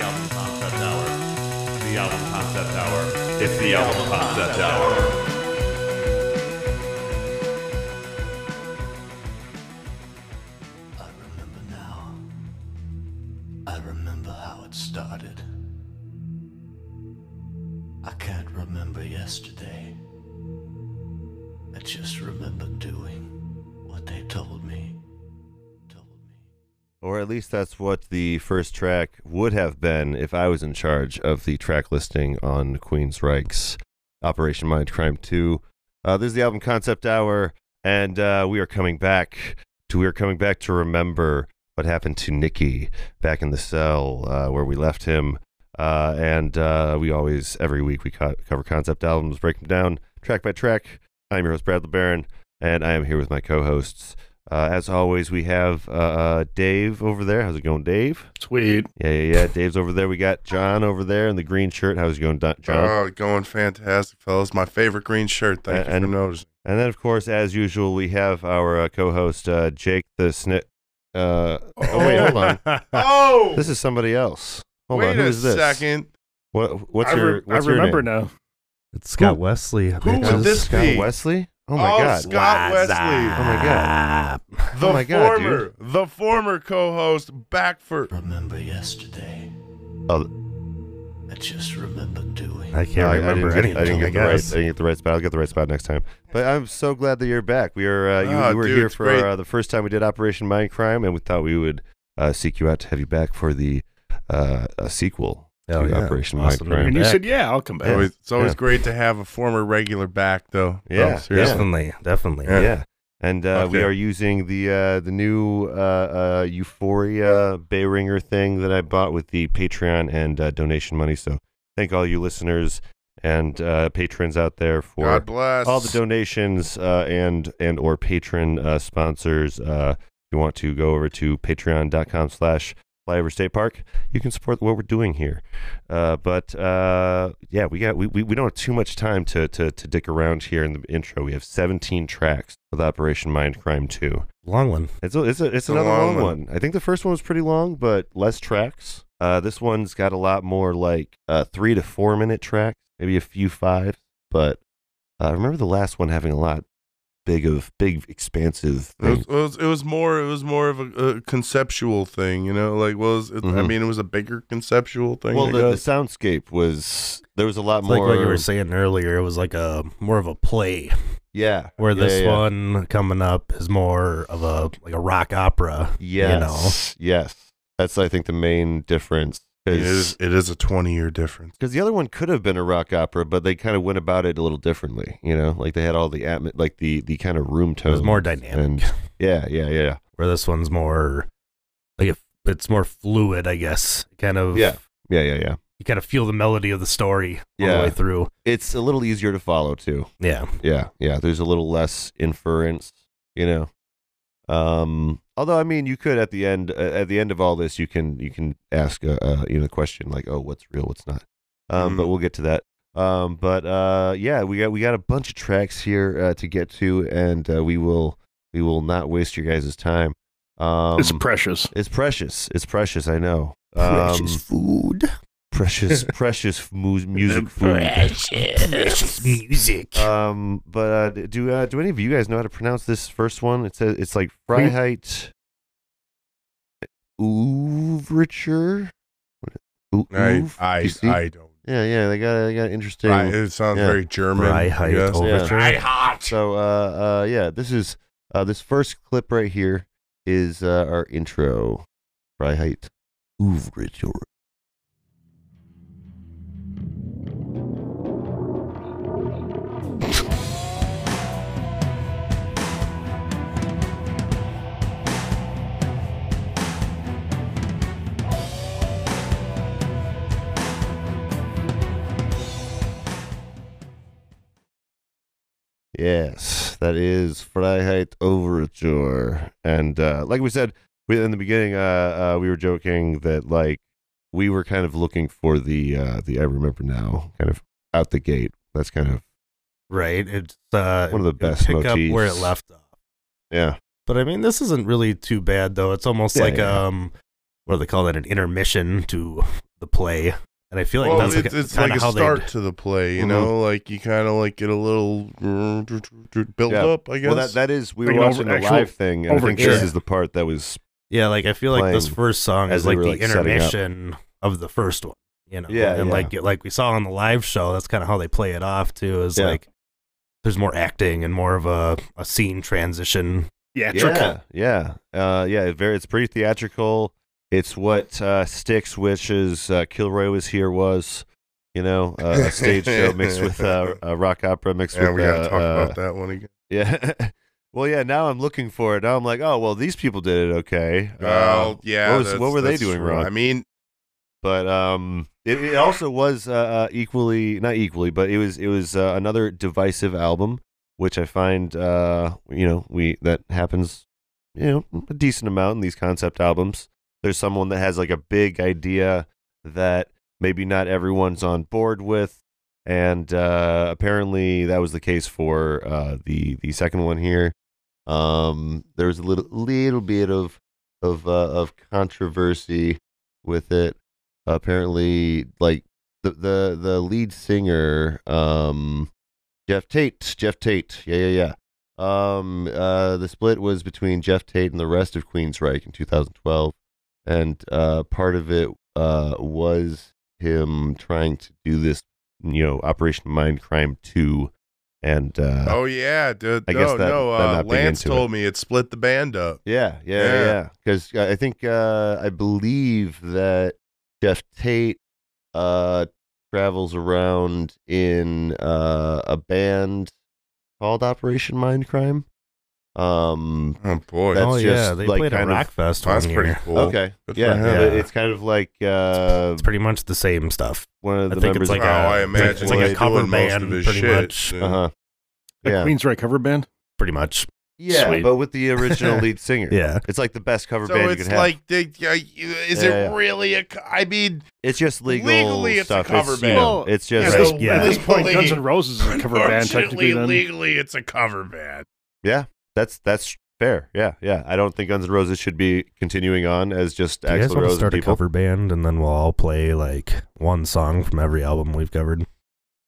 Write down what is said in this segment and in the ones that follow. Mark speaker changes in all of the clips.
Speaker 1: album concept hour. The album concept hour. It's the album concept hour.
Speaker 2: I remember now. I remember how it started. I can't remember yesterday. I just remember doing what they told me. Told me.
Speaker 3: Or at least that's what the first track would have been if I was in charge of the track listing on Queensryche's Operation Mindcrime 2. Uh, this is the album Concept Hour, and uh, we are coming back to we are coming back to remember what happened to Nikki back in the cell uh, where we left him. Uh, and uh, we always every week we co- cover concept albums, break them down track by track. I'm your host Brad LeBaron, and I am here with my co-hosts. Uh, as always, we have uh, uh, Dave over there. How's it going, Dave?
Speaker 4: Sweet.
Speaker 3: Yeah, yeah, yeah. Dave's over there. We got John over there in the green shirt. How's it going, Don- John?
Speaker 4: Oh, going fantastic, fellas. My favorite green shirt. Thank
Speaker 3: A-
Speaker 4: you
Speaker 3: and-
Speaker 4: for noticing.
Speaker 3: and then, of course, as usual, we have our uh, co-host uh, Jake the Snit. Uh, oh wait, hold on.
Speaker 4: Oh,
Speaker 3: This is somebody else. Hold
Speaker 4: wait
Speaker 3: on. Who
Speaker 4: a
Speaker 3: is this?
Speaker 4: second.
Speaker 3: What? What's
Speaker 5: I, re-
Speaker 3: your?
Speaker 5: I
Speaker 3: what's your
Speaker 5: remember
Speaker 3: name?
Speaker 5: now.
Speaker 6: It's Scott Wesley.
Speaker 4: who would
Speaker 3: Scott-
Speaker 6: bitches.
Speaker 4: this
Speaker 3: Scott
Speaker 4: be?
Speaker 3: Wesley. Oh my God.
Speaker 4: Scott Wesley.
Speaker 3: Oh my God.
Speaker 4: The
Speaker 3: oh my God,
Speaker 4: former,
Speaker 3: dude.
Speaker 4: the former co-host back for
Speaker 2: Remember yesterday.
Speaker 3: Oh.
Speaker 2: I just remember doing.
Speaker 6: I can't
Speaker 3: I- I
Speaker 6: remember
Speaker 3: didn't get-
Speaker 6: anything.
Speaker 3: I didn't get the
Speaker 6: I
Speaker 3: right. I
Speaker 6: guess.
Speaker 3: didn't get the right spot. I'll get the right spot next time. But I'm so glad that you're back. We are. Uh, you,
Speaker 4: Ah,
Speaker 3: you were
Speaker 4: dude,
Speaker 3: here
Speaker 4: it's
Speaker 3: for
Speaker 4: great.
Speaker 3: uh, the first time we did Operation Mindcrime, and we thought we would uh, seek you out to have you back for the uh, a sequel
Speaker 6: Oh,
Speaker 3: to
Speaker 6: yeah.
Speaker 3: Operation
Speaker 6: Awesome to be
Speaker 3: Mindcrime.
Speaker 5: And you
Speaker 6: back.
Speaker 5: said, yeah, I'll come back.
Speaker 4: Always- it's always
Speaker 3: yeah.
Speaker 4: great to have a former regular back though.
Speaker 3: Yeah,
Speaker 4: Oh, seriously.
Speaker 6: Definitely, definitely.
Speaker 4: Yeah.
Speaker 3: Yeah. And uh,
Speaker 4: Fuck
Speaker 3: we
Speaker 4: yeah.
Speaker 3: are using the uh, the new uh, uh, Euphoria Bayringer thing that I bought with the Patreon and uh, donation money. So thank all you listeners and uh, patrons out there for
Speaker 4: God bless.
Speaker 3: all the donations uh, and and or patron uh, sponsors. Uh, if you want to go over to patreon.com slash flyover state park, you can support what we're doing here. Uh, but uh, yeah, we got we, we, we don't have too much time to, to to dick around here in the intro. We have 17 tracks with Operation Mindcrime 2.
Speaker 6: Long one.
Speaker 3: It's a, it's, a, it's
Speaker 4: a
Speaker 3: another long,
Speaker 4: long
Speaker 3: one.
Speaker 4: one.
Speaker 3: I think the first one was pretty long, but less tracks. Uh, this one's got a lot more like uh, three to four minute tracks, maybe a few five. But uh, I remember the last one having a lot big of big expansive
Speaker 4: It was,
Speaker 3: things.
Speaker 4: it was it was more it was more of a, a conceptual thing, you know. Like was it, I
Speaker 3: Mhm.
Speaker 4: mean it was a bigger conceptual thing.
Speaker 3: Well,
Speaker 4: I
Speaker 3: the, the
Speaker 4: guess.
Speaker 3: soundscape was there was a lot
Speaker 6: It's
Speaker 3: more.
Speaker 6: like what you were saying earlier. It was like a more of a play,
Speaker 3: yeah,
Speaker 6: where
Speaker 3: yeah,
Speaker 6: this
Speaker 3: yeah.
Speaker 6: one coming up is more of a like a rock opera.
Speaker 3: Yes, yes, that's I think the main difference.
Speaker 4: it is it is a twenty year difference.
Speaker 3: because the other one could have been a rock opera, but they kind of went about it a little differently. You know, like they had all the atmo- like the the kind of room
Speaker 6: You know,
Speaker 3: tone.
Speaker 6: it was more dynamic.
Speaker 3: And yeah, yeah, yeah.
Speaker 6: Where this one's more like if it's more fluid, I guess. Kind of.
Speaker 3: Yeah. Yeah, yeah, yeah.
Speaker 6: You kind of feel the melody of the story all
Speaker 3: Yeah.
Speaker 6: the way through.
Speaker 3: It's a little easier to follow too.
Speaker 6: Yeah.
Speaker 3: Yeah, yeah. There's a little less inference, you know. Um although I mean you could at the end uh, at the end of all this you can you can ask a, a you know question like oh what's real what's not. Um
Speaker 4: Mm.
Speaker 5: Mm-hmm.
Speaker 3: but we'll get to that. Um but uh yeah, we got we got a bunch of tracks here uh, to get to and uh, we will we will not waste your guys' time. Um
Speaker 5: it's precious.
Speaker 3: It's precious. It's precious. I know. Um,
Speaker 6: food.
Speaker 3: precious, precious mu- music food.
Speaker 6: Precious music.
Speaker 3: Um, but uh, d- do uh, do any of you guys know how to pronounce this first one? It says it's like Freiheit Overture. What-
Speaker 4: I
Speaker 3: Ouv- do
Speaker 4: I,
Speaker 3: you see?
Speaker 4: I don't.
Speaker 3: yeah, yeah, they got they got interesting.
Speaker 4: I, it sounds
Speaker 3: Yeah.
Speaker 4: very German. I
Speaker 6: Freiheit
Speaker 4: guess.
Speaker 6: Overture.
Speaker 3: So uh, uh, yeah, this is uh, this first clip right here is uh, our intro. Freiheit Overture. Yes, that is Freiheit Overture. And uh, like we said we, in the beginning, uh, uh, we were joking that like we were kind of looking for the uh, the I remember now kind of out the gate. That's kind of
Speaker 6: Right. It's uh,
Speaker 3: One of the
Speaker 6: it would
Speaker 3: best
Speaker 6: pick up where it
Speaker 3: motifs.
Speaker 6: left off.
Speaker 3: yeah.
Speaker 6: But I mean, this isn't really too bad though. It's almost
Speaker 3: Yeah,
Speaker 6: like
Speaker 3: yeah.
Speaker 6: um, what do they call that? An intermission to the play. And I feel like
Speaker 4: well,
Speaker 6: that's
Speaker 4: it's,
Speaker 6: like,
Speaker 4: it's like a
Speaker 6: how Mm-hmm.
Speaker 4: start
Speaker 6: they
Speaker 4: to the play, you
Speaker 3: Mhm.
Speaker 4: know. Like you kind of like get a little build
Speaker 3: Yeah.
Speaker 4: up, I guess.
Speaker 3: Well, that that is we were
Speaker 5: Like an over-
Speaker 3: watching the
Speaker 5: actual
Speaker 3: live thing, and I think this
Speaker 6: overture.
Speaker 3: is the part that was
Speaker 6: Yeah, like I feel like this
Speaker 3: playing
Speaker 6: first song
Speaker 3: as
Speaker 6: is
Speaker 3: they
Speaker 6: like
Speaker 3: were,
Speaker 6: the
Speaker 3: like, setting up.
Speaker 6: intermission of the first one, you know.
Speaker 3: Yeah,
Speaker 6: and
Speaker 3: yeah.
Speaker 6: like like we saw on the live show, that's kind of how they play it off too. Is
Speaker 3: Yeah.
Speaker 6: like there's more acting and more of a, a scene transition.
Speaker 5: Yeah,
Speaker 3: Yeah, yeah, uh, yeah. It very, it's pretty theatrical. It's what uh, Styx wishes uh, Kilroy was here was. You know, uh, a stage show mixed with uh, a rock opera mixed
Speaker 4: yeah,
Speaker 3: with.
Speaker 4: we gotta
Speaker 3: uh,
Speaker 4: talk
Speaker 3: uh,
Speaker 4: about that one again.
Speaker 3: Yeah. well, yeah. Now I'm looking for it. Now I'm like, oh, well, these people did it okay.
Speaker 4: Oh,
Speaker 3: Uh,
Speaker 4: yeah.
Speaker 3: what was-
Speaker 4: that's-
Speaker 3: what were they
Speaker 4: that's
Speaker 3: doing
Speaker 4: true.
Speaker 3: wrong?
Speaker 4: I mean,
Speaker 3: but um, it, it also was uh, uh, equally not equally, but it was it was uh, another divisive album, which I find uh, you know we that happens you know a decent amount in these concept albums. There's someone that has like a big idea that maybe not everyone's on board with, and uh, apparently that was the case for uh, the the second one here. Um, there was a little little bit of of uh, of controversy with it apparently like the the the lead singer um Jeff Tate Jeff Tate yeah yeah yeah um uh the split was between Jeff Tate and the rest of Queensryche in 2012 and uh part of it uh was him trying to do this you know Operation Mindcrime 2 and uh
Speaker 4: oh yeah, dude.
Speaker 3: I
Speaker 4: no,
Speaker 3: guess that-
Speaker 4: no.
Speaker 3: that
Speaker 4: Uh,
Speaker 3: not being
Speaker 4: Lance
Speaker 3: into it.
Speaker 4: told me it split the band up.
Speaker 3: Yeah, yeah,
Speaker 4: Yeah.
Speaker 3: yeah. Because I think uh, I believe that Jeff Tate uh, travels around in uh, a band called Operation Mindcrime. Um,
Speaker 4: Oh boy,
Speaker 3: That's
Speaker 6: oh yeah,
Speaker 3: just,
Speaker 6: they
Speaker 3: like,
Speaker 6: played a
Speaker 3: kind of-
Speaker 6: Rockfest
Speaker 4: Well,
Speaker 6: one
Speaker 4: that's pretty
Speaker 6: year.
Speaker 4: cool.
Speaker 3: okay,
Speaker 4: Good for
Speaker 3: yeah,
Speaker 4: him.
Speaker 3: but
Speaker 6: Yeah.
Speaker 3: it's kind of like uh,
Speaker 6: It's pretty much the same stuff.
Speaker 3: one of
Speaker 6: I
Speaker 3: the
Speaker 6: think
Speaker 3: members
Speaker 6: it's like
Speaker 4: Oh,
Speaker 6: a,
Speaker 4: I
Speaker 6: it's
Speaker 4: imagine
Speaker 6: like
Speaker 4: they're
Speaker 6: a
Speaker 4: doing
Speaker 6: cover
Speaker 4: most of
Speaker 6: band,
Speaker 4: his
Speaker 6: pretty
Speaker 4: shit,
Speaker 6: much.
Speaker 4: yeah.
Speaker 3: uh huh,
Speaker 5: The
Speaker 3: yeah,
Speaker 5: Queensryche cover band.
Speaker 6: Pretty much.
Speaker 3: yeah,
Speaker 5: Sweet.
Speaker 3: but with the original lead singer.
Speaker 6: Yeah.
Speaker 3: It's like the best cover
Speaker 4: So
Speaker 3: band you
Speaker 4: it's
Speaker 3: could have.
Speaker 4: like, they, uh, is
Speaker 3: Yeah,
Speaker 4: it
Speaker 3: yeah.
Speaker 4: really a? co- I mean,
Speaker 3: it's just legal
Speaker 4: legally it's a
Speaker 3: stuff.
Speaker 4: cover
Speaker 3: it's, you know,
Speaker 5: band.
Speaker 3: it's just
Speaker 4: Yeah,
Speaker 5: at, this,
Speaker 4: so
Speaker 6: Yeah.
Speaker 5: at this point,
Speaker 4: legally-
Speaker 5: Guns N' Roses is a cover band
Speaker 4: unfortunately,
Speaker 5: technically. Then
Speaker 4: legally, it's a cover band.
Speaker 3: That's that's fair. Yeah, yeah. I don't think Guns N' Roses should be continuing on as just
Speaker 6: Do you guys
Speaker 3: Axl
Speaker 6: want to
Speaker 3: Rose
Speaker 6: start a
Speaker 3: people.
Speaker 6: cover band and then we'll all play like one song from every album we've covered?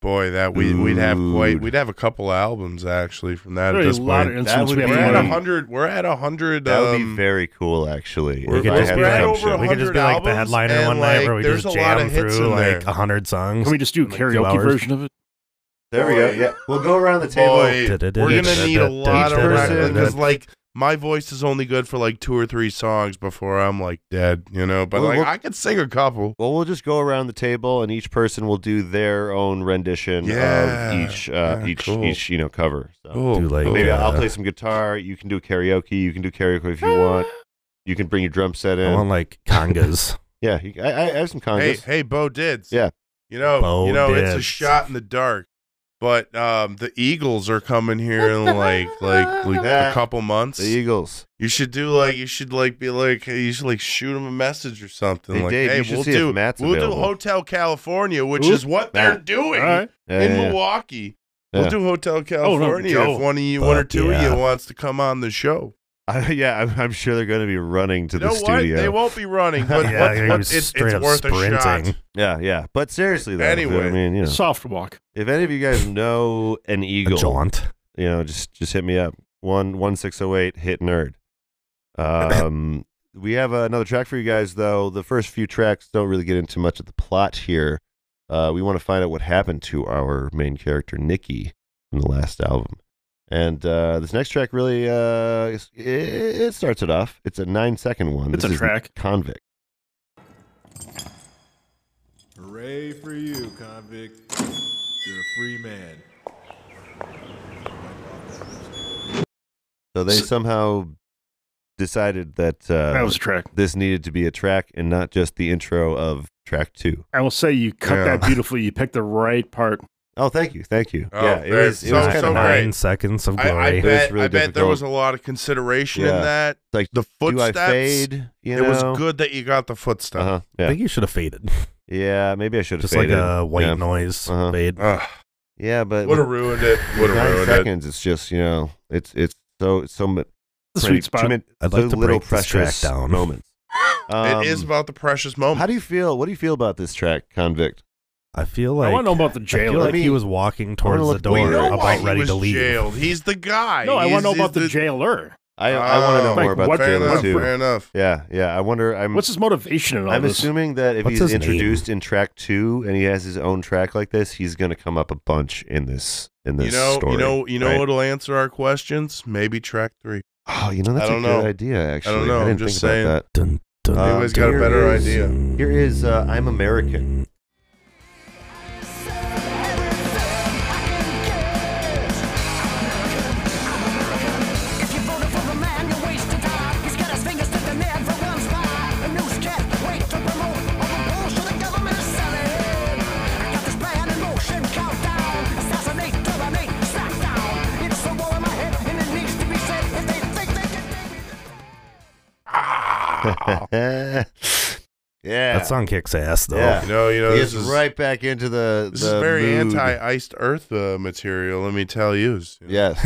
Speaker 4: Boy, that we we'd have quite
Speaker 3: Dude.
Speaker 4: we'd have a couple albums actually from that.
Speaker 5: there
Speaker 4: At
Speaker 5: are a
Speaker 4: this
Speaker 5: lot of
Speaker 4: point.
Speaker 5: instruments
Speaker 3: would
Speaker 5: we
Speaker 3: be
Speaker 5: have to
Speaker 4: We're
Speaker 3: really-
Speaker 4: at a
Speaker 5: learn.
Speaker 4: hundred. We're at a hundred.
Speaker 3: That would be
Speaker 4: um,
Speaker 3: very cool, actually.
Speaker 4: we're
Speaker 3: if
Speaker 6: We could
Speaker 3: I
Speaker 6: just
Speaker 3: had
Speaker 6: be
Speaker 3: that
Speaker 6: like-
Speaker 4: over
Speaker 3: option.
Speaker 6: We could just be
Speaker 4: 100
Speaker 6: like the
Speaker 4: albums,
Speaker 6: headliner
Speaker 4: and,
Speaker 6: one night
Speaker 4: like,
Speaker 6: where we
Speaker 4: there's
Speaker 6: just
Speaker 4: a lot
Speaker 6: jam
Speaker 4: of hits
Speaker 6: through
Speaker 4: in there.
Speaker 6: like a hundred songs.
Speaker 5: Can we just do a
Speaker 6: Like two
Speaker 5: karaoke
Speaker 6: hours.
Speaker 5: version of it?
Speaker 3: There we go. Yeah, we'll go around the table.
Speaker 4: Boy, we're gonna need a lot of because like my voice is only good for like two or three songs before I'm like dead, you know. But
Speaker 3: Well,
Speaker 4: like
Speaker 3: we'll-
Speaker 4: I could sing a couple.
Speaker 3: Well, we'll just go around the table, and each person will do their own rendition
Speaker 4: Yeah.
Speaker 3: of each uh,
Speaker 4: Yeah,
Speaker 3: each
Speaker 4: cool.
Speaker 3: each you know cover. So
Speaker 4: Cool.
Speaker 6: Do, like, uh,
Speaker 4: cool.
Speaker 3: maybe I'll
Speaker 6: Yeah.
Speaker 3: play some guitar. You can do karaoke. You can do karaoke if you want. You can bring your drum set
Speaker 6: I want
Speaker 3: in.
Speaker 6: like congas.
Speaker 3: Yeah, you- I, I I have some
Speaker 4: hey,
Speaker 3: congas.
Speaker 4: hey, Bo Dids.
Speaker 3: Yeah.
Speaker 4: you know,
Speaker 6: Bo
Speaker 4: you know, it's a
Speaker 6: Dids.
Speaker 4: shot in the dark. But um, the Eagles are coming here in like like, like a
Speaker 3: Yeah.
Speaker 4: couple months.
Speaker 3: The Eagles.
Speaker 4: You should do like you should like be like hey, you should like shoot him a message or something.
Speaker 3: Hey,
Speaker 4: like
Speaker 3: Dave,
Speaker 4: hey,
Speaker 3: you should
Speaker 4: we'll
Speaker 3: see if
Speaker 4: do
Speaker 3: Matt's
Speaker 4: we'll
Speaker 3: available."
Speaker 4: do Hotel California, which
Speaker 5: Ooh,
Speaker 4: is what they're
Speaker 3: Matt.
Speaker 5: All
Speaker 4: doing
Speaker 5: right.
Speaker 3: Yeah,
Speaker 4: in
Speaker 3: yeah, yeah.
Speaker 4: Milwaukee.
Speaker 3: Yeah. Oh,
Speaker 4: We'll do Hotel California
Speaker 5: Joe.
Speaker 4: if one of you, one or
Speaker 6: Fuck
Speaker 4: two
Speaker 6: yeah.
Speaker 4: of you wants to come on the show.
Speaker 3: I, yeah, I'm, I'm sure they're going to be running to
Speaker 4: you know
Speaker 3: the
Speaker 4: what?
Speaker 3: studio.
Speaker 4: They won't be running, but
Speaker 6: Yeah, they're
Speaker 4: what-
Speaker 6: gonna
Speaker 4: what-
Speaker 6: be
Speaker 4: it's, it's
Speaker 6: straight up
Speaker 4: worth a shot.
Speaker 6: sprinting.
Speaker 3: Yeah, yeah. But seriously, though,
Speaker 4: Anyway.
Speaker 3: I mean, you know,
Speaker 5: Soft walk.
Speaker 3: if any of you guys know an
Speaker 6: A
Speaker 3: eagle,
Speaker 6: jaunt.
Speaker 3: you know, just just hit me up one one six zero eight hit nerd. Um, we have another track for you guys though. The first few tracks don't really get into much of the plot here. Uh, we want to find out what happened to our main character Nikki from the last album, and uh, this next track really uh, is- it, it starts it off. It's a nine second one.
Speaker 5: It's
Speaker 3: This
Speaker 5: a
Speaker 3: is
Speaker 5: track.
Speaker 3: Convict.
Speaker 7: Hooray for you, convict. You're a free man.
Speaker 3: So they somehow decided that uh,
Speaker 5: That was a track.
Speaker 3: this needed to be a track and not just the intro of track two.
Speaker 5: I will say you cut
Speaker 4: Yeah.
Speaker 5: that beautifully. You picked the right part.
Speaker 3: Oh, thank you, thank you.
Speaker 4: Oh,
Speaker 3: yeah, it
Speaker 4: very-
Speaker 3: was it
Speaker 4: so-
Speaker 3: was
Speaker 4: so
Speaker 3: kind of
Speaker 4: great.
Speaker 6: Nine seconds of glory.
Speaker 4: I, I
Speaker 3: was
Speaker 4: bet,
Speaker 3: really
Speaker 4: I bet there
Speaker 3: difficult.
Speaker 4: was a lot of consideration
Speaker 3: Yeah.
Speaker 4: in that.
Speaker 3: like
Speaker 4: The
Speaker 3: do I
Speaker 4: footsteps.
Speaker 3: fade? You know,
Speaker 4: It was good that you got the footsteps.
Speaker 3: Uh-huh.
Speaker 6: I
Speaker 3: Yeah,
Speaker 6: think you should have faded.
Speaker 3: yeah. Maybe I should have
Speaker 6: Just
Speaker 3: faded.
Speaker 6: like a white
Speaker 3: yeah.
Speaker 6: noise
Speaker 3: Uh-huh.
Speaker 6: fade.
Speaker 4: Ugh,
Speaker 3: Yeah, but
Speaker 4: would have
Speaker 3: with
Speaker 4: ruined it. Would have
Speaker 3: nine
Speaker 4: ruined it.
Speaker 3: seconds. It's just you know, it's it's so it's so mu-
Speaker 5: The
Speaker 3: pretty-
Speaker 5: sweet spot.
Speaker 3: Too many,
Speaker 6: I'd like
Speaker 3: so
Speaker 6: to
Speaker 3: little
Speaker 6: break this track
Speaker 3: precious
Speaker 6: down.
Speaker 3: moments. Um,
Speaker 4: it is about the precious moment.
Speaker 3: How do you feel? What do you feel about this track, Convict?
Speaker 6: I feel like
Speaker 5: I want to know about the
Speaker 6: I feel
Speaker 5: jailer.
Speaker 6: like
Speaker 3: Let me-
Speaker 6: he was walking towards
Speaker 3: look-
Speaker 6: the
Speaker 3: we
Speaker 6: door,
Speaker 3: know
Speaker 6: about
Speaker 4: why Oh, he
Speaker 6: ready
Speaker 4: was
Speaker 6: to leave.
Speaker 4: Jailed. He's the guy.
Speaker 5: no, I
Speaker 4: He's-
Speaker 5: want to know
Speaker 4: he's
Speaker 5: about the, jailer.
Speaker 3: I I want to know
Speaker 4: Oh.
Speaker 3: more
Speaker 5: Like,
Speaker 3: about
Speaker 5: what-
Speaker 4: Fair
Speaker 5: jailer,
Speaker 4: enough.
Speaker 3: too.
Speaker 4: Fair enough.
Speaker 3: Yeah, yeah. I wonder. I'm
Speaker 5: What's his motivation in all
Speaker 3: I'm
Speaker 5: this?
Speaker 3: assuming that if
Speaker 6: What's his
Speaker 3: he's
Speaker 6: name?
Speaker 3: introduced in track two and he has his own track like this, he's going to come up a bunch in this in
Speaker 4: You
Speaker 3: this
Speaker 4: know,
Speaker 3: story.
Speaker 4: you know, you know
Speaker 3: right?
Speaker 4: what'll answer our questions? Maybe track three.
Speaker 3: Oh, you know that's
Speaker 4: I
Speaker 3: a good
Speaker 4: don't know.
Speaker 3: idea. Actually,
Speaker 4: know.
Speaker 3: didn't
Speaker 4: Just
Speaker 3: think
Speaker 4: saying.
Speaker 3: about
Speaker 6: Dun, dun,
Speaker 3: Uh,
Speaker 4: Anybody's got a
Speaker 3: here
Speaker 4: better
Speaker 3: is-
Speaker 4: idea?
Speaker 3: that. Here is uh, "I'm American." yeah,
Speaker 6: That song kicks ass though.
Speaker 3: Yeah.
Speaker 4: You know, you know,
Speaker 3: he
Speaker 4: this
Speaker 3: gets
Speaker 4: is
Speaker 3: right back into the.
Speaker 4: This
Speaker 3: the
Speaker 4: is very
Speaker 3: mood.
Speaker 4: anti-iced earth uh, material. Let me tell you.
Speaker 3: Yes,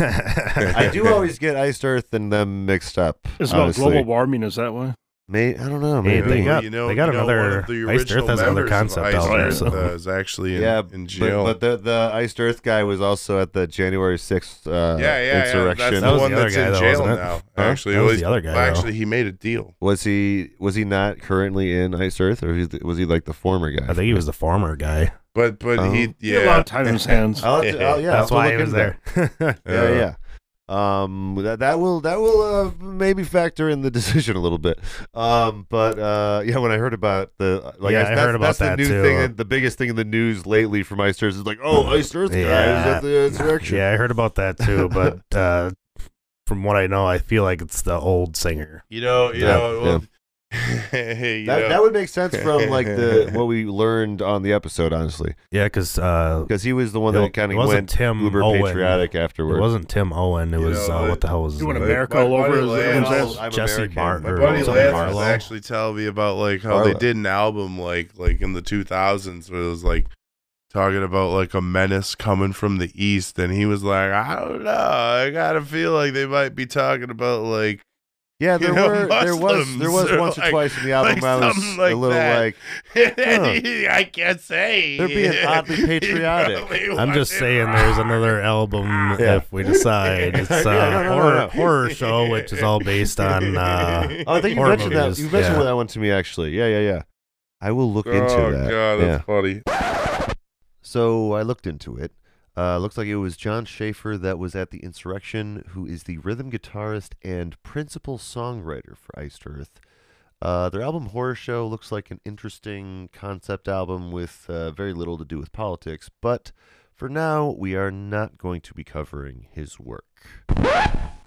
Speaker 3: I do always get Iced Earth and them mixed up.
Speaker 5: It's about
Speaker 3: honestly.
Speaker 5: global warming. Is that why?
Speaker 3: May, I don't know.
Speaker 6: Hey,
Speaker 3: Maybe.
Speaker 6: they got,
Speaker 4: You know-
Speaker 6: they got
Speaker 4: you know, one
Speaker 6: another.
Speaker 4: of the
Speaker 6: Iced Earth
Speaker 4: original
Speaker 6: has another
Speaker 4: members of
Speaker 6: concept
Speaker 4: Iced
Speaker 6: out there.
Speaker 4: Earth,
Speaker 6: So.
Speaker 4: uh, is actually in,
Speaker 3: yeah,
Speaker 4: in
Speaker 3: but-
Speaker 4: jail. Uh,
Speaker 3: But, the the Iced Earth guy was also at the January sixth uh,
Speaker 4: yeah, yeah, yeah.
Speaker 3: insurrection.
Speaker 4: That's
Speaker 6: That
Speaker 4: the
Speaker 6: was
Speaker 4: one
Speaker 6: the other
Speaker 4: that's
Speaker 6: guy,
Speaker 4: in
Speaker 6: though,
Speaker 4: jail
Speaker 6: wasn't it?
Speaker 4: now.
Speaker 6: Huh?
Speaker 4: Actually,
Speaker 6: That
Speaker 4: well,
Speaker 6: was
Speaker 4: he's-
Speaker 6: the other guy,
Speaker 4: well,
Speaker 6: though.
Speaker 4: Actually, he made a deal.
Speaker 3: Was he was he not currently in Iced Earth, or was he- was he like the former guy?
Speaker 6: I think he was the farmer guy.
Speaker 4: But but
Speaker 3: Oh.
Speaker 4: he
Speaker 5: He had a lot
Speaker 4: yeah.
Speaker 5: of time in his hands.
Speaker 3: I'll have to- I'll- yeah,
Speaker 6: that's
Speaker 3: I'll have to
Speaker 6: why
Speaker 3: look
Speaker 6: he was
Speaker 3: into that.
Speaker 6: there. That's
Speaker 3: Yeah, yeah. Um, that that will that will uh, maybe factor in the decision a little bit. Um, but uh, yeah, when I heard about the uh, like,
Speaker 6: Yeah, I
Speaker 3: that's,
Speaker 6: heard about
Speaker 3: that's
Speaker 6: that,
Speaker 3: the new
Speaker 6: too. Mm-hmm.
Speaker 3: thing, the biggest thing in the news lately for Iced Earth is like, oh, Iced Earth guy is
Speaker 6: Yeah.
Speaker 3: at the insurrection.
Speaker 6: Yeah, I heard about that too, but uh, from what I know, I feel like it's the old singer.
Speaker 4: You know, you
Speaker 3: Yeah,
Speaker 4: know. well- you
Speaker 3: That,
Speaker 4: know.
Speaker 3: that would make sense from like the what we learned on the episode, honestly,
Speaker 6: Yeah, because uh,
Speaker 3: because he was the one
Speaker 6: it-
Speaker 3: that kind
Speaker 6: it
Speaker 3: of
Speaker 6: wasn't
Speaker 3: went
Speaker 6: Tim
Speaker 3: uber
Speaker 6: Owen.
Speaker 3: patriotic
Speaker 6: It
Speaker 3: afterward.
Speaker 6: wasn't Tim Owen. It
Speaker 4: You
Speaker 6: was
Speaker 4: know,
Speaker 6: uh, what the hell was his
Speaker 5: Doing
Speaker 6: name?
Speaker 5: America
Speaker 4: my
Speaker 5: all over.
Speaker 4: buddy
Speaker 5: his
Speaker 4: Lance-
Speaker 5: everyone's ass.
Speaker 3: I'm
Speaker 6: Jesse
Speaker 3: American.
Speaker 6: Bart-
Speaker 3: My
Speaker 6: or
Speaker 4: Buddy
Speaker 6: something,
Speaker 4: Lance
Speaker 6: Barlow.
Speaker 4: was actually telling me about like how
Speaker 3: Barlow.
Speaker 4: they did an album like like in the 2000s where it was like talking about like a menace coming from the east, and he was like, I don't know, I gotta feel like they might be talking about like
Speaker 3: Yeah,
Speaker 4: you
Speaker 3: there
Speaker 4: know,
Speaker 3: were there was there was
Speaker 4: Muslims or
Speaker 3: once or
Speaker 4: like-
Speaker 3: twice in the album
Speaker 4: like
Speaker 3: I was
Speaker 4: something like
Speaker 3: a little
Speaker 4: that.
Speaker 3: like
Speaker 4: I can't say
Speaker 3: They're being oddly
Speaker 4: He
Speaker 3: patriotic.
Speaker 4: probably
Speaker 6: I'm just
Speaker 4: wanted-
Speaker 6: saying there's another album
Speaker 3: Yeah.
Speaker 6: if we decide. It's a
Speaker 3: Yeah, no, no, no,
Speaker 6: horror,
Speaker 3: no.
Speaker 6: horror show, which is all based on. Uh,
Speaker 3: Oh, I think you
Speaker 6: Horror
Speaker 3: mentioned
Speaker 6: movies,
Speaker 3: that. You mentioned
Speaker 6: yeah.
Speaker 3: that one to me actually. Yeah, yeah, yeah. I will look into
Speaker 4: oh
Speaker 3: that.
Speaker 4: god,
Speaker 3: yeah.
Speaker 4: that's funny.
Speaker 3: So I looked into it. Uh, looks like it was John Schaefer that was at the insurrection, who is the rhythm guitarist and principal songwriter for Iced Earth. Uh, their album Horror Show looks like an interesting concept album with uh, very little to do with politics, but for now, we are not going to be covering his work.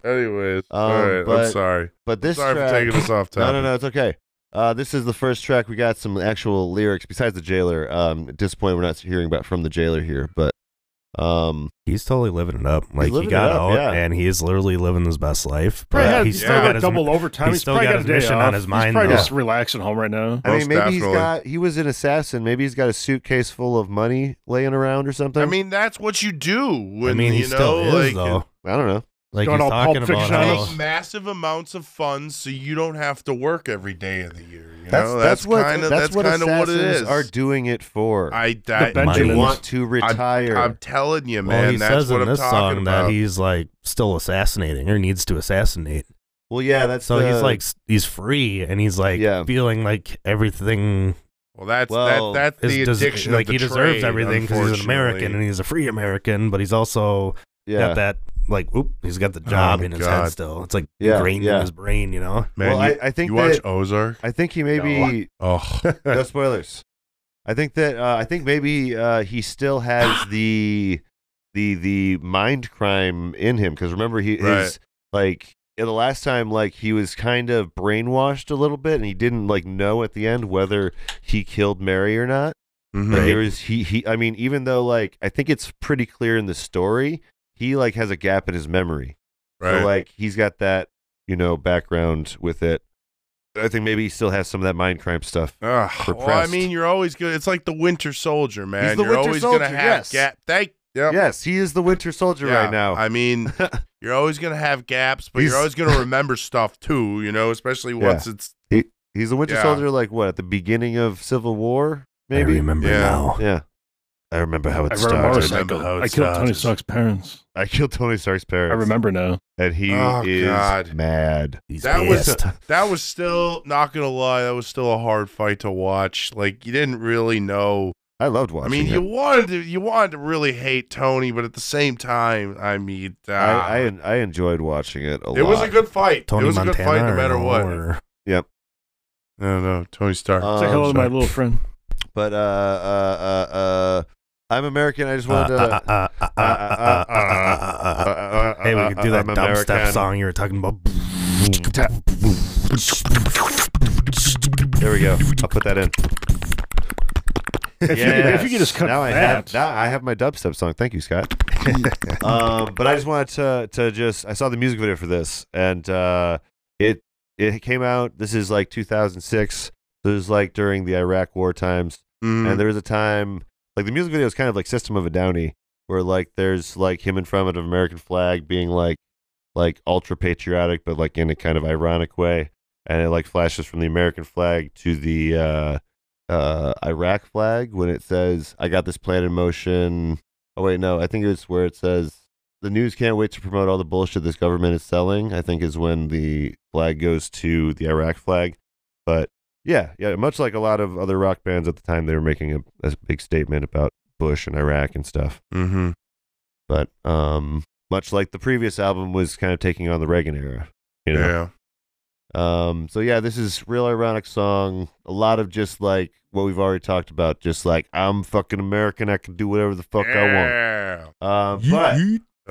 Speaker 4: Anyways,
Speaker 3: Um,
Speaker 4: all right,
Speaker 3: but
Speaker 4: I'm sorry.
Speaker 3: But this
Speaker 4: sorry
Speaker 3: track,
Speaker 4: for taking us off
Speaker 3: no,
Speaker 4: topic.
Speaker 3: no, no, it's okay. Uh, this is the first track. We got some actual lyrics besides the jailer. Um, disappointed we're not hearing about from the jailer here, but um,
Speaker 6: he's totally living it up. Like he
Speaker 3: living
Speaker 6: got
Speaker 3: it up,
Speaker 6: out,
Speaker 3: yeah.
Speaker 6: and he is literally living his best life. But
Speaker 5: Probably had,
Speaker 6: he's
Speaker 5: he's
Speaker 6: still
Speaker 5: probably
Speaker 6: got
Speaker 5: got
Speaker 6: his
Speaker 5: double overtime.
Speaker 6: he's
Speaker 5: He's,
Speaker 6: still
Speaker 5: probably
Speaker 6: got
Speaker 5: got,
Speaker 6: his
Speaker 5: a day
Speaker 6: mission
Speaker 5: off.
Speaker 6: on his mind,
Speaker 5: He's probably
Speaker 6: though.
Speaker 5: just relaxing home right now.
Speaker 3: I mean,
Speaker 4: Most
Speaker 3: maybe he's
Speaker 4: definitely.
Speaker 3: got he was an assassin. Maybe he's got a suitcase full of money laying around or something.
Speaker 4: I mean, that's what you do when
Speaker 6: I mean,
Speaker 4: you
Speaker 6: he
Speaker 4: know,
Speaker 6: still is
Speaker 4: like,
Speaker 6: though.
Speaker 3: I don't know.
Speaker 6: Like
Speaker 5: Going
Speaker 6: he's
Speaker 5: all
Speaker 6: talking
Speaker 5: Pulp
Speaker 6: about
Speaker 5: Fiction
Speaker 6: how,
Speaker 5: on us.
Speaker 4: take massive amounts of funds so you don't have to work every day of the year. You
Speaker 3: That's
Speaker 4: know?
Speaker 3: that's, what
Speaker 4: kinda,
Speaker 3: that's, what
Speaker 4: kinda
Speaker 3: assassins
Speaker 4: what it is.
Speaker 3: are doing it for.
Speaker 4: I, I,
Speaker 5: The
Speaker 3: they
Speaker 5: Benjamins.
Speaker 3: want to retire.
Speaker 4: I'm telling you, man.
Speaker 6: well, he
Speaker 4: that's
Speaker 6: says
Speaker 4: what
Speaker 6: in
Speaker 4: I'm
Speaker 6: this
Speaker 4: talking
Speaker 6: song
Speaker 4: about.
Speaker 6: that he's like still assassinating or needs to assassinate.
Speaker 3: well, yeah, that's
Speaker 6: So
Speaker 3: the-
Speaker 6: he's like s- he's free and he's like
Speaker 3: Yeah.
Speaker 6: feeling like everything
Speaker 4: well, that's
Speaker 3: well,
Speaker 4: that, that's
Speaker 6: is
Speaker 4: the
Speaker 6: des-
Speaker 4: addiction.
Speaker 6: like
Speaker 4: of the
Speaker 6: he deserves
Speaker 4: trade,
Speaker 6: everything because he's an American and
Speaker 4: unfortunately.
Speaker 6: he's a free American, but he's also
Speaker 3: yeah.
Speaker 6: got that like oop, he's got the job
Speaker 4: Oh my
Speaker 6: in his
Speaker 4: God.
Speaker 6: head still. It's like
Speaker 3: Yeah,
Speaker 6: ingrained
Speaker 3: yeah.
Speaker 6: in his brain, you know.
Speaker 4: man,
Speaker 3: well,
Speaker 4: you,
Speaker 3: I, I think
Speaker 4: you
Speaker 3: that,
Speaker 4: watch Ozark.
Speaker 3: I think he maybe
Speaker 4: Oh,
Speaker 3: no spoilers. I think that uh, I think maybe uh, he still has the the the mind crime in him because remember he
Speaker 4: Right.
Speaker 3: his like yeah, the last time like he was kind of brainwashed a little bit and he didn't like know at the end whether he killed Mary or not.
Speaker 4: mm-hmm.
Speaker 3: But there is he he I mean even though like I think it's pretty clear in the story he like has a gap in his memory.
Speaker 4: right.
Speaker 3: So like he's got that you know background with it. I think maybe he still has some of that mind crime stuff.
Speaker 4: Ugh, well, I
Speaker 3: repressed.
Speaker 4: mean, you're always good. It's like the Winter Soldier, man.
Speaker 3: the
Speaker 4: you're
Speaker 3: Winter
Speaker 4: always
Speaker 3: Soldier,
Speaker 4: gonna have
Speaker 3: yes.
Speaker 4: gap. Thank. Yep.
Speaker 3: Yes, he is the Winter Soldier right now.
Speaker 4: I mean, you're always gonna have gaps, but
Speaker 3: He's-
Speaker 4: you're always gonna remember stuff too. You know, especially once it's
Speaker 3: He- He's a Winter
Speaker 4: Yeah.
Speaker 3: Soldier, like what at the beginning of Civil War, maybe.
Speaker 6: I remember
Speaker 4: Yeah.
Speaker 6: now.
Speaker 3: Yeah, I remember how it
Speaker 5: I
Speaker 3: started.
Speaker 5: remember
Speaker 4: remember
Speaker 5: motorcycle.
Speaker 4: how it
Speaker 5: I killed Tony
Speaker 4: started.
Speaker 5: Stark's parents.
Speaker 3: I killed Tony Stark's parents.
Speaker 5: I remember now.
Speaker 3: and he
Speaker 4: Oh,
Speaker 3: is
Speaker 4: God.
Speaker 3: mad.
Speaker 6: He's
Speaker 4: That was
Speaker 6: pissed.
Speaker 4: That was still not gonna lie. That was still a hard fight to watch. Like you didn't really know.
Speaker 3: I loved
Speaker 4: I
Speaker 3: watching.
Speaker 4: mean,
Speaker 3: it.
Speaker 4: you wanted to you wanted to really hate Tony, but at the same time, I mean, uh,
Speaker 3: I, I I enjoyed watching it a lot.
Speaker 4: it was a good fight.
Speaker 6: Tony
Speaker 4: it was
Speaker 6: Montana
Speaker 4: a good fight no
Speaker 6: or-
Speaker 4: matter what.
Speaker 6: or-
Speaker 4: No, no, Tony Stark.
Speaker 3: Um,
Speaker 5: Say hello to my
Speaker 6: sorry.
Speaker 5: little friend.
Speaker 3: But uh, uh, uh, uh, I'm American. I just
Speaker 6: Uh,
Speaker 3: wanted
Speaker 6: uh,
Speaker 3: to.
Speaker 6: uh, uh, uh, uh, uh, uh, uh, uh, uh, uh, Hey, we could do that
Speaker 3: I'm
Speaker 6: dubstep
Speaker 3: American.
Speaker 6: song you were talking about.
Speaker 3: There we go. I'll put that in.
Speaker 5: If, you, could- if you could just cut
Speaker 3: now
Speaker 5: that.
Speaker 3: I have now I have my dubstep song. Thank you, Scott. um, but I just wanted to to just I saw the music video for this and uh, it it came out. This is like 2006. This is like during the Iraq War times.
Speaker 4: Mhm.
Speaker 3: And there was a time, like the music video is kind of like System of a Downy, where like there's like him in front of an American flag being like like ultra patriotic, but like in a kind of ironic way, and it like flashes from the American flag to the uh, uh, Iraq flag when it says "I got this plan in motion." Oh wait, no, I think it's where it says. The news can't wait to promote all the bullshit this government is selling. I think is when the flag goes to the Iraq flag, but yeah, yeah. Much like a lot of other rock bands at the time, they were making a, a big statement about Bush and Iraq and stuff.
Speaker 4: Mhm.
Speaker 3: But um, much like the previous album was kind of taking on the Reagan era, you know.
Speaker 4: Yeah.
Speaker 3: Um, so yeah, this is real ironic song. A lot of just like what we've already talked about, just like I'm fucking American, I can do whatever the fuck
Speaker 4: yeah.
Speaker 3: I want. Um, but it's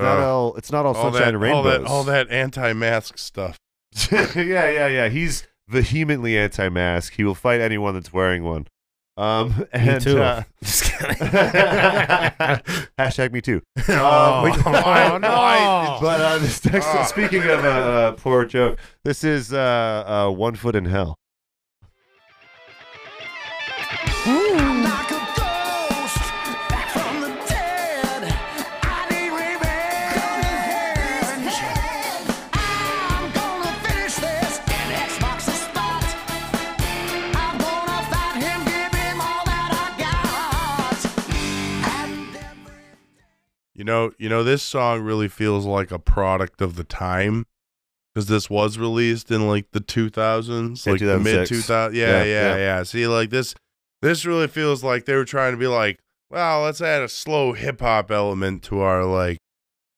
Speaker 3: not
Speaker 4: Uh,
Speaker 3: all it's not all,
Speaker 4: all
Speaker 3: sunshine
Speaker 4: that,
Speaker 3: and
Speaker 4: all
Speaker 3: rainbows.
Speaker 4: that, all that anti-mask stuff.
Speaker 3: yeah, yeah, yeah. He's vehemently anti-mask. He will fight anyone that's wearing one. Um, and
Speaker 6: too.
Speaker 3: uh,
Speaker 6: Just kidding.
Speaker 3: Hashtag me too.
Speaker 4: Oh,
Speaker 3: we-
Speaker 4: why- why-
Speaker 3: But uh, this next,
Speaker 4: Ah.
Speaker 3: speaking of a uh, poor joke, this is uh, uh, One Foot in Hell.
Speaker 4: You know, you know, this song really feels like a product of the time because this was released in like the 2000s,
Speaker 3: Yeah,
Speaker 4: like the mid
Speaker 3: 2006.
Speaker 4: 2000s.
Speaker 3: Yeah,
Speaker 4: Yeah, yeah,
Speaker 3: yeah.
Speaker 4: yeah, See, like this, this really feels like they were trying to be like, wow, let's add a slow hip hop element to our like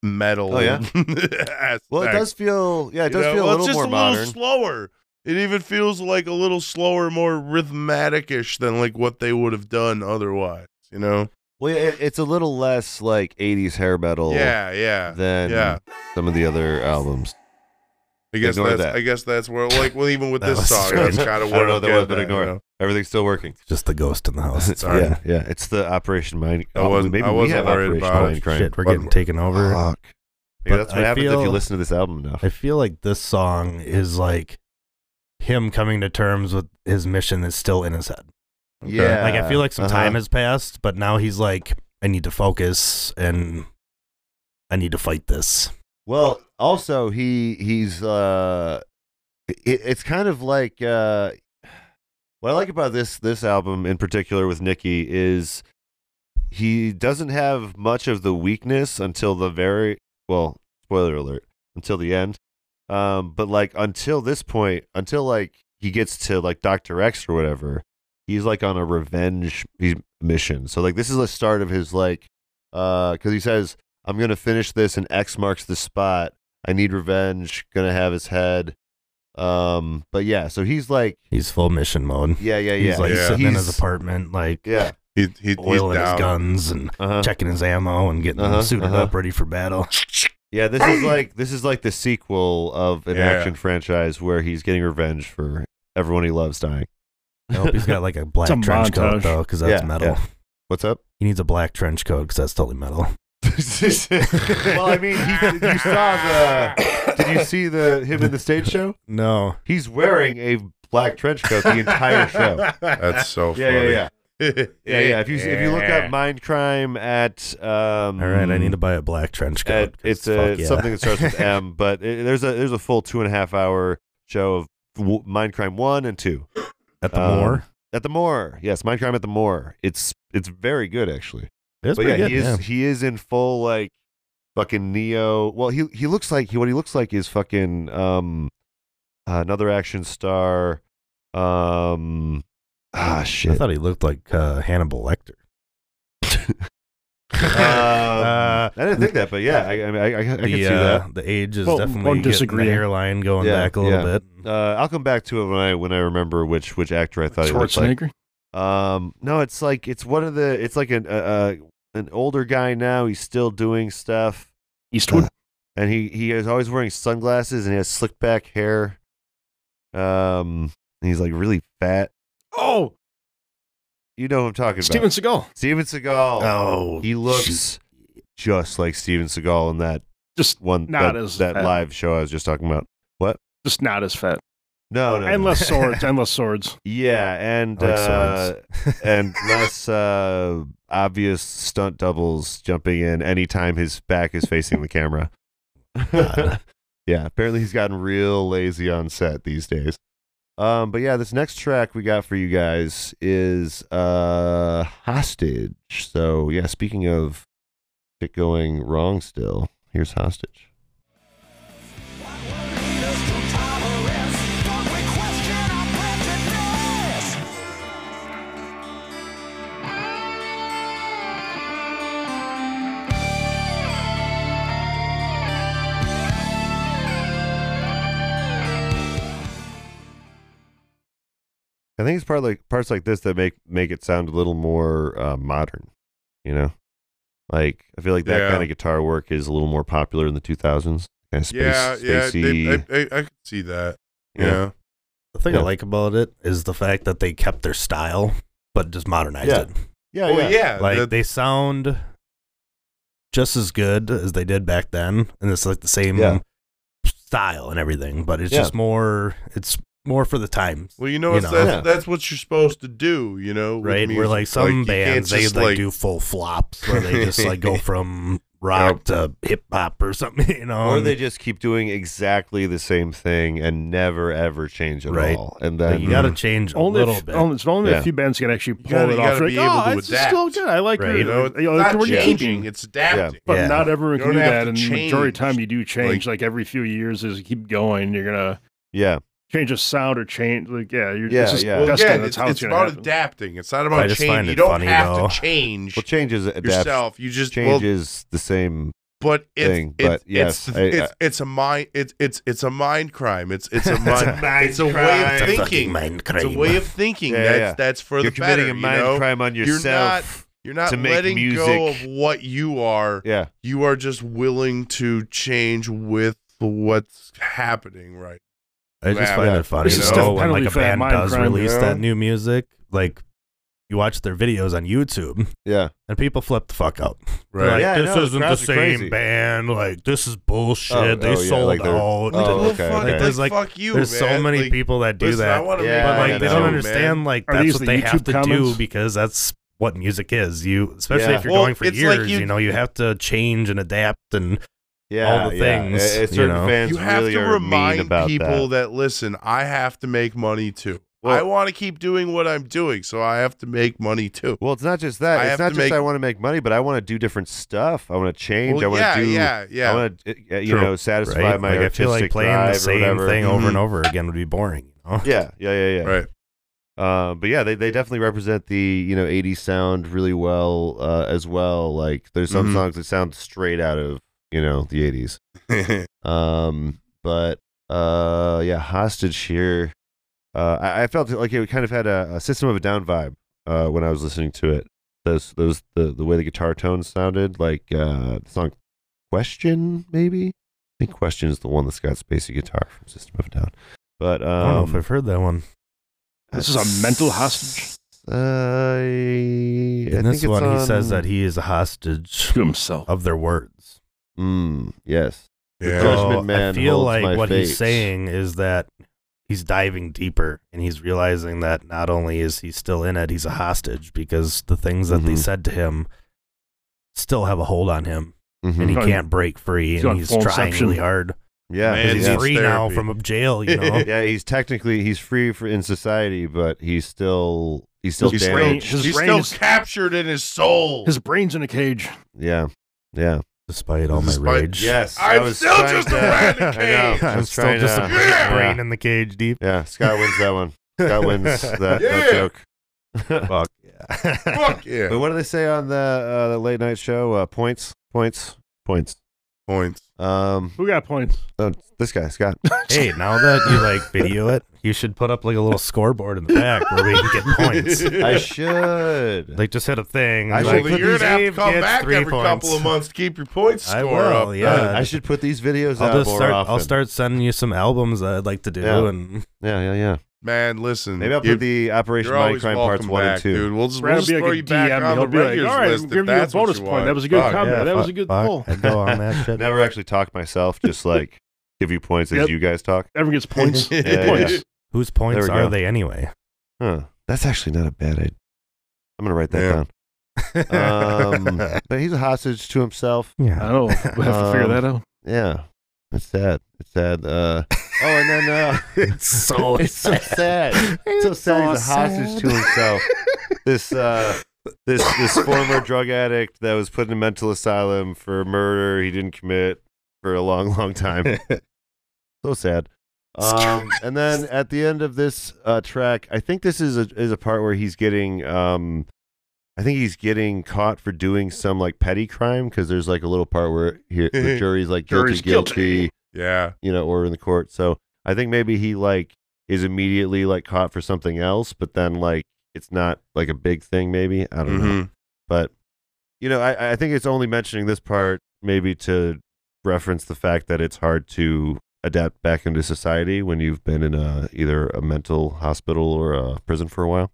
Speaker 4: metal.
Speaker 3: Oh, yeah? Well, it
Speaker 4: aspect.
Speaker 3: does feel, yeah, it
Speaker 4: You
Speaker 3: does
Speaker 4: know,
Speaker 3: feel a
Speaker 4: well,
Speaker 3: little
Speaker 4: it's just
Speaker 3: more
Speaker 4: a
Speaker 3: modern.
Speaker 4: little slower. It even feels like a little slower, more rhythmatic-ish than like what they would have done otherwise. You know?
Speaker 3: well, yeah, it, it's a little less like '80s hair metal
Speaker 4: Yeah, yeah,
Speaker 3: than
Speaker 4: yeah.
Speaker 3: some of the other albums.
Speaker 4: I guess
Speaker 3: Ignore
Speaker 4: that's.
Speaker 3: that.
Speaker 4: I guess that's where, like, well, even with
Speaker 6: That
Speaker 4: this
Speaker 6: was
Speaker 4: song,
Speaker 6: strange.
Speaker 4: that's kind of
Speaker 3: I don't
Speaker 4: what
Speaker 3: know
Speaker 4: I'm
Speaker 3: what that was,
Speaker 4: getting
Speaker 3: but
Speaker 4: at,
Speaker 3: ignore
Speaker 4: you
Speaker 3: it.
Speaker 4: know?
Speaker 3: Everything's still working.
Speaker 6: Just the ghost in the house. It's
Speaker 4: Sorry.
Speaker 3: Yeah, yeah. It's the Operation Mind.
Speaker 4: I
Speaker 3: oh,
Speaker 4: wasn't-
Speaker 3: maybe
Speaker 4: I
Speaker 3: we
Speaker 4: wasn't
Speaker 3: have
Speaker 4: worried
Speaker 3: Operation
Speaker 4: about it.
Speaker 3: Mind Crime.
Speaker 6: Shit, we're
Speaker 4: But- uh,
Speaker 6: getting taken over.
Speaker 3: Fuck. Yeah,
Speaker 6: But
Speaker 3: that's what
Speaker 6: I
Speaker 3: happens if you
Speaker 6: feel-
Speaker 3: listen to this album enough.
Speaker 6: I feel like this song is like him coming to terms with his mission is still in his head.
Speaker 4: Okay.
Speaker 6: Like I feel like some
Speaker 3: Uh-huh.
Speaker 6: time has passed, but now he's like, I need to focus and I need to fight this.
Speaker 3: Well, also he he's uh, it, it's kind of like uh, what I like about this this album in particular with Nikki is he doesn't have much of the weakness until the very well spoiler alert until the end, um, but like until this point until like he gets to like Doctor X or whatever, he's like on a revenge he's, mission. So like this is the start of his like uh, because he says. I'm gonna finish this and X marks the spot. I need revenge. Gonna have his head. Um, but yeah, so he's like,
Speaker 6: He's full mission mode.
Speaker 3: yeah, yeah, yeah.
Speaker 6: He's like
Speaker 4: Yeah.
Speaker 6: sitting in
Speaker 3: He's-
Speaker 6: his apartment, like
Speaker 3: Yeah,
Speaker 4: He, he, he's
Speaker 6: oiling his
Speaker 4: down.
Speaker 6: guns and
Speaker 3: uh-huh.
Speaker 6: checking his ammo and getting
Speaker 3: Uh-huh,
Speaker 6: suited
Speaker 3: uh-huh.
Speaker 6: up, ready for battle.
Speaker 3: yeah. This is like this is like the sequel of an
Speaker 4: Yeah.
Speaker 3: action franchise where he's getting revenge for everyone he loves dying.
Speaker 6: I hope he's got like a black
Speaker 5: It's a
Speaker 6: trench
Speaker 5: montage.
Speaker 6: coat though, because that's
Speaker 3: Yeah,
Speaker 6: metal.
Speaker 3: yeah. What's up?
Speaker 6: He needs a black trench coat because that's totally metal.
Speaker 3: well, I mean, he, you saw the. Did you see the him in the stage show?
Speaker 6: No,
Speaker 3: He's wearing a black trench coat the entire show.
Speaker 4: That's so
Speaker 3: Yeah, yeah,
Speaker 4: funny.
Speaker 3: yeah.
Speaker 4: yeah.
Speaker 3: Yeah, yeah. If you if you look
Speaker 4: Yeah.
Speaker 3: up mind crime at um,
Speaker 6: all right, I need to buy a black trench coat.
Speaker 3: at,
Speaker 6: 'cause
Speaker 3: Uh, it's a
Speaker 6: fuck yeah.
Speaker 3: something that starts with M, but it, there's a there's a full two and a half hour show of w- Mindcrime one and two
Speaker 6: At the
Speaker 3: Um,
Speaker 6: moor.
Speaker 3: at the Moor. Yes, Mindcrime at the Moor. It's it's very good actually.
Speaker 6: It's
Speaker 3: but yeah,
Speaker 6: pretty
Speaker 3: he
Speaker 6: good,
Speaker 3: is he is in full like fucking Neo. Well, he he looks like he what he looks like is fucking um another action star. Um ah
Speaker 6: I
Speaker 3: shit.
Speaker 6: thought he looked like uh, Hannibal Lecter.
Speaker 3: Um, I didn't think that, but yeah, I, I mean, I, I, I can see
Speaker 6: Uh, the,
Speaker 3: that.
Speaker 6: uh, the age is
Speaker 5: Well,
Speaker 6: definitely
Speaker 5: one
Speaker 6: getting the
Speaker 5: disagreeing.
Speaker 6: hairline going
Speaker 3: Yeah,
Speaker 6: back a little
Speaker 3: yeah.
Speaker 6: bit.
Speaker 3: Uh, I'll come back to it when I when I remember which which actor I thought he looked like.
Speaker 5: Schwarzenegger.
Speaker 3: Um, no, it's like it's one of the it's like an uh, uh, an older guy now. He's still doing stuff,
Speaker 5: Eastwood.
Speaker 3: and he he is always wearing sunglasses, and he has slick back hair. Um, and he's like really fat.
Speaker 5: oh,
Speaker 3: You know who I'm talking
Speaker 5: Steven
Speaker 3: about?
Speaker 5: Seagal.
Speaker 3: Steven Seagal.
Speaker 6: Oh,
Speaker 3: he looks just like Steven Seagal in that
Speaker 5: Just
Speaker 3: one
Speaker 5: Not
Speaker 3: that,
Speaker 5: as
Speaker 3: that
Speaker 5: fat.
Speaker 3: live show I was just talking about.
Speaker 5: just not as fat.
Speaker 3: Oh, No, no, no.
Speaker 5: and less swords. And less swords.
Speaker 3: Yeah, and
Speaker 6: I like
Speaker 3: uh,
Speaker 6: swords.
Speaker 3: and less uh, obvious stunt doubles jumping in anytime his back is facing the camera. yeah, apparently he's gotten real lazy on set these days. Um, but yeah, this next track we got for you guys is uh, "Hostage." So yeah, speaking of it going wrong, still here's "Hostage." I think it's part like parts like this that make make it sound a little more uh, modern, you know. Like I feel like that
Speaker 4: Yeah.
Speaker 3: kind of guitar work is a little more popular in the 2000s. Kind of space,
Speaker 4: yeah, yeah.
Speaker 3: spacey,
Speaker 4: They, I, I, I could see that.
Speaker 3: you know.
Speaker 4: Yeah.
Speaker 6: The thing
Speaker 3: Yeah.
Speaker 6: I like about it is the fact that they kept their style, but just modernized
Speaker 3: Yeah.
Speaker 6: it.
Speaker 3: yeah,
Speaker 4: Oh,
Speaker 3: yeah.
Speaker 4: yeah.
Speaker 6: Like
Speaker 4: that-
Speaker 6: they sound just as good as they did back then, and it's like the same
Speaker 3: Yeah.
Speaker 6: style and everything. But it's
Speaker 3: Yeah.
Speaker 6: just more. It's more for the times.
Speaker 4: well, you know,
Speaker 6: you
Speaker 4: it's,
Speaker 6: know.
Speaker 4: That's,
Speaker 3: Yeah.
Speaker 4: that's what you're supposed to do. You know, with
Speaker 6: right? Where
Speaker 4: music.
Speaker 6: like some
Speaker 4: you can't
Speaker 6: bands they
Speaker 4: just,
Speaker 6: like, do full flops where they just like go from rock to hip hop or something, you know.
Speaker 3: or
Speaker 4: Um,
Speaker 6: and-
Speaker 3: they just keep doing exactly the same thing and never ever change at
Speaker 6: Right.
Speaker 3: all. And
Speaker 6: like,
Speaker 3: then
Speaker 6: you gotta change a
Speaker 5: Only a
Speaker 6: little
Speaker 5: f-
Speaker 6: bit.
Speaker 5: Only, it's only
Speaker 3: Yeah.
Speaker 5: a few bands can actually pull
Speaker 4: gotta-
Speaker 5: it
Speaker 4: you
Speaker 5: off.
Speaker 4: gotta
Speaker 5: Like,
Speaker 4: be able
Speaker 5: oh,
Speaker 4: to
Speaker 5: it's still
Speaker 4: adapt.
Speaker 5: good. I like
Speaker 6: Right.
Speaker 5: your,
Speaker 4: You know,
Speaker 5: you know,
Speaker 4: it's
Speaker 5: like,
Speaker 4: not
Speaker 5: when you're
Speaker 4: changing,
Speaker 5: keeping.
Speaker 4: it's adapting.
Speaker 5: But
Speaker 6: Yeah.
Speaker 5: not everyone
Speaker 4: You
Speaker 5: can do
Speaker 4: don't have
Speaker 5: that,
Speaker 4: to
Speaker 5: and the majority of
Speaker 4: change.
Speaker 5: time you do change.
Speaker 4: Like-
Speaker 5: Like, every few years, as you keep going, you're gonna
Speaker 4: Mm-hmm.
Speaker 3: yeah,
Speaker 5: change a sound or change. Like yeah, you're
Speaker 3: Yeah,
Speaker 5: it's just
Speaker 3: yeah.
Speaker 4: Well,
Speaker 5: destined.
Speaker 4: again,
Speaker 5: that's
Speaker 4: it's,
Speaker 5: how it's,
Speaker 4: it's
Speaker 5: gonna
Speaker 4: about
Speaker 5: happen.
Speaker 4: adapting. It's not
Speaker 6: I
Speaker 4: about
Speaker 6: just
Speaker 4: change.
Speaker 6: find
Speaker 4: You
Speaker 6: it
Speaker 4: don't
Speaker 6: funny,
Speaker 4: have
Speaker 6: though.
Speaker 4: to change
Speaker 3: well, changes adapt
Speaker 4: yourself. You just well,
Speaker 3: changes the same.
Speaker 4: but it's,
Speaker 3: thing,
Speaker 4: it's,
Speaker 3: but yes,
Speaker 4: it's,
Speaker 3: I-
Speaker 4: it's,
Speaker 3: I-
Speaker 4: it's a mind it's it's it's a mind crime. It's it's a mind it's a way
Speaker 6: It's
Speaker 3: crime.
Speaker 4: of
Speaker 6: a fucking
Speaker 4: thinking.
Speaker 6: mind
Speaker 4: It's a
Speaker 6: crime.
Speaker 4: way of thinking.
Speaker 3: Yeah,
Speaker 4: that's
Speaker 3: yeah.
Speaker 4: that's for
Speaker 3: You're
Speaker 4: the better.
Speaker 3: committing a
Speaker 4: you
Speaker 3: mind
Speaker 4: know?
Speaker 3: crime on
Speaker 4: You're
Speaker 3: yourself.
Speaker 4: You're not
Speaker 3: to make
Speaker 4: letting go of
Speaker 3: music.
Speaker 4: what you are.
Speaker 3: yeah,
Speaker 4: You are just willing to change with what's happening right
Speaker 6: I just
Speaker 4: Yeah.
Speaker 6: find
Speaker 3: Yeah.
Speaker 6: it funny
Speaker 5: This
Speaker 4: is
Speaker 6: though
Speaker 4: still
Speaker 6: when like
Speaker 5: penalty
Speaker 6: a
Speaker 5: for that
Speaker 6: band
Speaker 5: mind
Speaker 6: does
Speaker 5: crime,
Speaker 6: release
Speaker 4: you know?
Speaker 6: that new music, like you watch their videos on YouTube
Speaker 3: yeah,
Speaker 6: and people flip the fuck out. They're
Speaker 4: Right.
Speaker 6: Like,
Speaker 3: Yeah, I
Speaker 6: this
Speaker 3: know, the
Speaker 6: isn't the
Speaker 3: crowds are
Speaker 6: same
Speaker 3: crazy."
Speaker 6: band. Like this is bullshit.
Speaker 3: Oh,
Speaker 6: they
Speaker 3: oh, yeah,
Speaker 6: sold
Speaker 3: like they're-
Speaker 6: out.
Speaker 3: Oh,
Speaker 4: Well,
Speaker 3: okay,
Speaker 4: fuck,
Speaker 3: okay.
Speaker 6: There's like-
Speaker 4: fuck you,
Speaker 6: There's so
Speaker 4: man.
Speaker 6: many
Speaker 4: Like,
Speaker 6: people that do
Speaker 4: listen, I
Speaker 6: that.
Speaker 4: wanna
Speaker 3: Yeah,
Speaker 4: make
Speaker 6: but
Speaker 3: I
Speaker 6: like they
Speaker 4: money,
Speaker 6: don't
Speaker 3: know,
Speaker 6: understand
Speaker 4: man.
Speaker 6: like
Speaker 5: Are
Speaker 6: that's
Speaker 5: these
Speaker 6: what
Speaker 5: the
Speaker 6: they have
Speaker 5: YouTube
Speaker 6: to do
Speaker 5: comments?
Speaker 6: because that's what music is. You especially
Speaker 3: Yeah.
Speaker 6: if you're
Speaker 4: Well,
Speaker 6: going for
Speaker 4: it's like
Speaker 6: years,
Speaker 4: you-
Speaker 6: you, know, you have to change and adapt and
Speaker 3: yeah,
Speaker 6: the
Speaker 3: yeah.
Speaker 6: things,
Speaker 3: Uh, uh,
Speaker 6: you
Speaker 3: certain
Speaker 6: know.
Speaker 3: fans
Speaker 4: you have
Speaker 3: really
Speaker 4: to
Speaker 3: are mean
Speaker 4: remind
Speaker 3: about
Speaker 4: people
Speaker 3: that.
Speaker 4: that. listen i have to make money too
Speaker 3: Well-
Speaker 4: i want to keep doing what i'm doing so i have to make money too
Speaker 3: Well, it's not just that.
Speaker 4: I
Speaker 3: it's
Speaker 4: have
Speaker 3: not
Speaker 4: to
Speaker 3: just
Speaker 4: make-
Speaker 3: I want to make money, but I want to do different stuff. I want to change.
Speaker 4: Well,
Speaker 3: I want
Speaker 4: yeah
Speaker 3: to do.
Speaker 4: yeah yeah
Speaker 3: I want to, uh, you
Speaker 6: True.
Speaker 3: know, satisfy
Speaker 6: right.
Speaker 3: my
Speaker 6: like I
Speaker 3: artistic
Speaker 6: feel like playing
Speaker 3: drive
Speaker 6: the
Speaker 3: or
Speaker 6: same
Speaker 3: whatever.
Speaker 6: thing over
Speaker 5: Mm-hmm.
Speaker 6: and
Speaker 4: Mhm.
Speaker 6: over again would be boring. You know?
Speaker 3: Yeah, yeah, yeah, yeah.
Speaker 4: right
Speaker 3: Uh, but yeah, they, they definitely represent the you know 80s sound really well uh, as well. Like there's some
Speaker 4: Mhm.
Speaker 3: songs that sound straight out of you know the 80s. Um, but uh, yeah, hostage here. Uh, I, I felt like it kind of had a, a system of a down vibe uh, when I was listening to it. Those those the the way the guitar tones sounded like uh, the song "Question" maybe. I think "Question" is the one that's got spacey guitar from System of a Down. But um,
Speaker 6: I don't know if I've heard that one.
Speaker 5: This is a mental hostage?
Speaker 3: Uh, I, I
Speaker 6: In
Speaker 3: think
Speaker 6: this
Speaker 3: it's
Speaker 6: one, he says
Speaker 3: on-
Speaker 6: that he is a hostage
Speaker 5: to himself.
Speaker 6: of their words.
Speaker 3: Mm, yes.
Speaker 4: yeah
Speaker 3: Judge- Judgment
Speaker 6: So
Speaker 3: Man
Speaker 6: I feel
Speaker 3: holds my
Speaker 6: like what
Speaker 3: fate.
Speaker 6: he's saying is that he's diving deeper and he's realizing that not only is he still in it, he's a hostage because the things that they
Speaker 3: Mhm.
Speaker 6: said to him still have a hold on him
Speaker 3: Mhm.
Speaker 6: and he
Speaker 5: Mhm.
Speaker 3: Mm-hmm.
Speaker 6: can't break free
Speaker 5: He's
Speaker 6: and
Speaker 5: on
Speaker 6: Mm-hmm. he's
Speaker 5: full
Speaker 6: trying
Speaker 5: inception.
Speaker 6: really hard.
Speaker 3: Yeah,
Speaker 4: Man,
Speaker 6: 'Cause he's
Speaker 4: yeah.
Speaker 6: free now
Speaker 4: therapy.
Speaker 6: from jail, you know.
Speaker 3: yeah, he's technically he's free for, in society, but he's still he's still
Speaker 4: He's
Speaker 3: damaged.
Speaker 5: brain- his
Speaker 4: He's
Speaker 5: brain
Speaker 4: still
Speaker 5: is-
Speaker 4: captured in his soul.
Speaker 5: His brain's in a cage.
Speaker 3: Yeah, yeah.
Speaker 6: Despite all my
Speaker 4: Despite-
Speaker 6: rage.
Speaker 3: Yes,
Speaker 4: I'm still just a rat in a
Speaker 3: I know.
Speaker 4: cage.
Speaker 3: I
Speaker 6: I'm
Speaker 3: was
Speaker 6: still
Speaker 3: trying
Speaker 6: just
Speaker 3: to-
Speaker 6: a
Speaker 4: Yeah.
Speaker 6: brain in the cage deep.
Speaker 3: Yeah, Scott wins that one. Scott wins that, that
Speaker 4: Yeah.
Speaker 3: joke.
Speaker 6: Fuck yeah.
Speaker 4: Fuck
Speaker 3: But
Speaker 4: yeah.
Speaker 3: what do they say on the uh, the late night show? Uh, points, points, points.
Speaker 4: Points.
Speaker 3: Um,
Speaker 5: Who got points?
Speaker 3: oh, this guy, Scott.
Speaker 6: hey, now that you like video it, you should put up like a little scoreboard in the back where we can get points.
Speaker 3: I should.
Speaker 6: Like just hit a thing.
Speaker 3: I
Speaker 6: and,
Speaker 3: should
Speaker 6: like,
Speaker 4: Well, you're gonna have to
Speaker 6: Dave
Speaker 4: come
Speaker 6: gets
Speaker 4: back
Speaker 6: three
Speaker 4: every couple
Speaker 6: points.
Speaker 4: of months to keep your points
Speaker 6: I
Speaker 4: score
Speaker 6: will,
Speaker 4: up.
Speaker 6: yeah.
Speaker 3: Uh, I should put these videos out
Speaker 6: I'll just
Speaker 3: more
Speaker 6: start.
Speaker 3: often.
Speaker 6: I'll start sending you some albums that I'd like to do,
Speaker 3: Yeah.
Speaker 6: and
Speaker 3: Yeah, yeah, yeah.
Speaker 4: Man, listen.
Speaker 3: Maybe I'll put
Speaker 4: you-
Speaker 3: the Operation
Speaker 4: you're always
Speaker 3: Mindcrime parts
Speaker 4: welcome
Speaker 3: one
Speaker 4: back,
Speaker 3: and two.
Speaker 4: dude. We'll just,
Speaker 5: Brad
Speaker 4: we'll
Speaker 5: will
Speaker 4: just
Speaker 5: be
Speaker 4: throw
Speaker 5: like
Speaker 4: you
Speaker 5: a
Speaker 4: back
Speaker 5: DM.
Speaker 4: on
Speaker 5: He'll
Speaker 4: the
Speaker 5: be like,
Speaker 4: regulars
Speaker 5: all right,
Speaker 4: list
Speaker 5: I'm
Speaker 4: if
Speaker 5: giving you a
Speaker 4: that's what
Speaker 5: bonus
Speaker 4: you
Speaker 5: point. That
Speaker 4: want.
Speaker 5: was a good
Speaker 4: Fuck.
Speaker 5: comment.
Speaker 6: Yeah,
Speaker 5: Oh, that was
Speaker 6: fuck-
Speaker 5: a good
Speaker 6: fuck,
Speaker 5: pull.
Speaker 6: I'd go on that shit.
Speaker 3: Never actually talk myself. Just like give you points as
Speaker 5: Yep.
Speaker 3: you guys talk.
Speaker 5: Everyone gets points.
Speaker 3: Yeah,
Speaker 5: points.
Speaker 3: yeah.
Speaker 6: Whose points
Speaker 3: There we
Speaker 6: are
Speaker 3: go.
Speaker 6: they anyway?
Speaker 3: Huh. That's actually not a bad idea. I'm gonna write that
Speaker 4: Yeah.
Speaker 3: down. Um, but he's a hostage to himself.
Speaker 5: I
Speaker 6: yeah.
Speaker 5: don't know. We have to figure
Speaker 3: Um,
Speaker 5: that out.
Speaker 3: Yeah, it's sad. It's sad. Uh, oh, and then uh,
Speaker 6: It's so.
Speaker 3: it's so sad. so sad. He's a hostage to himself. this uh, this this former drug addict that was put in a mental asylum for murder he didn't commit for a long, long time. so sad. Um, and then at the end of this uh, track, I think this is a is a part where he's getting um, I think he's getting caught for doing some like petty crime because there's like a little part where he, the jury's like
Speaker 5: Jury's
Speaker 3: guilty. guilty
Speaker 5: guilty.
Speaker 4: Yeah.
Speaker 3: you know, or in the court. So I think maybe he like is immediately like caught for something else, but then like it's not like a big thing. Maybe I don't know,
Speaker 4: hmm
Speaker 3: but you know, I, I think it's only mentioning this part maybe to reference the fact that it's hard to adapt back into society when you've been in a either a mental hospital or a prison for a while.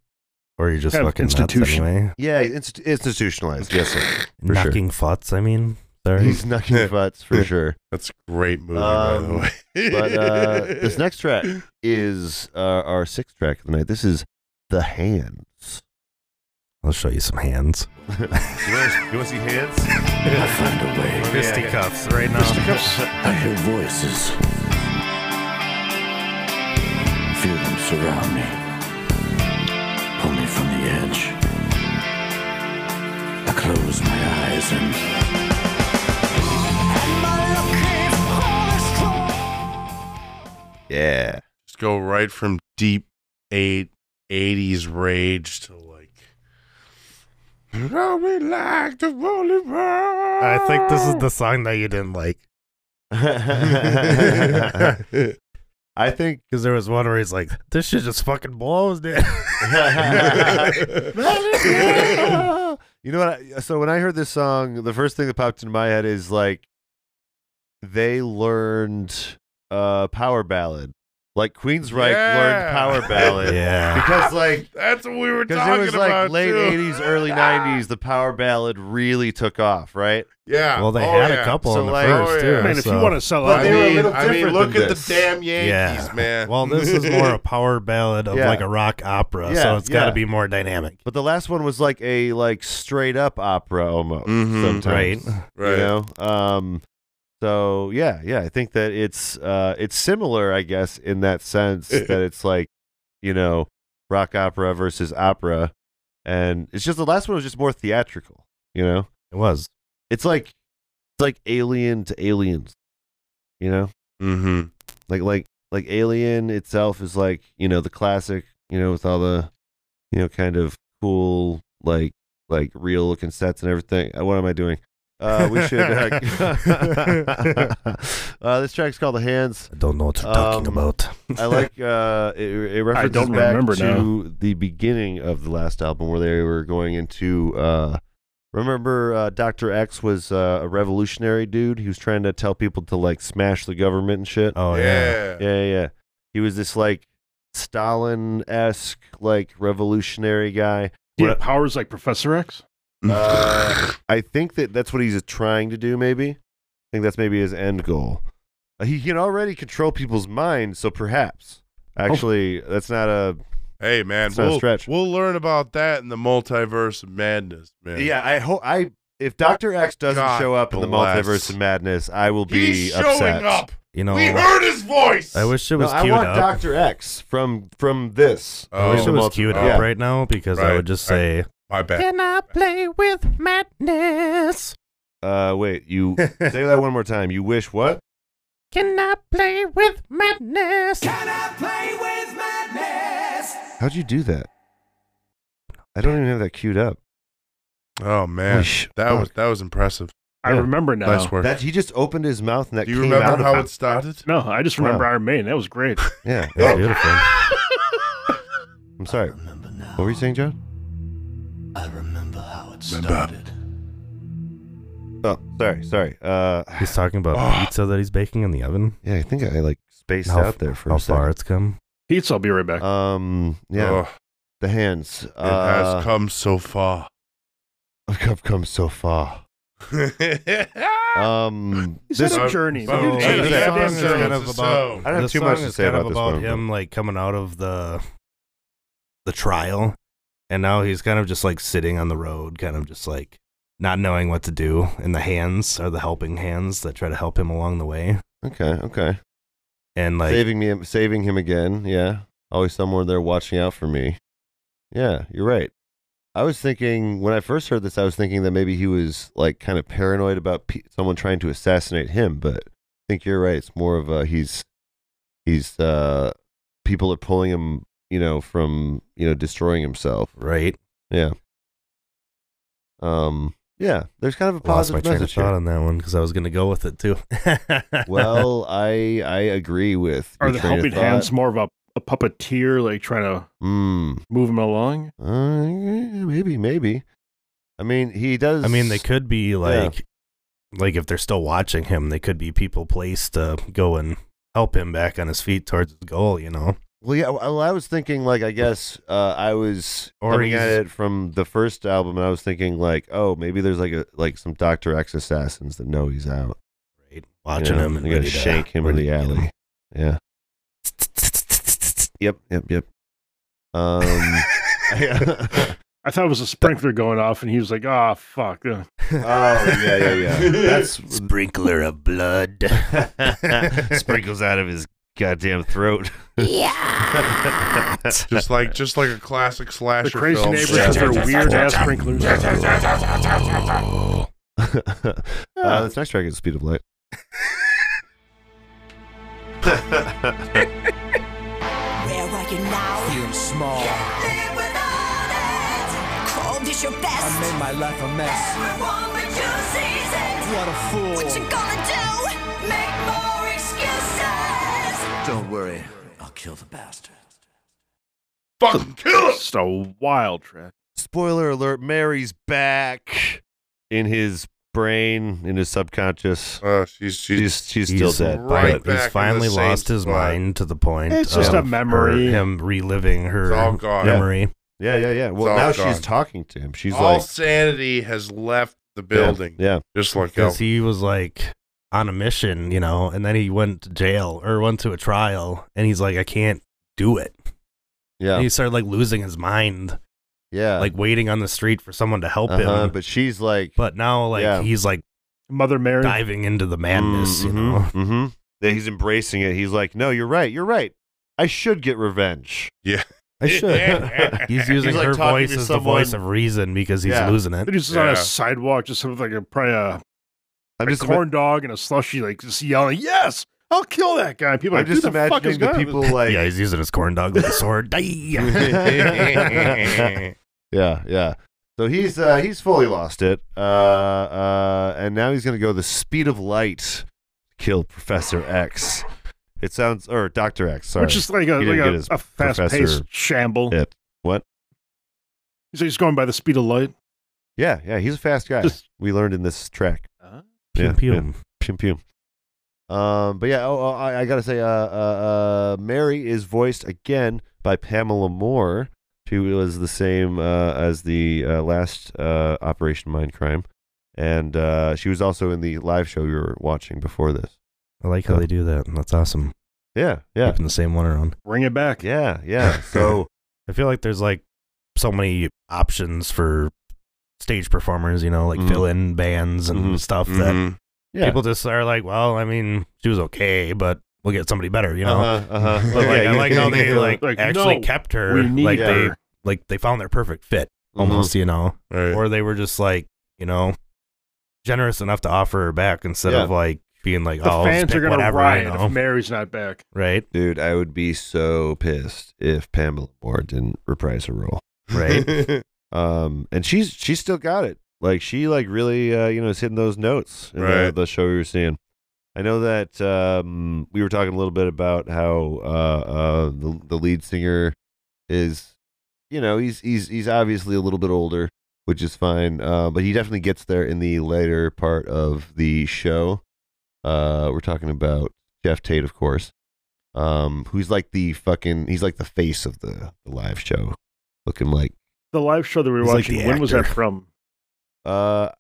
Speaker 6: Or you're just
Speaker 5: Kind of
Speaker 6: fucking nuts
Speaker 5: institution.
Speaker 6: anyway.
Speaker 3: Yeah, inst- institutionalized. Yes, sir. For sure.
Speaker 6: Knocking futs. I mean, sorry.
Speaker 3: he's knucking butts for sure.
Speaker 4: That's a great movie, by
Speaker 3: Um,
Speaker 4: the way.
Speaker 3: But uh, this next track is uh, our sixth track of the night. This is the hands.
Speaker 6: I'll show you some hands.
Speaker 3: You want to see hands?
Speaker 2: I find a way.
Speaker 6: Oh, Fisticuffs right now.
Speaker 2: I hear voices. Feel them surround me. Pull me from the edge. I close my eyes and
Speaker 3: Yeah.
Speaker 4: Just go right from deep eight, 80s rage to like. Throw me like the volleyball.
Speaker 6: I think this is the song that you didn't like
Speaker 3: I think.
Speaker 6: because there was one where he's like, "This shit just fucking blows, dude."
Speaker 3: you know what? I, so when I heard this song, the first thing that popped into my head is like they learned uh, power ballad. Like Queensryche learned
Speaker 4: Yeah.
Speaker 3: power ballad
Speaker 6: yeah.
Speaker 3: because like
Speaker 4: That's what we were
Speaker 3: because
Speaker 4: talking
Speaker 3: Uh, it was like
Speaker 4: about.
Speaker 3: late
Speaker 4: too.
Speaker 3: '80s, early '90s. The power ballad really took off, right?
Speaker 4: Yeah.
Speaker 6: Well, they
Speaker 4: Oh,
Speaker 6: had
Speaker 4: yeah.
Speaker 6: a couple
Speaker 3: So,
Speaker 6: in the
Speaker 3: like-
Speaker 6: first
Speaker 4: Oh, yeah.
Speaker 6: too.
Speaker 5: Man, if you
Speaker 6: so-
Speaker 5: want to sell
Speaker 3: But
Speaker 5: out,
Speaker 3: they were a little
Speaker 4: I mean,
Speaker 3: different
Speaker 4: look
Speaker 3: than
Speaker 4: at
Speaker 3: this.
Speaker 4: the damn Yankees,
Speaker 6: Yeah.
Speaker 4: man.
Speaker 6: Well, this is more a power ballad of
Speaker 3: Yeah.
Speaker 6: like a rock opera,
Speaker 3: Yeah,
Speaker 6: so it's got
Speaker 3: yeah.
Speaker 6: to be more dynamic,
Speaker 3: But the last one was like a like straight up opera almost.
Speaker 4: Mhm.
Speaker 3: sometimes,
Speaker 6: right?
Speaker 4: right.
Speaker 3: You know. Um. So yeah, yeah. I think that it's uh it's similar, I guess, in that sense that it's like you know rock opera versus opera, and it's just the last one was just more theatrical. You know,
Speaker 6: It was.
Speaker 3: it's like it's like Alien to Aliens. You know,
Speaker 4: Mm-hmm.
Speaker 3: like like like Alien itself is like you know the classic, you know, with all the you know kind of cool like like real looking sets and everything. Uh, What am I doing? Uh, we should. Uh, uh, this track's called "The Hands."
Speaker 6: I don't know what you're talking
Speaker 3: Um,
Speaker 6: about.
Speaker 3: I like uh, it. It references
Speaker 5: don't
Speaker 3: back
Speaker 5: remember
Speaker 3: to the beginning of the last album where they were going into. Uh, remember, uh, Doctor X was uh, a revolutionary dude. He was trying to tell people to like smash the government and shit.
Speaker 6: Oh yeah.
Speaker 4: yeah.
Speaker 3: Yeah, yeah, yeah. He was this like Stalin esque, like revolutionary guy.
Speaker 5: yeah, powers like Professor X.
Speaker 3: Uh, I think that that's what he's trying to do, maybe. I think that's maybe his end goal. Uh, He can already control people's minds, so perhaps. Actually, that's not a.
Speaker 4: Hey, man,
Speaker 3: It's not a
Speaker 4: we'll,
Speaker 3: stretch.
Speaker 4: we'll learn about that in the multiverse of madness, man.
Speaker 3: Yeah, I hope. I If Dr. X doesn't
Speaker 4: God
Speaker 3: show up in the
Speaker 4: bless.
Speaker 3: multiverse of madness, I will be
Speaker 4: He's showing
Speaker 3: upset.
Speaker 4: up.
Speaker 6: You know,
Speaker 4: we heard his voice.
Speaker 6: I wish it
Speaker 3: No,
Speaker 6: was
Speaker 3: I
Speaker 6: queued
Speaker 3: want
Speaker 6: up.
Speaker 3: Doctor X from from this.
Speaker 4: Oh.
Speaker 6: I wish it was
Speaker 3: Multi-
Speaker 6: queued up
Speaker 3: yeah.
Speaker 6: right now because I
Speaker 4: Right,
Speaker 6: would just
Speaker 4: right.
Speaker 6: say,
Speaker 4: My bad.
Speaker 6: "Can I play with madness?
Speaker 3: Uh, wait, you say that one more time. You wish what?
Speaker 6: Can I play with madness?"
Speaker 3: How'd you do that? I don't even have that queued up.
Speaker 4: Oh man,
Speaker 3: Holy sh-
Speaker 4: that
Speaker 3: fuck.
Speaker 4: was that was impressive.
Speaker 5: I
Speaker 3: Yeah.
Speaker 5: remember now.
Speaker 4: Nice work.
Speaker 3: That he just opened his mouth and that
Speaker 4: Do you
Speaker 3: came out
Speaker 4: remember
Speaker 3: of
Speaker 4: how
Speaker 3: him.
Speaker 4: it started?
Speaker 5: No, I just remember
Speaker 3: Wow.
Speaker 5: Iron Maiden. That was great.
Speaker 3: Yeah.
Speaker 6: That's
Speaker 3: Oh,
Speaker 6: beautiful.
Speaker 3: I'm sorry.
Speaker 2: Remember now.
Speaker 3: What were you saying, John?
Speaker 2: I remember how it
Speaker 4: Remember.
Speaker 2: started.
Speaker 3: Oh, sorry, sorry. Uh,
Speaker 6: He's talking about
Speaker 4: Oh.
Speaker 6: pizza that he's baking in the oven.
Speaker 3: yeah, I think I like spaced
Speaker 6: How f-
Speaker 3: out there for
Speaker 6: How
Speaker 3: a
Speaker 6: far
Speaker 3: second.
Speaker 6: it's come.
Speaker 5: Pizza, I'll be right back.
Speaker 3: Um, yeah,
Speaker 4: Oh,
Speaker 3: the hands.
Speaker 4: it
Speaker 3: uh,
Speaker 4: has come so far.
Speaker 3: I've come so far. Um,
Speaker 5: He's
Speaker 3: this
Speaker 5: had a
Speaker 4: Uh,
Speaker 5: journey.
Speaker 4: so-
Speaker 6: Oh,
Speaker 5: Dude,
Speaker 4: Hey,
Speaker 5: he's
Speaker 4: this
Speaker 5: had a
Speaker 4: song is
Speaker 5: journey.
Speaker 4: kind of about-
Speaker 3: I don't have
Speaker 6: this
Speaker 3: too
Speaker 6: song
Speaker 3: much to
Speaker 6: is
Speaker 3: say
Speaker 6: kind
Speaker 3: about
Speaker 6: of
Speaker 3: this
Speaker 6: about
Speaker 3: one, but-
Speaker 6: him like coming out of the the trial, and now he's kind of just like sitting on the road, kind of just like not knowing what to do. And the hands are the helping hands that try to help him along the way.
Speaker 3: okay, okay.
Speaker 6: And like,
Speaker 3: saving me, saving him again. Yeah, always someone there watching out for me. Yeah, you're right. I was thinking when I first heard this, I was thinking that maybe he was like kind of paranoid about pe- someone trying to assassinate him. But I think you're right. It's more of a he's he's uh people are pulling him, you know, from you know destroying himself.
Speaker 6: right,
Speaker 3: Yeah. Um. Yeah. There's kind of a
Speaker 6: lost my
Speaker 3: positive
Speaker 6: train of
Speaker 3: message here.
Speaker 6: thought on that one because I was gonna go with it too.
Speaker 3: well, I I agree with.
Speaker 5: Are
Speaker 3: your
Speaker 5: the
Speaker 3: train of
Speaker 5: helping
Speaker 3: thought.
Speaker 5: hands more of a, a puppeteer, like trying to
Speaker 3: Mm.
Speaker 5: move him along?
Speaker 3: Uh, yeah, maybe, maybe. I mean, he does.
Speaker 6: I mean, they could be like, like if they're still watching him, they could be people placed to go and help him back on his feet towards his goal. You know,
Speaker 3: Well, yeah. Well, I was thinking, like, I guess uh, I was
Speaker 6: Or
Speaker 3: coming at
Speaker 6: he's-
Speaker 3: it from the first album, and I was thinking, like, oh, maybe there's like a like some Doctor X assassins that know he's out,
Speaker 6: right? Watching
Speaker 3: Yeah,
Speaker 6: him and
Speaker 3: they gotta
Speaker 6: ready to-
Speaker 3: shank him in
Speaker 6: ready
Speaker 3: the
Speaker 6: to get him.
Speaker 3: alley. Yeah. Yep. Yep. Yep. Um.
Speaker 5: I thought it was a sprinkler going off, and he was like, "Ah, fuck." uh."
Speaker 3: oh yeah, yeah, yeah. That's
Speaker 6: Sprinkler of blood.
Speaker 3: sprinkles out of his goddamn throat. Yeah.
Speaker 4: just like just like a classic
Speaker 5: The
Speaker 4: slasher
Speaker 5: crazy
Speaker 4: film.
Speaker 5: neighbors with their weird ass sprinklers.
Speaker 3: uh, this next track is Speed of Light.
Speaker 8: Where are you now?
Speaker 9: Feeling small.
Speaker 8: Live without it. Called is your
Speaker 9: I
Speaker 8: best.
Speaker 9: made my life a mess.
Speaker 8: Everyone but you sees it.
Speaker 9: What a fool.
Speaker 8: What you gonna do? Make more excuses.
Speaker 2: Don't worry, I'll kill the bastard.
Speaker 4: Fucking kill us.
Speaker 5: Just a wild track.
Speaker 3: Spoiler alert: Mary's back in his brain, in his subconscious.
Speaker 4: Oh, she's she's.
Speaker 3: She's she's
Speaker 6: He's
Speaker 3: still dead.
Speaker 4: right
Speaker 6: but
Speaker 4: back in
Speaker 6: he's
Speaker 4: the
Speaker 6: finally
Speaker 4: same
Speaker 6: lost his
Speaker 4: spot.
Speaker 6: mind to the point.
Speaker 5: It's just
Speaker 6: of
Speaker 5: a memory.
Speaker 6: her- him reliving her
Speaker 4: It's all gone.
Speaker 6: memory.
Speaker 3: Yeah, yeah, yeah. Well,
Speaker 4: all
Speaker 3: now
Speaker 4: gone.
Speaker 3: she's talking to him. She's
Speaker 4: all
Speaker 3: like
Speaker 4: sanity has left the
Speaker 3: yeah,
Speaker 4: building.
Speaker 3: Yeah,
Speaker 4: Just like
Speaker 6: Because
Speaker 4: Elf.
Speaker 6: he was like on a mission, you know, and then he went to jail or went to a trial, and he's like, I can't do it.
Speaker 3: yeah,
Speaker 6: And he started like losing his mind,
Speaker 3: yeah.
Speaker 6: like waiting on the street for someone to help
Speaker 3: uh-huh,
Speaker 6: him. But,
Speaker 3: but she's like
Speaker 6: now, like,
Speaker 3: Yeah.
Speaker 6: he's like
Speaker 5: Mother Mary.
Speaker 6: diving into the madness, you know?
Speaker 3: hmm That he's embracing it. He's like, no, you're right. You're right. I should get revenge.
Speaker 4: Yeah.
Speaker 3: I should.
Speaker 6: He's using
Speaker 3: like,
Speaker 6: her
Speaker 3: talking
Speaker 6: voice
Speaker 3: to
Speaker 6: as
Speaker 3: someone-
Speaker 6: the voice of reason because he's
Speaker 3: Yeah.
Speaker 6: losing
Speaker 5: They're
Speaker 6: it.
Speaker 5: just on
Speaker 4: Yeah.
Speaker 5: a sidewalk, just sort of like a probably a,
Speaker 3: I'm
Speaker 5: a
Speaker 3: just
Speaker 5: corn dog and a slushy, like just yelling, "Yes, I'll kill that guy!" And people are
Speaker 3: I'm
Speaker 5: like, "Who
Speaker 3: just
Speaker 5: the fuck is
Speaker 3: imagining the
Speaker 5: going?"
Speaker 3: people like
Speaker 6: yeah, he's using his corn dog like a sword. Die!
Speaker 3: yeah, yeah. So he's uh, he's fully lost it, uh, uh, and now he's gonna go the speed of light, kill Professor X. It sounds or Doctor X. Sorry,
Speaker 5: Which is like a
Speaker 3: He didn't
Speaker 5: like
Speaker 3: get
Speaker 5: a,
Speaker 3: his
Speaker 5: a fast paced
Speaker 3: professor-
Speaker 5: shamble.
Speaker 3: Yeah. What?
Speaker 5: So he's going by the speed of light.
Speaker 3: yeah, yeah. He's a fast guy.
Speaker 5: Just-
Speaker 3: we learned in this track.
Speaker 6: Pew,
Speaker 3: Yeah,
Speaker 6: pew.
Speaker 3: yeah. Pum pum. Um, but yeah, oh, oh, I, I gotta say, uh, uh, uh, Mary is voiced again by Pamela Moore, who was the same uh, as the uh, last uh, Operation Mindcrime, and uh, she was also in the live show we were watching before this.
Speaker 6: I like how they do that. That's awesome.
Speaker 3: Yeah, yeah,
Speaker 6: Keeping the same one around.
Speaker 5: Bring it back.
Speaker 3: yeah, yeah. So
Speaker 6: I feel like there's like so many options for stage performers, you know, like
Speaker 3: Mhm.
Speaker 6: fill in bands and
Speaker 3: Mhm.
Speaker 6: stuff that
Speaker 4: Mhm.
Speaker 3: Yeah.
Speaker 6: People just are like, well, I mean, she was okay, but we'll get somebody better, you know.
Speaker 3: Uh-huh, uh-huh.
Speaker 6: But like,
Speaker 3: Yeah,
Speaker 6: I like how they
Speaker 3: yeah.
Speaker 6: like,
Speaker 5: Like,
Speaker 6: actually
Speaker 5: no,
Speaker 6: kept her.
Speaker 5: we need
Speaker 6: like they
Speaker 5: her.
Speaker 6: like they found their perfect fit
Speaker 3: Mhm.
Speaker 6: almost, you know.
Speaker 4: Right.
Speaker 6: Or they were just like, you know, generous enough to offer her back instead
Speaker 3: Yeah.
Speaker 6: of like being like,
Speaker 5: The
Speaker 6: oh, just
Speaker 5: fans
Speaker 6: pick
Speaker 5: are gonna
Speaker 6: whatever,
Speaker 5: riot
Speaker 6: you
Speaker 5: if
Speaker 6: know?
Speaker 5: Mary's not back.
Speaker 6: right?
Speaker 3: Dude, I would be so pissed if Pamela Moore didn't reprise her role.
Speaker 6: Right?
Speaker 3: Um, and she's she's still got it. Like she like really uh, you know is hitting those notes in the,
Speaker 4: Right.
Speaker 3: the show we were seeing. I know that um, we were talking a little bit about how uh, uh, the the lead singer is, you know, he's he's he's obviously a little bit older, which is fine. Uh, but he definitely gets there in the later part of the show. Uh, we're talking about Jeff Tate, of course, um, who's like the fucking he's like the face of the, the live show, looking like.
Speaker 5: The live show that we were
Speaker 6: He's like
Speaker 5: watching,
Speaker 6: the
Speaker 5: when was that
Speaker 6: actor.
Speaker 5: from?
Speaker 3: Uh,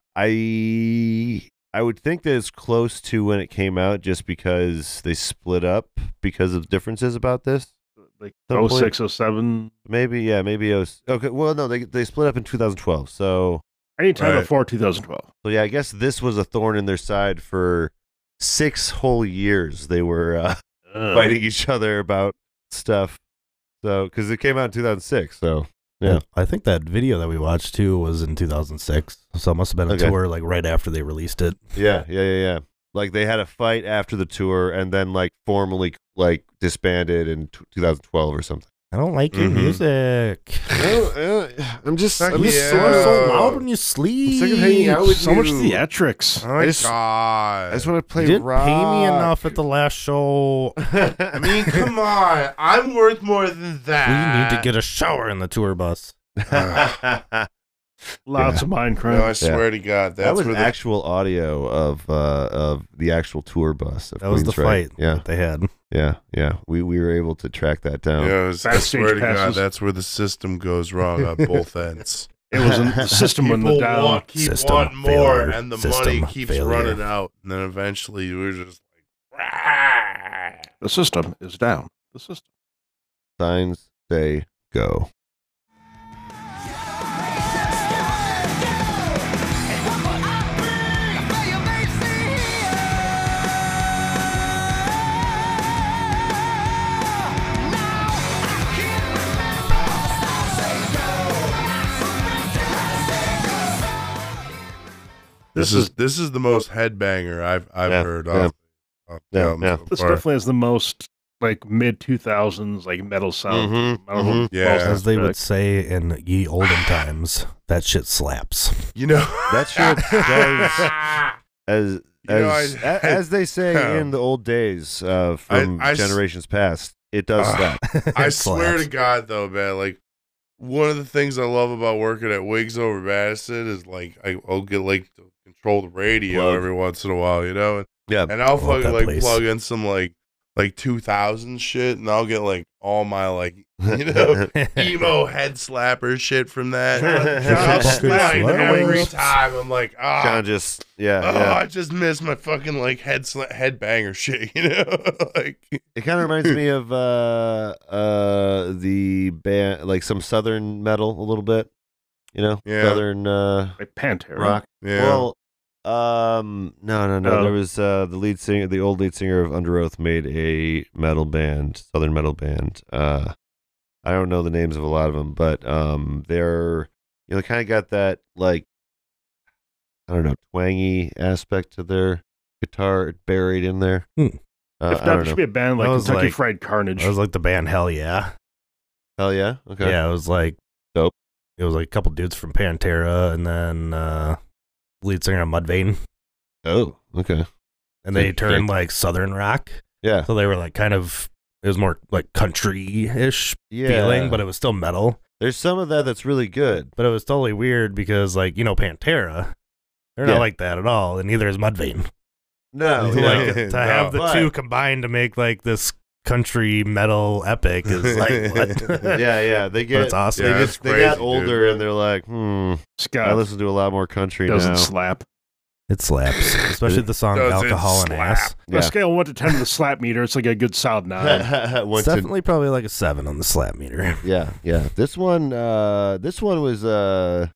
Speaker 3: I I would think that it's close to when it came out, just because they split up because of differences about this.
Speaker 5: Like
Speaker 3: Some point.
Speaker 5: 06, 07?
Speaker 3: Maybe yeah, maybe it was okay. Well, no, they they split up in 2012. So
Speaker 5: Anytime
Speaker 4: Right.
Speaker 5: before 2012.
Speaker 3: so yeah, I guess this was a thorn in their side for six whole years. They were uh,
Speaker 5: Uh-huh.
Speaker 3: fighting each other about stuff. So because it came out in 2006, so Yeah.
Speaker 6: I think that video that we watched too was in 2006, so it must have been a
Speaker 3: Okay.
Speaker 6: tour like right after they released it.
Speaker 3: yeah, yeah, yeah, yeah. Like they had a fight after the tour, and then like formally like disbanded in t- 2012 or something.
Speaker 6: I don't like your
Speaker 4: Mhm.
Speaker 6: music.
Speaker 3: Uh, uh, I'm just,
Speaker 4: Fuck
Speaker 3: I'm just
Speaker 4: yeah.
Speaker 3: so, so loud.
Speaker 6: when you sleep.
Speaker 3: sick of hanging out with
Speaker 5: so much
Speaker 3: you.
Speaker 5: theatrics.
Speaker 4: Oh my
Speaker 3: I just- I
Speaker 4: god.
Speaker 3: just want to play
Speaker 6: you didn't
Speaker 3: rock.
Speaker 6: pay me enough at the last show. We
Speaker 4: I mean, come on. I'm worth more than that.
Speaker 6: need
Speaker 3: Ah.
Speaker 6: to get a shower in the tour bus.
Speaker 5: Lots of
Speaker 4: No, I
Speaker 5: Minecraft.
Speaker 4: swear to God,
Speaker 3: that
Speaker 4: that's
Speaker 3: was
Speaker 4: where the
Speaker 3: actual audio of uh, of the actual tour bus. Of
Speaker 6: That was the
Speaker 3: Queens, right?
Speaker 6: fight that they had.
Speaker 3: Yeah, yeah, yeah. We we were able to track that down.
Speaker 4: Yeah, it was, I
Speaker 5: Backstage
Speaker 4: swear to God,
Speaker 5: passes.
Speaker 4: that's where the system goes wrong on both ends.
Speaker 5: It was in- the system went
Speaker 4: People
Speaker 5: down.
Speaker 4: want, keep
Speaker 6: System
Speaker 4: wanting more,
Speaker 6: failure.
Speaker 4: and the
Speaker 6: System
Speaker 4: money keeps
Speaker 6: failure.
Speaker 4: running out. And then eventually, we're just like, "Rah."
Speaker 5: The system is down. The system.
Speaker 3: Signs say go.
Speaker 4: this is this is the most headbanger I've I've
Speaker 3: Yeah,
Speaker 4: heard.
Speaker 3: yeah.
Speaker 4: of. of
Speaker 3: Yeah,
Speaker 4: them
Speaker 3: yeah.
Speaker 4: so
Speaker 5: This
Speaker 4: far.
Speaker 5: definitely has the most like mid 2000s like metal sound.
Speaker 3: Mhm,
Speaker 5: Metal-
Speaker 3: mhm.
Speaker 5: metal
Speaker 4: Yeah.
Speaker 5: sound
Speaker 6: As they
Speaker 5: effect.
Speaker 6: would say in ye olden times, that shit slaps.
Speaker 4: You know
Speaker 3: That shit does- As
Speaker 4: You know,
Speaker 3: as
Speaker 4: I-
Speaker 3: a- as they say
Speaker 4: Yeah.
Speaker 3: in the old days uh, from
Speaker 4: I s-
Speaker 3: generations past, it does
Speaker 4: Ah.
Speaker 3: slap.
Speaker 4: I
Speaker 6: It
Speaker 4: swear to
Speaker 6: slaps.
Speaker 4: God, though, man, like one of the things I love about working at Wigs over Madison is like I, I'll get like to control the radio
Speaker 3: Plug.
Speaker 4: every once in a while, you know, and,
Speaker 3: Yeah.
Speaker 4: and I'll
Speaker 6: Love
Speaker 4: fucking
Speaker 6: that
Speaker 4: like
Speaker 6: place.
Speaker 4: plug in some like like two thousand shit, and I'll get like all my like you know emo head slapper shit from that. I'll slide every time. I'm like ah.
Speaker 3: John just yeah,
Speaker 4: Oh,
Speaker 3: yeah.
Speaker 4: I just missed my fucking like head sla- headbanger shit, you know? like,
Speaker 3: It kind of reminds me of uh uh the band like some southern metal a little bit, you know,
Speaker 4: Yeah.
Speaker 3: southern uh
Speaker 5: like Pantera.
Speaker 3: rock.
Speaker 4: yeah.
Speaker 3: Well, um, no, no, no.
Speaker 5: Oh.
Speaker 3: There was uh the lead singer, the old lead singer of Under Oath, made a metal band, southern metal band. Uh, I don't know the names of a lot of them, but um, they're you know kind of got that like I don't know twangy aspect to their guitar buried in there.
Speaker 6: Hmm.
Speaker 5: if
Speaker 3: Uh,
Speaker 5: not,
Speaker 3: I don't
Speaker 5: there
Speaker 3: know.
Speaker 5: should be a band like
Speaker 6: That was
Speaker 5: Kentucky
Speaker 6: like-
Speaker 5: Fried Carnage.
Speaker 6: It was like the band Hell Yeah.
Speaker 3: Hell yeah. Okay.
Speaker 6: Yeah, it was like
Speaker 3: Dope.
Speaker 6: It was like a couple dudes from Pantera and then uh lead singer of Mudvayne.
Speaker 3: Oh. Okay.
Speaker 6: And they
Speaker 3: Sick,
Speaker 6: turned
Speaker 3: sick.
Speaker 6: like southern rock.
Speaker 3: Yeah.
Speaker 6: So they were like kind of it was more like country ish
Speaker 3: Yeah.
Speaker 6: feeling, but it was still metal.
Speaker 3: there's some of that that's really good.
Speaker 6: But it was totally weird because like, you know, Pantera, they're
Speaker 3: Yeah.
Speaker 6: not like that at all, and neither is Mudvayne.
Speaker 3: No.
Speaker 6: So,
Speaker 3: yeah.
Speaker 6: like to have the
Speaker 3: But-
Speaker 6: two combined to make like this country metal epic is like what?
Speaker 3: yeah, yeah. They
Speaker 6: But
Speaker 3: get
Speaker 6: it's awesome.
Speaker 3: they
Speaker 4: Yeah,
Speaker 3: just
Speaker 4: that's
Speaker 3: they got
Speaker 4: crazy,
Speaker 3: older and they're like, hmm, I
Speaker 5: Scott
Speaker 3: listen to a lot more country
Speaker 5: doesn't
Speaker 3: now.
Speaker 5: slap.
Speaker 6: It slaps, especially the song
Speaker 4: Does it
Speaker 6: "Alcohol and
Speaker 4: slap?
Speaker 6: Ass."
Speaker 5: On a scale of one to ten to the slap meter, it's like a good solid nine.
Speaker 3: yeah. One
Speaker 6: It's
Speaker 3: to-
Speaker 6: definitely probably like a seven on the slap meter.
Speaker 3: yeah, yeah. This one uh this one was uh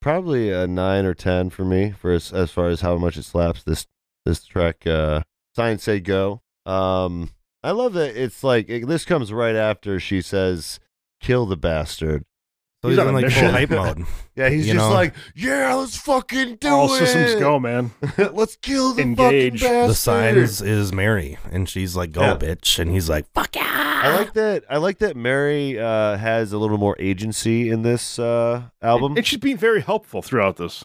Speaker 3: probably a 9 or 10 for me for as, as far as how much it slaps this This track, uh, Science Say Go. Um, I love that it's like, it, this comes right after she says, kill the bastard.
Speaker 6: So
Speaker 5: He's
Speaker 6: he's, in
Speaker 5: on a
Speaker 6: like full
Speaker 5: mission.
Speaker 6: hype mode.
Speaker 3: Yeah, he's
Speaker 6: You
Speaker 3: just
Speaker 6: know?
Speaker 3: like, yeah, let's fucking do
Speaker 5: All
Speaker 3: it.
Speaker 5: systems go, man.
Speaker 3: let's kill the
Speaker 5: Engage.
Speaker 3: fucking bastard.
Speaker 6: The signs is Mary, and she's like, "Go,
Speaker 3: Yeah.
Speaker 6: bitch," and he's like, "Fuck yeah!"
Speaker 3: I like that. I like that Mary uh, has a little more agency in this uh, album.
Speaker 5: And she's being very helpful throughout this.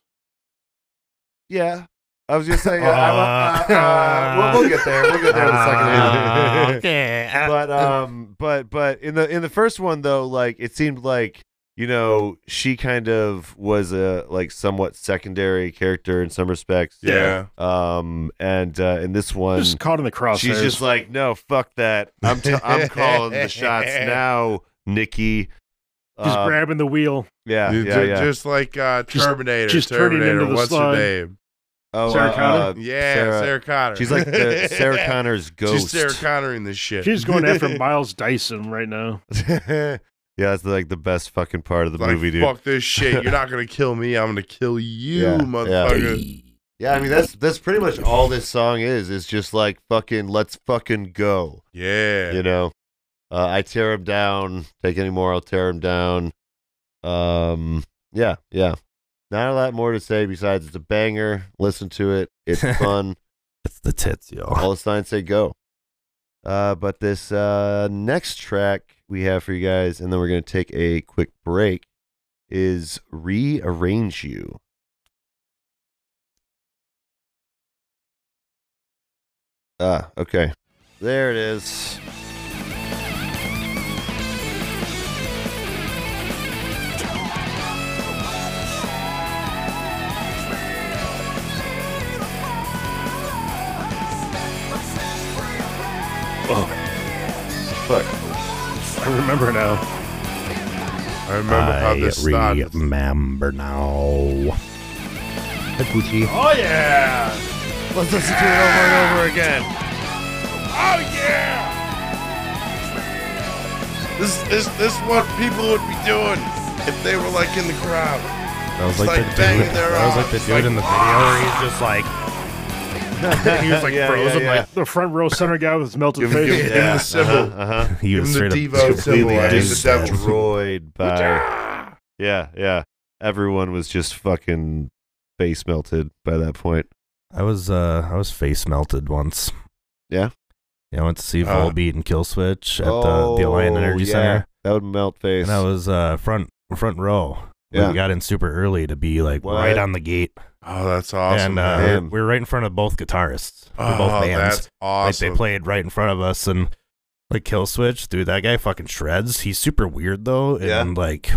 Speaker 3: yeah, I was just saying. uh, I'm, uh, uh, we'll, we'll get there. We'll get there in a second.
Speaker 5: uh,
Speaker 4: Uh,
Speaker 6: Ah, okay. Ah.
Speaker 3: but um, but but in the in the first one though, like it seemed like you know she kind of was a like somewhat secondary character in some respects.
Speaker 4: Yeah.
Speaker 3: Um, and uh, in this one,
Speaker 5: Just caught in the crosshair.
Speaker 3: She's just like, no, fuck that. I'm t- I'm calling the shots now, Nikki.
Speaker 5: just
Speaker 3: Uh,
Speaker 5: grabbing the wheel.
Speaker 3: yeah,
Speaker 4: Ju-
Speaker 3: yeah,
Speaker 4: ju-
Speaker 3: yeah.
Speaker 4: Just like uh,
Speaker 5: Just-
Speaker 4: Terminator.
Speaker 5: just turning
Speaker 4: Terminator.
Speaker 5: into the
Speaker 4: What's
Speaker 5: slug.
Speaker 4: her name?
Speaker 3: oh,
Speaker 5: Sarah Connor?
Speaker 4: Yeah,
Speaker 3: Sarah-
Speaker 4: Sarah, Connor.
Speaker 3: She's like the Sarah Connor's
Speaker 4: She's
Speaker 3: ghost.
Speaker 4: Sarah Connoring this shit.
Speaker 5: She's going after Miles Dyson right now.
Speaker 3: yeah, that's like the best fucking part of the
Speaker 4: like,
Speaker 3: movie, dude.
Speaker 4: Fuck this shit. You're not gonna kill me. I'm gonna kill you,
Speaker 3: Yeah, yeah.
Speaker 4: motherfucker.
Speaker 3: Yeah, I mean that's that's pretty much all this song is. Is just like fucking let's fucking go.
Speaker 4: Yeah.
Speaker 3: You know, uh, I tear him down. Take any more, I'll tear him down. Um, yeah, yeah. Not a lot more to say besides it's a banger. Listen to it. It's fun.
Speaker 6: It's the tits, yo.
Speaker 3: all the signs say go. Uh, but this uh, next track we have for you guys, and then we're gonna take a quick break, is rearrange you. Ah, okay. There it is. Fuck.
Speaker 5: I remember now.
Speaker 4: I remember how this started.
Speaker 6: remember now. Gucci.
Speaker 5: Oh yeah.
Speaker 3: Let's listen to it over and over again.
Speaker 4: This this this what people would be doing if they were like in the crowd.
Speaker 6: That was
Speaker 4: It's
Speaker 6: like,
Speaker 4: like
Speaker 6: the
Speaker 4: banging
Speaker 6: dude.
Speaker 4: their
Speaker 6: That was like the
Speaker 4: arms,
Speaker 6: dude in the video where he's just like, he was like
Speaker 3: Yeah, yeah,
Speaker 6: frozen.
Speaker 3: yeah.
Speaker 5: The front row center guy with his melted
Speaker 4: Give him- give
Speaker 5: face.
Speaker 4: him the symbol.
Speaker 3: Uh huh.
Speaker 6: Like he
Speaker 4: Give
Speaker 6: was
Speaker 4: him
Speaker 6: straight
Speaker 4: the
Speaker 6: up
Speaker 4: Devo symbol.
Speaker 6: completely
Speaker 4: I think the
Speaker 6: edged
Speaker 4: devil.
Speaker 6: edged.
Speaker 3: destroyed by. Yeah, yeah. Everyone was just fucking face melted by that point.
Speaker 6: I was uh I was face melted once.
Speaker 3: Yeah?
Speaker 6: Yeah, I went to see
Speaker 4: Uh,
Speaker 6: Volbeat and Killswitch at uh, the the Alliant Energy
Speaker 3: Oh, yeah.
Speaker 6: Center.
Speaker 3: That would melt face.
Speaker 6: And I was uh front front row.
Speaker 3: Yeah.
Speaker 6: We got in super early to be like
Speaker 3: What?
Speaker 6: right on the gate.
Speaker 4: Oh, that's awesome.
Speaker 6: and uh,
Speaker 4: man.
Speaker 3: man. Ah,
Speaker 6: we were right in front of both guitarists. for
Speaker 4: oh,
Speaker 6: both bands.
Speaker 4: that's awesome.
Speaker 6: Like they played right in front of us and like Killswitch, dude, that guy fucking shreds. He's super weird though. And
Speaker 3: Yeah.
Speaker 6: like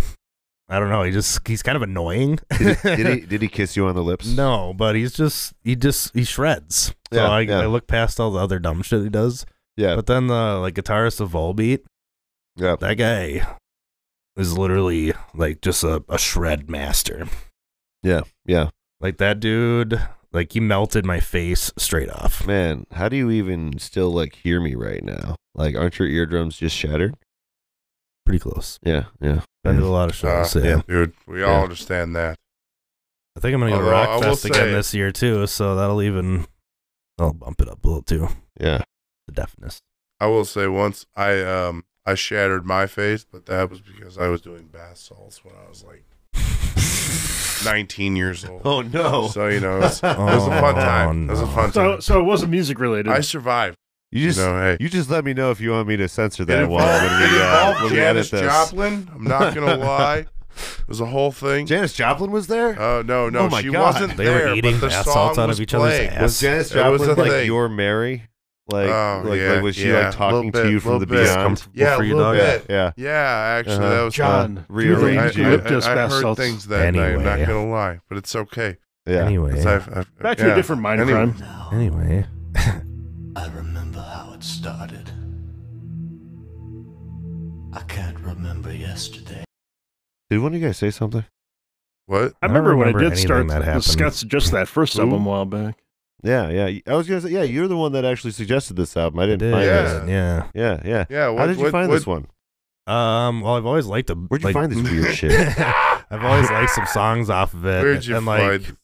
Speaker 6: I don't know, he just he's kind of annoying.
Speaker 3: did, did he did he kiss you on the lips?
Speaker 6: No, but he's just he just he shreds. So
Speaker 3: Yeah,
Speaker 6: I,
Speaker 3: yeah.
Speaker 6: I look past all the other dumb shit he does.
Speaker 3: Yeah.
Speaker 6: But then the like guitarist of Volbeat,
Speaker 3: Yeah.
Speaker 6: that guy is literally like just a, a shred master.
Speaker 3: Yeah. Yeah.
Speaker 6: Like that dude, like he melted my face straight off.
Speaker 3: Man, how do you even still like hear me right now? Like, aren't your eardrums just shattered?
Speaker 6: Pretty close.
Speaker 3: Yeah. Yeah.
Speaker 6: Been to a lot of
Speaker 4: Uh,
Speaker 6: shows. yeah.
Speaker 4: dude, we
Speaker 3: Yeah.
Speaker 4: all understand that.
Speaker 6: I think I'm gonna go
Speaker 4: Although I
Speaker 6: Rock
Speaker 4: will
Speaker 6: Fest again
Speaker 4: say-
Speaker 6: this year too, so that'll even I'll bump it up a little too.
Speaker 3: Yeah.
Speaker 6: The deafness.
Speaker 4: I will say once I um I shattered my face, but that was because I was doing bath salts when I was like 19 years old.
Speaker 3: Oh no.
Speaker 4: So you know, it's, it was a fun
Speaker 6: Oh,
Speaker 4: time. It was a
Speaker 6: no.
Speaker 4: fun
Speaker 5: So
Speaker 4: time.
Speaker 5: so it wasn't music related.
Speaker 4: I survived.
Speaker 3: you just
Speaker 4: you know, hey.
Speaker 3: you just let me know if you want me to censor
Speaker 4: it
Speaker 3: that one
Speaker 4: involved,
Speaker 3: when we,
Speaker 4: it
Speaker 3: uh,
Speaker 4: involved
Speaker 3: when we edit
Speaker 4: Janis
Speaker 3: this.
Speaker 4: Joplin. I'm not gonna lie. It was a whole thing.
Speaker 3: Janis Joplin was there.
Speaker 4: Oh no, no,
Speaker 3: Oh my
Speaker 4: she
Speaker 3: God.
Speaker 4: wasn't
Speaker 6: They
Speaker 4: there.
Speaker 6: were eating
Speaker 4: but the
Speaker 6: bath
Speaker 4: song
Speaker 6: salts out
Speaker 4: was
Speaker 6: of each
Speaker 4: playing.
Speaker 6: other's
Speaker 3: was
Speaker 6: ass.
Speaker 3: Janis
Speaker 4: It was
Speaker 3: Joplin
Speaker 4: a
Speaker 3: like
Speaker 4: thing.
Speaker 3: your Mary? Like,
Speaker 4: Oh,
Speaker 3: like,
Speaker 4: yeah,
Speaker 3: like was she
Speaker 4: yeah,
Speaker 3: like talking
Speaker 4: little
Speaker 3: to you
Speaker 4: bit,
Speaker 3: from the
Speaker 4: little bit.
Speaker 3: beyond?
Speaker 4: Yeah,
Speaker 6: for
Speaker 4: a
Speaker 6: you,
Speaker 4: little
Speaker 6: dog?
Speaker 4: bit.
Speaker 3: Yeah.
Speaker 4: Yeah, actually,
Speaker 3: Uh-huh.
Speaker 4: that was
Speaker 5: John, do
Speaker 4: I,
Speaker 5: the
Speaker 3: Rearrange
Speaker 4: I,
Speaker 3: you.
Speaker 4: I-
Speaker 5: eucalyptus
Speaker 4: I
Speaker 5: bath
Speaker 4: heard
Speaker 5: salts.
Speaker 4: things that night. I'm
Speaker 6: Anyway.
Speaker 4: not gonna lie, but it's okay.
Speaker 3: Yeah.
Speaker 6: Anyway.
Speaker 4: 'cause I've- I've-
Speaker 5: Back to
Speaker 4: yeah.
Speaker 5: a different mind
Speaker 4: Anyway.
Speaker 5: crime.
Speaker 2: Now
Speaker 6: Anyway.
Speaker 2: I remember how it started. I can't remember yesterday.
Speaker 3: Did one of you guys say something?
Speaker 4: What?
Speaker 6: I
Speaker 5: I
Speaker 6: don't
Speaker 5: remember, when I
Speaker 6: remember
Speaker 5: did start
Speaker 6: anything that
Speaker 5: to
Speaker 6: happened.
Speaker 5: discuss just that first
Speaker 3: Who?
Speaker 5: album a while back.
Speaker 3: Yeah, yeah. I was gonna say, yeah, you're the one that actually suggested this album. I
Speaker 6: I
Speaker 3: didn't
Speaker 6: did.
Speaker 3: find
Speaker 4: Yeah.
Speaker 3: this.
Speaker 6: yeah.
Speaker 3: Yeah, yeah.
Speaker 4: Yeah. What,
Speaker 3: How did you
Speaker 4: what-
Speaker 3: find
Speaker 4: what-
Speaker 3: this one?
Speaker 6: Um. Well, I've always liked them.
Speaker 3: Where'd you find this weird shit?
Speaker 6: I've always liked some songs off of it.
Speaker 4: Where'd you
Speaker 6: and like,
Speaker 4: find?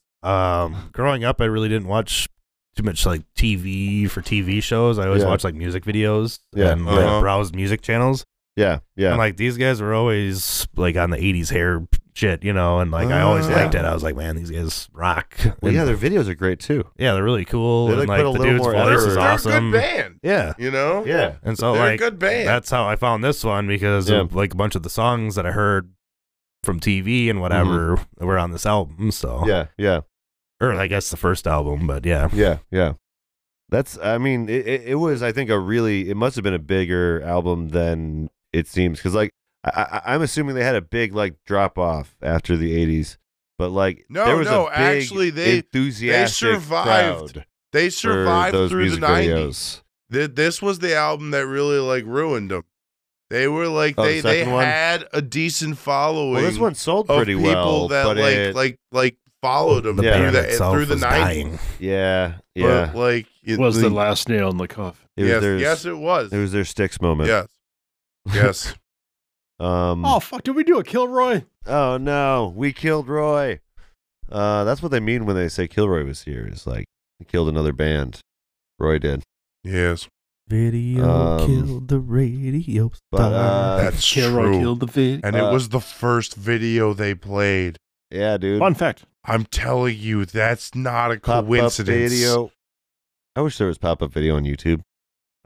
Speaker 6: um, growing up, I really didn't watch too much like TV for TV shows. I always
Speaker 3: Yeah.
Speaker 6: watch like music videos
Speaker 3: Yeah.
Speaker 6: and like,
Speaker 4: Uh-huh.
Speaker 6: browse music channels.
Speaker 3: Yeah, yeah.
Speaker 6: And like these guys were always like on the '80s hair shit, you know. And like I always
Speaker 3: Ah.
Speaker 6: liked it. I was like, man, these guys rock.
Speaker 3: well,
Speaker 6: And-
Speaker 3: yeah, their videos are great too.
Speaker 6: yeah, they're really cool.
Speaker 3: They,
Speaker 6: and
Speaker 3: like,
Speaker 6: like
Speaker 3: put
Speaker 6: the
Speaker 3: a little
Speaker 6: dude's
Speaker 3: more
Speaker 6: voice
Speaker 3: effort.
Speaker 6: is
Speaker 4: They're a
Speaker 6: awesome.
Speaker 4: good band.
Speaker 6: Yeah,
Speaker 4: You know?
Speaker 3: Yeah.
Speaker 6: and so
Speaker 4: They're
Speaker 6: like
Speaker 4: a good band.
Speaker 6: that's how I found this one because of, like a bunch of the songs that I heard from TV and whatever were on this album. So
Speaker 3: Mm-hmm. Yeah, yeah,
Speaker 6: or I guess the first album, but yeah,
Speaker 3: yeah, yeah. That's, I mean, it, it, it was, I think, a really, it must have been a bigger album than it seems. Cause like, I, I, I'm assuming they had a big, like, drop off after the 80s. But like,
Speaker 4: No,
Speaker 3: there was
Speaker 4: no,
Speaker 3: a big
Speaker 4: actually, they- they
Speaker 3: enthusiastic
Speaker 4: survived
Speaker 3: crowd
Speaker 4: they
Speaker 3: for
Speaker 4: survived
Speaker 3: those
Speaker 4: through the
Speaker 3: music
Speaker 4: 90s.
Speaker 3: videos.
Speaker 4: Th- this was the album that really like ruined them. They were like
Speaker 3: Oh, the
Speaker 4: they they
Speaker 3: second one?
Speaker 4: had a decent following.
Speaker 3: Well, this one sold
Speaker 4: of
Speaker 3: pretty
Speaker 4: people
Speaker 3: well,
Speaker 4: that
Speaker 3: but
Speaker 4: like
Speaker 3: it,
Speaker 4: like like followed them
Speaker 6: the
Speaker 3: Yeah.
Speaker 4: through
Speaker 6: band
Speaker 4: the
Speaker 6: itself
Speaker 4: through the
Speaker 6: was
Speaker 4: nineties.
Speaker 6: dying.
Speaker 3: yeah, yeah.
Speaker 4: But like it,
Speaker 5: was the
Speaker 4: the-
Speaker 5: last nail in the coffin.
Speaker 3: It was
Speaker 4: yes,
Speaker 3: their,
Speaker 4: yes, it was.
Speaker 3: it was their sticks moment.
Speaker 4: yes, yes.
Speaker 3: Um,
Speaker 5: Oh fuck! Did we do a Kilroy?
Speaker 3: Oh no, we killed Roy. Uh, that's what they mean when they say Kilroy was here. Is like he killed another band. Roy did,
Speaker 4: Yes,
Speaker 6: Video
Speaker 3: Um,
Speaker 6: killed the radio
Speaker 3: but uh,
Speaker 4: that's
Speaker 5: Kilroy
Speaker 4: true.
Speaker 5: killed the V.
Speaker 4: and
Speaker 3: uh,
Speaker 4: it was the first video they played.
Speaker 3: yeah, dude.
Speaker 5: Fun fact.
Speaker 4: I'm telling you, that's not a
Speaker 3: Pop-up
Speaker 4: coincidence.
Speaker 3: video. I wish there was pop-up video on YouTube.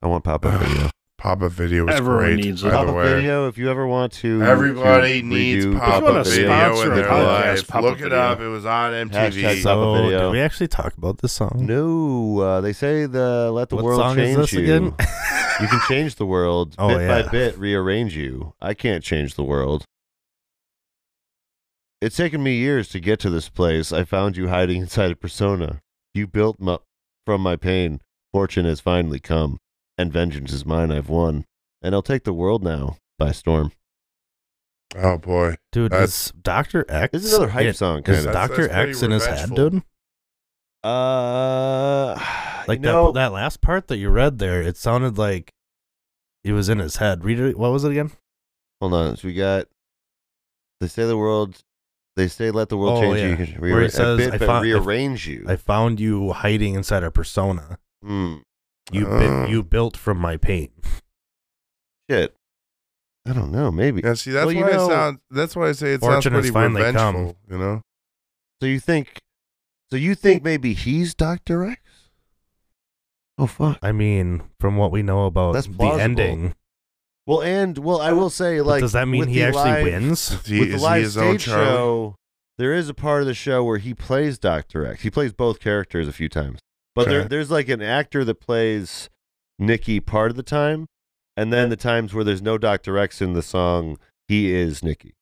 Speaker 3: I want pop-up video.
Speaker 4: Pop-up video is
Speaker 5: Everyone
Speaker 4: great.
Speaker 5: needs it.
Speaker 4: by the
Speaker 3: pop-up
Speaker 4: way.
Speaker 3: video. If you ever want to,
Speaker 4: Everybody
Speaker 3: to
Speaker 4: needs
Speaker 3: redo
Speaker 4: pop
Speaker 5: If you
Speaker 4: up
Speaker 5: want a
Speaker 4: video
Speaker 5: sponsor
Speaker 4: in
Speaker 5: a
Speaker 4: their
Speaker 5: podcast,
Speaker 4: life.
Speaker 5: pop-up
Speaker 4: Look it
Speaker 5: video.
Speaker 4: up. It was on
Speaker 3: Hashtag
Speaker 4: MTV.
Speaker 3: pop-up
Speaker 6: So
Speaker 3: video.
Speaker 6: did we actually talk about this song?
Speaker 3: No, uh, they say the let the
Speaker 6: Hmm. What
Speaker 3: world
Speaker 6: song is
Speaker 3: change
Speaker 6: this
Speaker 3: you.
Speaker 6: again?
Speaker 3: you can change the world
Speaker 6: Oh,
Speaker 3: bit by
Speaker 6: yeah.
Speaker 3: bit, rearrange you. I can't change the world. It's taken me years to get to this place. I found you hiding inside a persona. You built mu from my pain. Fortune has finally come, and vengeance is mine. I've won, and I'll take the world now by storm.
Speaker 4: Oh boy,
Speaker 6: Dude,
Speaker 4: That's-
Speaker 6: is Doctor X?
Speaker 3: This is another hype
Speaker 6: in-
Speaker 3: song,
Speaker 6: Is
Speaker 3: kind of.
Speaker 4: That's-
Speaker 6: Doctor
Speaker 4: that's pretty
Speaker 6: X in his
Speaker 4: revengeful.
Speaker 6: head, dude?
Speaker 3: Uh,
Speaker 6: Like
Speaker 3: you know,
Speaker 6: that that last part that you read there, it sounded like it was in his head. Read it. What was it again?
Speaker 3: Hold on. So we got. They say the world. They say let the world
Speaker 6: Oh,
Speaker 3: change you.
Speaker 6: yeah.
Speaker 3: You can
Speaker 6: Where he
Speaker 3: rearra-
Speaker 6: says,
Speaker 3: a bit,
Speaker 6: "I
Speaker 3: but
Speaker 6: found-
Speaker 3: rearrange you.
Speaker 6: I found you hiding inside a persona.
Speaker 3: Hmm.
Speaker 6: You bit
Speaker 4: Oh.
Speaker 6: you built from my pain.
Speaker 3: Shit. I don't know. Maybe.
Speaker 4: yeah. See, that's
Speaker 3: Well, you
Speaker 4: why
Speaker 3: know-
Speaker 4: it sounds. That's why I say it sounds
Speaker 6: Fortune has
Speaker 4: pretty
Speaker 6: finally
Speaker 4: revengeful. You know,
Speaker 3: So you think? So you think maybe he's Doctor X? Oh fuck.
Speaker 6: I mean, from what we know about
Speaker 3: That's
Speaker 6: the
Speaker 3: plausible.
Speaker 6: ending,
Speaker 3: Well, and well, I will say,
Speaker 6: but
Speaker 3: like,
Speaker 6: does that mean
Speaker 3: with
Speaker 6: he
Speaker 3: the
Speaker 6: actually
Speaker 3: live,
Speaker 6: wins?
Speaker 4: is he,
Speaker 3: with the
Speaker 4: is he
Speaker 3: live
Speaker 4: his own
Speaker 3: stage
Speaker 4: Charlie?
Speaker 3: show, there is a part of the show where he plays Doctor X. He plays both characters a few times, but there,
Speaker 4: Okay.
Speaker 3: there's like an actor that plays Nikki part of the time, and then the times where there's no Doctor X in the song, he is Nikki.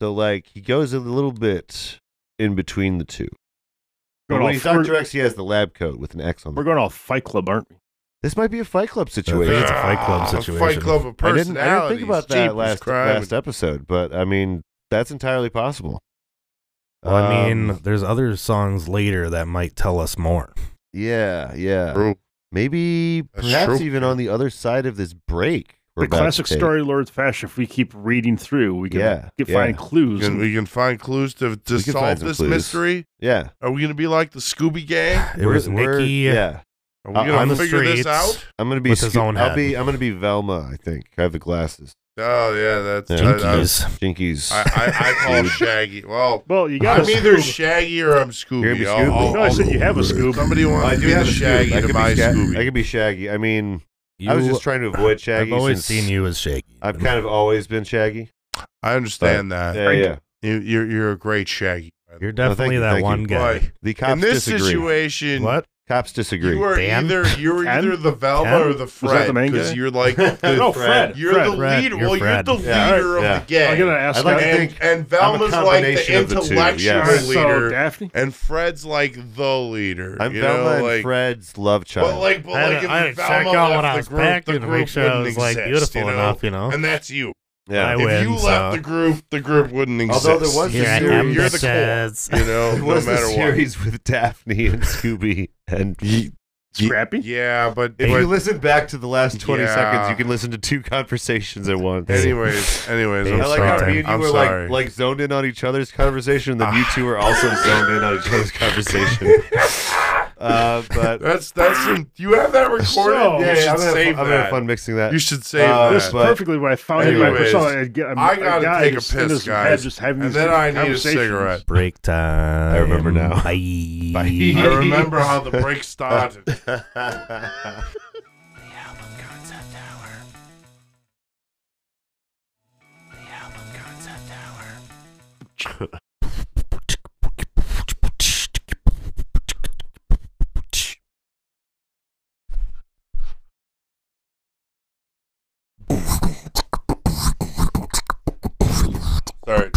Speaker 3: So like he goes a little bit in between the two. But
Speaker 5: Going
Speaker 3: when
Speaker 5: all
Speaker 3: he's
Speaker 5: fur-
Speaker 3: Doctor X, he has the lab coat with an X on.
Speaker 5: We're
Speaker 3: The-
Speaker 5: going all Fight Club, aren't we?
Speaker 3: this might be a Fight Club
Speaker 6: I
Speaker 3: situation.
Speaker 6: think it's a Fight Club
Speaker 4: Ah,
Speaker 6: situation.
Speaker 4: Fight Club of
Speaker 3: I didn't,
Speaker 4: personalities.
Speaker 3: I didn't think about that
Speaker 4: Jeepers
Speaker 3: last
Speaker 4: crime.
Speaker 3: last episode, but I mean that's entirely possible.
Speaker 6: Well, I mean,
Speaker 3: Um,
Speaker 6: there's other songs later that might tell us more.
Speaker 3: yeah, yeah.
Speaker 4: True.
Speaker 3: Maybe
Speaker 4: That's
Speaker 3: perhaps
Speaker 4: true.
Speaker 3: even on the other side of this break. we're
Speaker 5: The
Speaker 3: about to
Speaker 5: classic
Speaker 3: take.
Speaker 5: story lords fashion. If we keep reading through, we can
Speaker 3: Yeah,
Speaker 5: get,
Speaker 3: yeah.
Speaker 5: find
Speaker 4: We
Speaker 5: clues.
Speaker 4: can, we can find clues to, to
Speaker 3: We can find
Speaker 4: solve
Speaker 3: some
Speaker 4: this
Speaker 3: clues.
Speaker 4: mystery.
Speaker 3: Yeah.
Speaker 4: Are we gonna be like the Scooby Gang?
Speaker 6: It was
Speaker 3: We're-
Speaker 6: Nikki
Speaker 3: Yeah.
Speaker 4: Are we
Speaker 3: Uh, on
Speaker 4: gonna
Speaker 3: the
Speaker 4: figure this
Speaker 6: streets.
Speaker 4: out?
Speaker 3: I'm gonna be
Speaker 6: With his
Speaker 3: Scoop-
Speaker 6: own
Speaker 3: I'll
Speaker 6: head.
Speaker 3: be I'm gonna be Velma, I think. I have the glasses.
Speaker 4: Oh yeah, that's.
Speaker 3: Yeah.
Speaker 4: that- that's-
Speaker 6: Jinkies.
Speaker 3: Jinkies.
Speaker 4: I, I, I call Shaggy. Well,
Speaker 5: well, you got
Speaker 4: I'm
Speaker 5: to
Speaker 4: either Shaggy or I'm
Speaker 3: You're gonna
Speaker 4: Scooby.
Speaker 3: be
Speaker 4: I'll-
Speaker 3: Scooby.
Speaker 4: I'll-
Speaker 5: No, I said you have a
Speaker 4: I'll-
Speaker 5: Scooby.
Speaker 4: Somebody wants to be the
Speaker 3: a Scoob.
Speaker 4: Shaggy
Speaker 3: I
Speaker 4: to
Speaker 3: could
Speaker 4: buy
Speaker 3: be Sca-
Speaker 4: Scooby.
Speaker 3: I could be Shaggy. I mean
Speaker 6: You,
Speaker 3: I was just trying to avoid Shaggy.
Speaker 6: I've always
Speaker 3: since
Speaker 6: seen you as Shaggy.
Speaker 3: I've kind of always been Shaggy.
Speaker 4: I understand that.
Speaker 3: Yeah, yeah.
Speaker 4: You, you're you're a great Shaggy.
Speaker 6: You're
Speaker 3: No, thank
Speaker 6: definitely
Speaker 3: you,
Speaker 6: that
Speaker 3: thank you.
Speaker 6: one guy.
Speaker 4: Boy,
Speaker 3: The cops
Speaker 4: in this
Speaker 3: disagree.
Speaker 4: situation,
Speaker 6: What?
Speaker 3: Cops disagree.
Speaker 4: you were
Speaker 6: Dan?
Speaker 4: either you were
Speaker 5: Ken?
Speaker 4: either the Velma
Speaker 6: Ken?
Speaker 4: or the
Speaker 5: that
Speaker 4: Fred
Speaker 5: the main
Speaker 4: because
Speaker 5: guy?
Speaker 4: you're like the,
Speaker 5: no, Fred.
Speaker 4: you're
Speaker 5: Fred.
Speaker 4: the
Speaker 6: Fred,
Speaker 4: leader.
Speaker 6: you're
Speaker 4: well,
Speaker 6: Fred.
Speaker 4: you're the leader
Speaker 3: Yeah,
Speaker 4: of
Speaker 3: yeah.
Speaker 4: the gang.
Speaker 5: I'm gonna ask.
Speaker 3: I'd like to
Speaker 5: Daphne.
Speaker 3: think-
Speaker 4: and, and
Speaker 3: I'm a
Speaker 4: Velma's like the
Speaker 3: combination of the two,
Speaker 4: intellectual
Speaker 3: yes.
Speaker 5: So,
Speaker 4: leader,
Speaker 5: Daphne.
Speaker 4: and Fred's like the leader.
Speaker 3: I'm
Speaker 4: you
Speaker 3: Velma
Speaker 4: know,
Speaker 3: and
Speaker 4: like,
Speaker 3: Fred's love child.
Speaker 4: But like, but
Speaker 6: I
Speaker 4: like,
Speaker 6: had-
Speaker 4: if
Speaker 6: I had to check
Speaker 4: Velma
Speaker 6: out
Speaker 4: left
Speaker 6: what I
Speaker 4: the
Speaker 6: was
Speaker 4: group,
Speaker 6: packing
Speaker 4: the
Speaker 6: to
Speaker 4: group
Speaker 6: make sure I
Speaker 4: wouldn't
Speaker 6: was, like,
Speaker 4: exist,
Speaker 6: beautiful
Speaker 4: you know?
Speaker 6: enough, you know?
Speaker 4: And that's you.
Speaker 3: yeah.
Speaker 6: I
Speaker 4: if you
Speaker 6: win,
Speaker 4: left
Speaker 6: so-
Speaker 4: the group, the group wouldn't exist.
Speaker 3: Although there was
Speaker 6: Here
Speaker 3: the
Speaker 6: I
Speaker 3: series-
Speaker 6: am,
Speaker 4: You're the
Speaker 6: bitches.
Speaker 4: core, you know,
Speaker 3: It
Speaker 4: no
Speaker 3: was
Speaker 4: matter
Speaker 3: the
Speaker 4: what.
Speaker 3: series with Daphne and Scooby and
Speaker 5: Scrappy.
Speaker 4: Yeah, but,
Speaker 3: If
Speaker 4: but
Speaker 3: you listen back to the last 20
Speaker 4: Yeah.
Speaker 3: seconds, you can listen to two conversations at once.
Speaker 4: anyways, anyways, I'm
Speaker 3: I like how
Speaker 4: sorry.
Speaker 3: me and you
Speaker 4: I'm
Speaker 3: were
Speaker 4: sorry.
Speaker 3: like, like zoned Ah. in on each other's conversation, and then you two were also zoned in on each other's conversation. Uh, but
Speaker 4: That's that's some, you have that recorded.
Speaker 5: So-
Speaker 4: yeah,
Speaker 3: I'm
Speaker 4: you should
Speaker 3: gonna have
Speaker 4: save
Speaker 3: fun- I'm gonna
Speaker 4: that.
Speaker 3: have fun mixing that.
Speaker 4: you should save
Speaker 3: Uh,
Speaker 4: that.
Speaker 5: This is
Speaker 3: But-
Speaker 5: perfect perfectly what I found
Speaker 4: Anyways,
Speaker 5: it. I, I,
Speaker 4: I gotta take a piss, guys.
Speaker 5: Just having
Speaker 4: and
Speaker 5: these
Speaker 4: then I need a
Speaker 5: conversations.
Speaker 4: cigarette.
Speaker 6: Break time.
Speaker 3: I remember now.
Speaker 6: Bye.
Speaker 3: Bye.
Speaker 4: I remember how the break started. Sorry.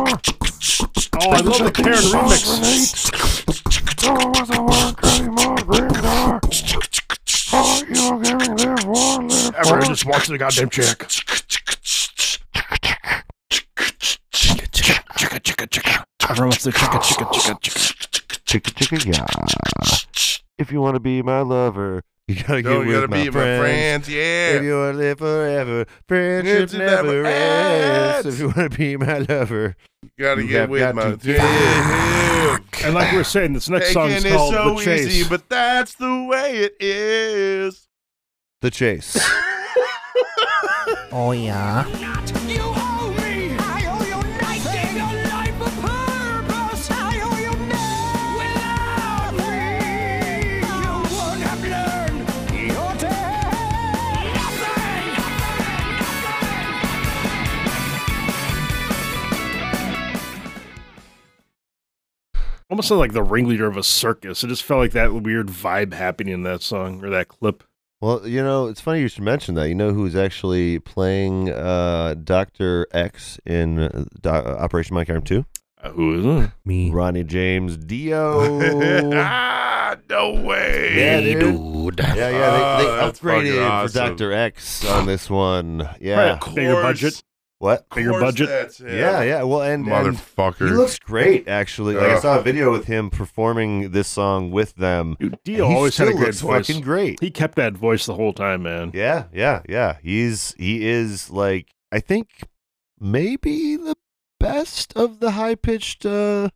Speaker 5: Oh, I love the Karen remix. Ever just watching the goddamn check.
Speaker 9: Everyone wants to chicka chicka chicka chicka.
Speaker 3: chicka chicka yeah. If you want to be my lover, you gotta
Speaker 4: No,
Speaker 3: get
Speaker 4: you
Speaker 3: with
Speaker 4: gotta
Speaker 3: my
Speaker 4: be my
Speaker 3: friends.
Speaker 4: friends. Yeah.
Speaker 3: If you want to live forever, friendship
Speaker 4: Friendship never
Speaker 3: never ends.
Speaker 4: ends.
Speaker 3: If you want to be my lover,
Speaker 4: Gotta
Speaker 3: You
Speaker 4: get
Speaker 3: have
Speaker 4: with
Speaker 3: got
Speaker 4: my
Speaker 3: to-
Speaker 4: Yeah.
Speaker 5: And like we were saying, this next song is
Speaker 4: Taking it
Speaker 5: called
Speaker 4: so
Speaker 5: The Chase.
Speaker 4: easy, but that's the way it is.
Speaker 3: the chase.
Speaker 9: Oh yeah.
Speaker 8: You owe me. I owe you nothing. Your life of purpose. I owe you nothing. Without me, you would have learned your tale. Nothing.
Speaker 5: Almost sounded like the ringleader of a circus. It just felt like that weird vibe happening in that song or that clip.
Speaker 3: well, you know, it's funny you should mention that. You know who's actually playing uh, Doctor X in uh, Do- Operation Minecraft Two?
Speaker 5: Uh, who is it?
Speaker 6: Me.
Speaker 3: Ronnie James Dio. yeah,
Speaker 4: ah, no way.
Speaker 3: Oh. Yeah, dude. yeah, they, they
Speaker 4: Oh, that's fucking
Speaker 3: upgraded for
Speaker 4: awesome.
Speaker 3: Doctor X on this one. Yeah,
Speaker 5: Right. Bigger
Speaker 4: Course.
Speaker 5: budget.
Speaker 3: what?
Speaker 5: Bigger
Speaker 4: Course
Speaker 5: budget.
Speaker 4: that's it.
Speaker 3: Yeah, yeah. Well, and, and he
Speaker 4: Motherfucker.
Speaker 3: looks great, actually. Like I
Speaker 4: Yeah.
Speaker 3: saw a video with him performing this song with them.
Speaker 5: Dude,
Speaker 3: and
Speaker 5: Dio always
Speaker 3: still
Speaker 5: had a great
Speaker 3: looks
Speaker 5: voice.
Speaker 3: fucking great.
Speaker 5: He kept that voice the whole time, man.
Speaker 3: Yeah, yeah, yeah. He's he is like I think maybe the best of the high pitched uh,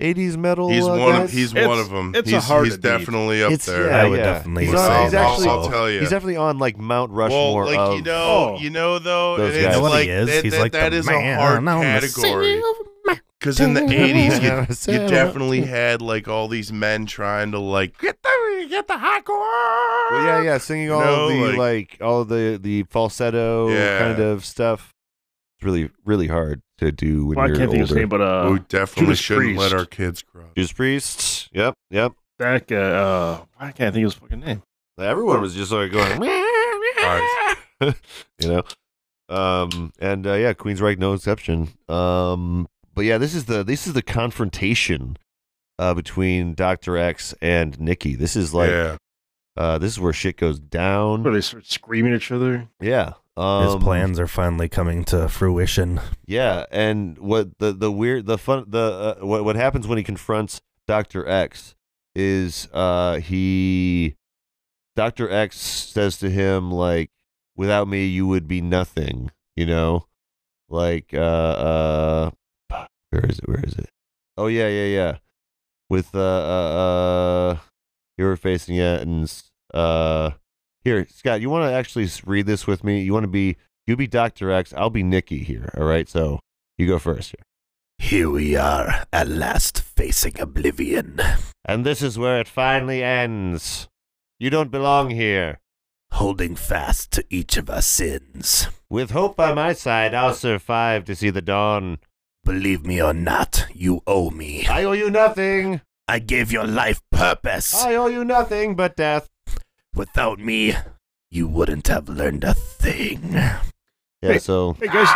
Speaker 3: '80s metal.
Speaker 4: he's
Speaker 3: uh,
Speaker 4: one.
Speaker 3: guys.
Speaker 4: Of, he's
Speaker 5: It's-
Speaker 4: one of them.
Speaker 5: it's a
Speaker 4: he's,
Speaker 5: hard
Speaker 4: he's
Speaker 5: to beat.
Speaker 4: definitely up
Speaker 3: It's-
Speaker 4: there.
Speaker 3: yeah,
Speaker 6: I would
Speaker 3: yeah.
Speaker 6: definitely
Speaker 3: He's
Speaker 6: say
Speaker 3: on- he's
Speaker 6: that.
Speaker 4: I'll,
Speaker 3: actually-
Speaker 4: I'll tell you.
Speaker 3: He's definitely on like Mount
Speaker 4: well,
Speaker 3: Rushmore
Speaker 4: like
Speaker 3: of
Speaker 4: you know,
Speaker 5: Oh.
Speaker 4: you know though,
Speaker 3: those guys.
Speaker 4: it is
Speaker 3: You know what
Speaker 4: like
Speaker 6: he is?
Speaker 4: that,
Speaker 6: He's
Speaker 4: that,
Speaker 6: like
Speaker 4: that
Speaker 6: the
Speaker 4: is
Speaker 6: man
Speaker 4: a hard
Speaker 6: on the
Speaker 4: category. Because in the '80s, you you definitely had like all these men trying to like get the get the hardcore.
Speaker 3: Well, yeah, yeah, singing all of
Speaker 4: know,
Speaker 3: the like,
Speaker 4: like-
Speaker 3: all the the falsetto
Speaker 4: Yeah.
Speaker 3: kind of stuff. It's really really hard to do when
Speaker 5: Well, I
Speaker 3: you're
Speaker 5: can't think of his
Speaker 3: older.
Speaker 5: name, but uh,
Speaker 4: we definitely
Speaker 5: Judas
Speaker 4: shouldn't let
Speaker 5: Priest.
Speaker 4: our kids grow. up.
Speaker 3: Judas Priest. Yep, yep.
Speaker 5: that guy, uh, why can't I think of his fucking name?
Speaker 3: Everyone was just like going,
Speaker 4: Alright.
Speaker 3: you know. Um and uh, yeah, Queensryche no exception. Um but yeah, this is the this is the confrontation uh between Dr. X and Nikki. This is like
Speaker 4: yeah,
Speaker 3: uh this is where shit goes
Speaker 5: Where
Speaker 3: down.
Speaker 5: they start screaming at each other.
Speaker 3: Yeah. Um
Speaker 6: His plans are finally coming to fruition.
Speaker 3: Yeah, and what the the weird the fun the uh, what what happens when he confronts Doctor X is uh he Doctor X says to him like without me you would be nothing, you know? Like uh uh where is it? Where is it? Oh yeah, yeah, yeah. With uh uh, uh you were facing it and s- uh here, Scott, you want to actually s- read this with me? You want to be you be Dr. X, I'll be Nikki here. All right. So you go first here.
Speaker 6: Here we are, at last facing oblivion.
Speaker 3: And this is where it finally ends. You don't belong here.
Speaker 6: holding fast to each of our sins.
Speaker 3: With hope by my side, I'll survive to see the dawn.
Speaker 6: Believe me or not, you owe me.
Speaker 3: I owe you nothing.
Speaker 6: I gave your life purpose.
Speaker 3: I owe you nothing but death.
Speaker 6: Without me, you wouldn't have learned a thing.
Speaker 3: Yeah. So
Speaker 5: Hey guys,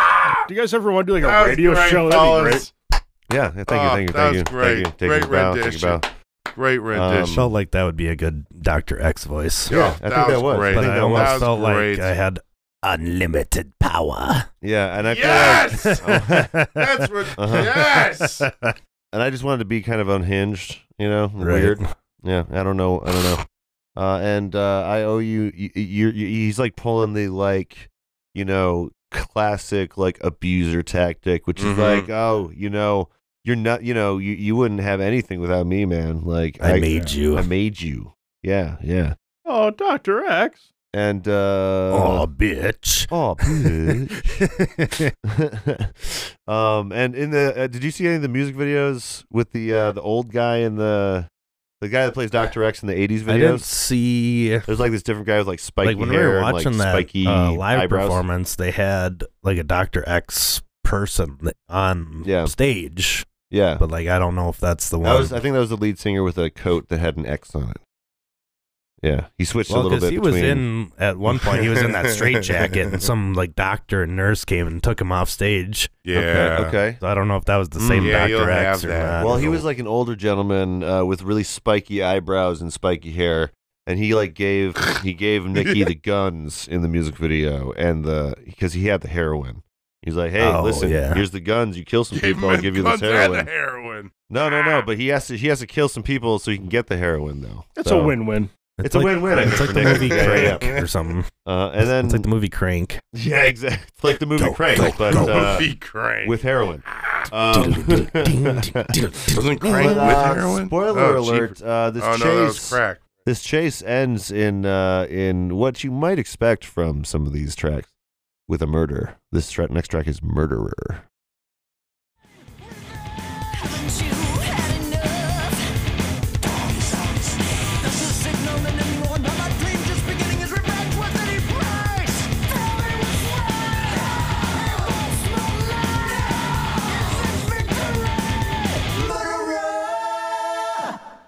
Speaker 5: do you guys ever want to do like a
Speaker 4: That was
Speaker 5: radio
Speaker 4: great,
Speaker 5: show? That'd be
Speaker 4: fellas.
Speaker 5: great.
Speaker 3: yeah. Thank you. Thank you.
Speaker 4: Oh, that
Speaker 3: Thank
Speaker 4: was
Speaker 3: you. Thank you.
Speaker 4: great.
Speaker 3: Thank you.
Speaker 4: Great
Speaker 3: Bao, thank you,
Speaker 4: rendition.
Speaker 3: Bao.
Speaker 4: Great rendition.
Speaker 3: Um,
Speaker 6: felt like that would be a good Dr. X voice.
Speaker 4: yeah,
Speaker 3: I think that was.
Speaker 4: great.
Speaker 3: I
Speaker 6: But
Speaker 3: think
Speaker 6: I
Speaker 3: that
Speaker 6: almost
Speaker 4: was
Speaker 6: felt
Speaker 4: great.
Speaker 6: like I had unlimited power.
Speaker 3: Yeah, and I feel
Speaker 4: Yes!
Speaker 3: like-
Speaker 4: That's what.
Speaker 3: Uh-huh.
Speaker 4: Yes.
Speaker 3: and I just wanted to be kind of unhinged, you know, and
Speaker 6: Right.
Speaker 3: weird. Yeah, I don't know, I don't know. Uh, and uh, I owe you, you, you, you. He's like pulling the like, you know, classic like abuser tactic, which is
Speaker 6: Mm-hmm.
Speaker 4: Mhm.
Speaker 3: like, oh, you know, you're not, you know, you you wouldn't have anything without me, man. Like
Speaker 6: I, made you.
Speaker 3: I made you. Yeah, yeah.
Speaker 5: Oh, Doctor X.
Speaker 3: And uh,
Speaker 6: oh, bitch.
Speaker 3: oh, bitch. um, and in the uh, did you see any of the music videos with the uh, the old guy and the the guy that plays Doctor X in the '80s
Speaker 6: I didn't
Speaker 3: videos?
Speaker 6: see.
Speaker 3: There's like this different guy with like spiky
Speaker 6: like when we
Speaker 3: hair
Speaker 6: were
Speaker 3: and, like,
Speaker 6: watching that
Speaker 3: spiky
Speaker 6: uh, live
Speaker 3: eyebrows.
Speaker 6: performance, they had like a Doctor X person that- on
Speaker 3: Yeah.
Speaker 6: stage,
Speaker 3: Yeah,
Speaker 6: but like I don't know if that's the one.
Speaker 3: that was. I think that was the lead singer with a coat that had an X on it. Yeah, he switched a
Speaker 6: well,
Speaker 3: little
Speaker 6: because
Speaker 3: bit
Speaker 6: he was
Speaker 3: between.
Speaker 6: in at one point, he was in that straitjacket, and some like doctor and nurse came and took him off stage.
Speaker 4: Yeah.
Speaker 3: Okay. okay.
Speaker 6: So I don't know if that was the
Speaker 4: Mm,
Speaker 6: same
Speaker 4: yeah, you'll
Speaker 6: Doctor X
Speaker 4: have
Speaker 6: or
Speaker 4: that.
Speaker 6: not.
Speaker 3: Hmm. Well, he was like an older gentleman uh, with really spiky eyebrows and spiky hair, and he like gave he gave Nikki the guns in the music video, and the because he had the heroin. He's like, hey,
Speaker 6: Oh,
Speaker 3: listen,
Speaker 6: yeah.
Speaker 3: here's the guns. You kill some
Speaker 4: Gave
Speaker 3: people, I'll
Speaker 4: him
Speaker 3: give you this
Speaker 4: guns and
Speaker 3: heroin.
Speaker 4: heroin.
Speaker 3: No, no, no. But he has to he has to kill some people so he can get the heroin though.
Speaker 5: That's
Speaker 3: So-
Speaker 5: a win-win.
Speaker 3: It's a
Speaker 6: like-
Speaker 3: win-win, I
Speaker 6: It's
Speaker 3: think,
Speaker 6: like the
Speaker 3: for
Speaker 6: movie
Speaker 3: Nick. Yeah, yeah.
Speaker 6: Crank or something.
Speaker 3: Uh, and then
Speaker 6: it's like the movie Crank.
Speaker 3: yeah, exactly. It's like the movie Crank, but
Speaker 4: Don't
Speaker 3: uh,
Speaker 4: be crank.
Speaker 3: with heroin. Um,
Speaker 4: Wasn't crank with
Speaker 3: uh,
Speaker 4: heroin?
Speaker 3: Spoiler
Speaker 4: Oh, cheap.
Speaker 3: alert! Uh, this
Speaker 4: oh
Speaker 3: chase
Speaker 4: no, that was crack.
Speaker 3: this chase ends in uh, in what you might expect from some of these tracks with a murder. This tra- next track is Murderer.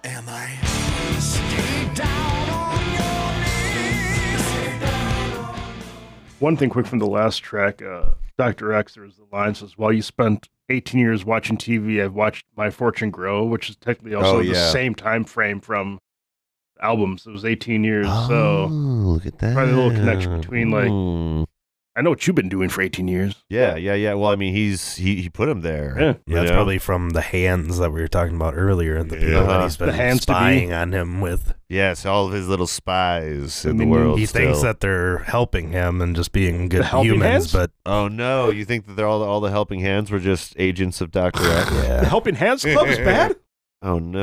Speaker 8: Am I? Stay down on your knees.
Speaker 5: One thing quick from the last track, uh, Doctor X. There's the line says, "While you spent 18 years watching TV, I've watched my fortune grow," which is technically also
Speaker 3: Oh,
Speaker 5: the
Speaker 3: yeah.
Speaker 5: same time frame from albums. It was 18 years,
Speaker 3: oh,
Speaker 5: so
Speaker 3: look at that!
Speaker 5: probably a little connection between, like-
Speaker 3: Hmm.
Speaker 5: I know what you've been doing for 18 years.
Speaker 3: yeah, yeah, yeah. Well, I mean, he's he he put him there.
Speaker 5: Yeah.
Speaker 3: you
Speaker 6: That's
Speaker 3: know?
Speaker 6: probably from the hands that we were talking about earlier, and the people
Speaker 3: Uh-huh.
Speaker 6: that he's been
Speaker 5: The hands to be-
Speaker 6: spying on him with.
Speaker 3: yes. All of his little spies in the
Speaker 5: Minions.
Speaker 3: world.
Speaker 6: he thinks
Speaker 3: still.
Speaker 6: that they're helping him and just being good
Speaker 5: The helping
Speaker 6: humans,
Speaker 5: hands?
Speaker 6: but
Speaker 3: Oh no! You think that they're all all the helping hands were just agents of Doctor X?
Speaker 5: The
Speaker 6: yeah,
Speaker 5: Helping Hands Club is bad.
Speaker 3: Oh no!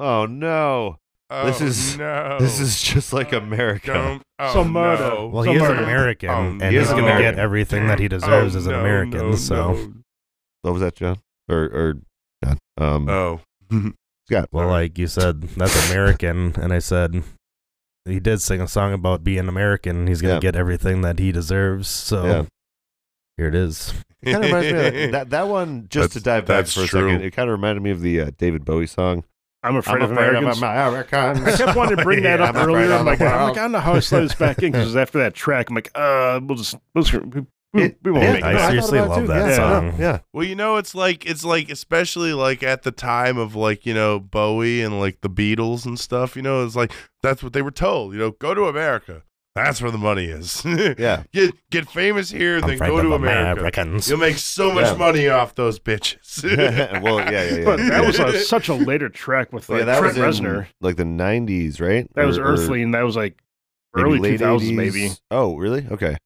Speaker 3: Oh no!
Speaker 4: Oh,
Speaker 3: This is-
Speaker 4: no.
Speaker 3: This is just like America.
Speaker 4: Don't, oh,
Speaker 5: Some murder.
Speaker 4: no.
Speaker 6: Well, he is an
Speaker 5: Somebody-
Speaker 6: American,
Speaker 4: Oh,
Speaker 6: and he's
Speaker 3: no.
Speaker 6: going to get
Speaker 3: American.
Speaker 6: everything that he deserves as an
Speaker 4: no,
Speaker 6: American.
Speaker 4: no,
Speaker 6: so,
Speaker 3: What was that, John? Or or John? Um,
Speaker 4: no. oh,
Speaker 3: Scott.
Speaker 6: well, like you said, that's American, and I said he did sing a song about being American. He's going to
Speaker 3: Yeah.
Speaker 6: get everything that he deserves. So,
Speaker 3: Yeah.
Speaker 6: here it is.
Speaker 3: kind of reminds me of that, that one. Just to
Speaker 4: That's-
Speaker 3: dive back
Speaker 4: that's
Speaker 3: for a
Speaker 4: true.
Speaker 3: second, it kind of reminded me of the uh, David Bowie song.
Speaker 5: I'm afraid of Americans.
Speaker 3: American.
Speaker 5: I kept wanting to bring that
Speaker 3: Yeah,
Speaker 5: up
Speaker 3: I'm
Speaker 5: earlier.
Speaker 3: afraid
Speaker 5: I'm
Speaker 3: I'm
Speaker 5: like,
Speaker 3: a
Speaker 5: I'm like,
Speaker 3: world.
Speaker 5: I don't know how I slid this back in because after that track, I'm like, uh, we'll just, we'll just we, we,
Speaker 3: It-
Speaker 5: we won't
Speaker 3: yeah,
Speaker 5: make
Speaker 6: I
Speaker 5: it.
Speaker 3: thought
Speaker 6: seriously
Speaker 3: about it
Speaker 6: love
Speaker 3: too.
Speaker 6: that
Speaker 3: yeah,
Speaker 6: song.
Speaker 3: no, yeah,
Speaker 4: Well, you know, it's like it's like especially like at the time of like you know Bowie and like the Beatles and stuff. You know, it's like that's what they were told. You know, go to America. That's where the money is.
Speaker 3: yeah.
Speaker 4: get get famous here,
Speaker 6: I'm
Speaker 4: then
Speaker 6: afraid
Speaker 4: go to
Speaker 6: of
Speaker 4: America.
Speaker 6: Americans.
Speaker 4: You'll make so much
Speaker 3: Yeah.
Speaker 4: money off those bitches.
Speaker 3: well, yeah, yeah, yeah.
Speaker 5: But that was
Speaker 3: yeah,
Speaker 5: a, such a later track with like
Speaker 3: yeah, that
Speaker 5: Trent
Speaker 3: was in,
Speaker 5: Reznor.
Speaker 3: like the '90s, right?
Speaker 5: That was
Speaker 3: Or- or
Speaker 5: Earthly, and that was like
Speaker 3: maybe
Speaker 5: early
Speaker 3: late
Speaker 5: 2000s,
Speaker 3: 80s.
Speaker 5: maybe.
Speaker 3: Oh, really? Okay.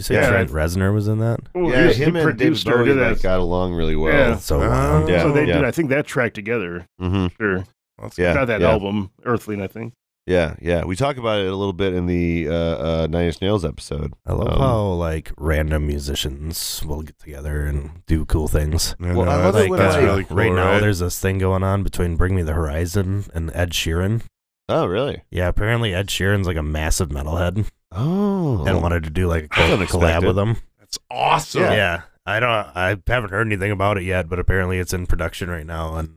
Speaker 6: You say
Speaker 5: Yeah.
Speaker 6: Trent Reznor was in that?
Speaker 5: Well,
Speaker 3: yeah,
Speaker 5: he was- he
Speaker 3: him and David
Speaker 5: produced or
Speaker 3: Bowie
Speaker 5: did
Speaker 3: like,
Speaker 5: that.
Speaker 3: got along really well.
Speaker 5: Yeah.
Speaker 6: So,
Speaker 4: Oh.
Speaker 3: Yeah.
Speaker 5: so they
Speaker 3: yeah.
Speaker 5: did, I think, that track together.
Speaker 3: hmm
Speaker 5: Sure,
Speaker 4: Let's
Speaker 3: Yeah,
Speaker 5: not that
Speaker 3: yeah.
Speaker 5: album, Earthling, I think.
Speaker 3: Yeah, yeah. We talk about it a little bit in the uh, uh, Nine Inch Nails episode.
Speaker 6: I love
Speaker 3: Um,
Speaker 6: how like random musicians will get together and do cool things.
Speaker 4: Yeah,
Speaker 3: Well, I
Speaker 4: no,
Speaker 3: love it
Speaker 4: think
Speaker 3: when
Speaker 4: that's
Speaker 3: I-
Speaker 4: really cool,
Speaker 6: uh, right now,
Speaker 4: right?
Speaker 6: there's this thing going on between Bring Me the Horizon and Ed Sheeran.
Speaker 3: Oh, really?
Speaker 6: Yeah, apparently Ed Sheeran's like a massive metalhead
Speaker 3: Oh,
Speaker 6: and wanted to do like a
Speaker 3: That's
Speaker 6: col- collab
Speaker 3: unexpected.
Speaker 6: with him.
Speaker 4: that's awesome.
Speaker 6: Yeah. I don't. I haven't heard anything about it yet, but apparently it's in production right now, and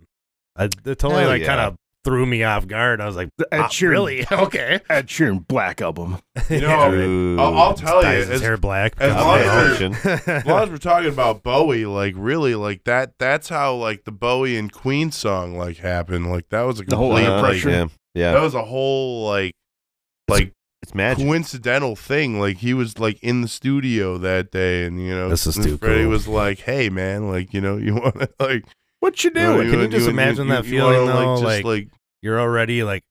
Speaker 6: I, it totally
Speaker 3: Hell
Speaker 6: like
Speaker 3: yeah.
Speaker 6: kind of threw me off guard. I was like,
Speaker 5: The Ed
Speaker 6: "Ah,
Speaker 5: Sheeran-
Speaker 6: really? Okay.
Speaker 5: Ed Sheeran Black album.
Speaker 4: You know,
Speaker 5: Oh,
Speaker 6: Yeah, right.
Speaker 3: Ooh.
Speaker 4: I'll, I'll tell you,
Speaker 6: Dyes his
Speaker 4: as,
Speaker 6: hair black. Oh,
Speaker 4: as
Speaker 6: because
Speaker 4: long
Speaker 6: of
Speaker 4: as
Speaker 6: metal.
Speaker 4: you're- as long as we're talking about Bowie, like really, like that. That's how like the Bowie and Queen song like happened. Like that was a
Speaker 3: Uh,
Speaker 5: The whole
Speaker 4: complete
Speaker 5: under
Speaker 4: like,
Speaker 5: pressure.
Speaker 3: Yeah, yeah.
Speaker 4: That was a whole like like
Speaker 3: It's magic.
Speaker 4: coincidental thing. Like he was like in the studio that day, and you know,
Speaker 6: This is too
Speaker 4: Freddie
Speaker 6: cool.
Speaker 4: was like, "Hey, man, like you know, you want to like."
Speaker 6: What you
Speaker 4: know,
Speaker 6: doing? Can you just
Speaker 4: wanna-
Speaker 6: imagine that
Speaker 4: you
Speaker 6: feeling
Speaker 4: wanna,
Speaker 6: though?
Speaker 4: just,
Speaker 6: Like, you're already like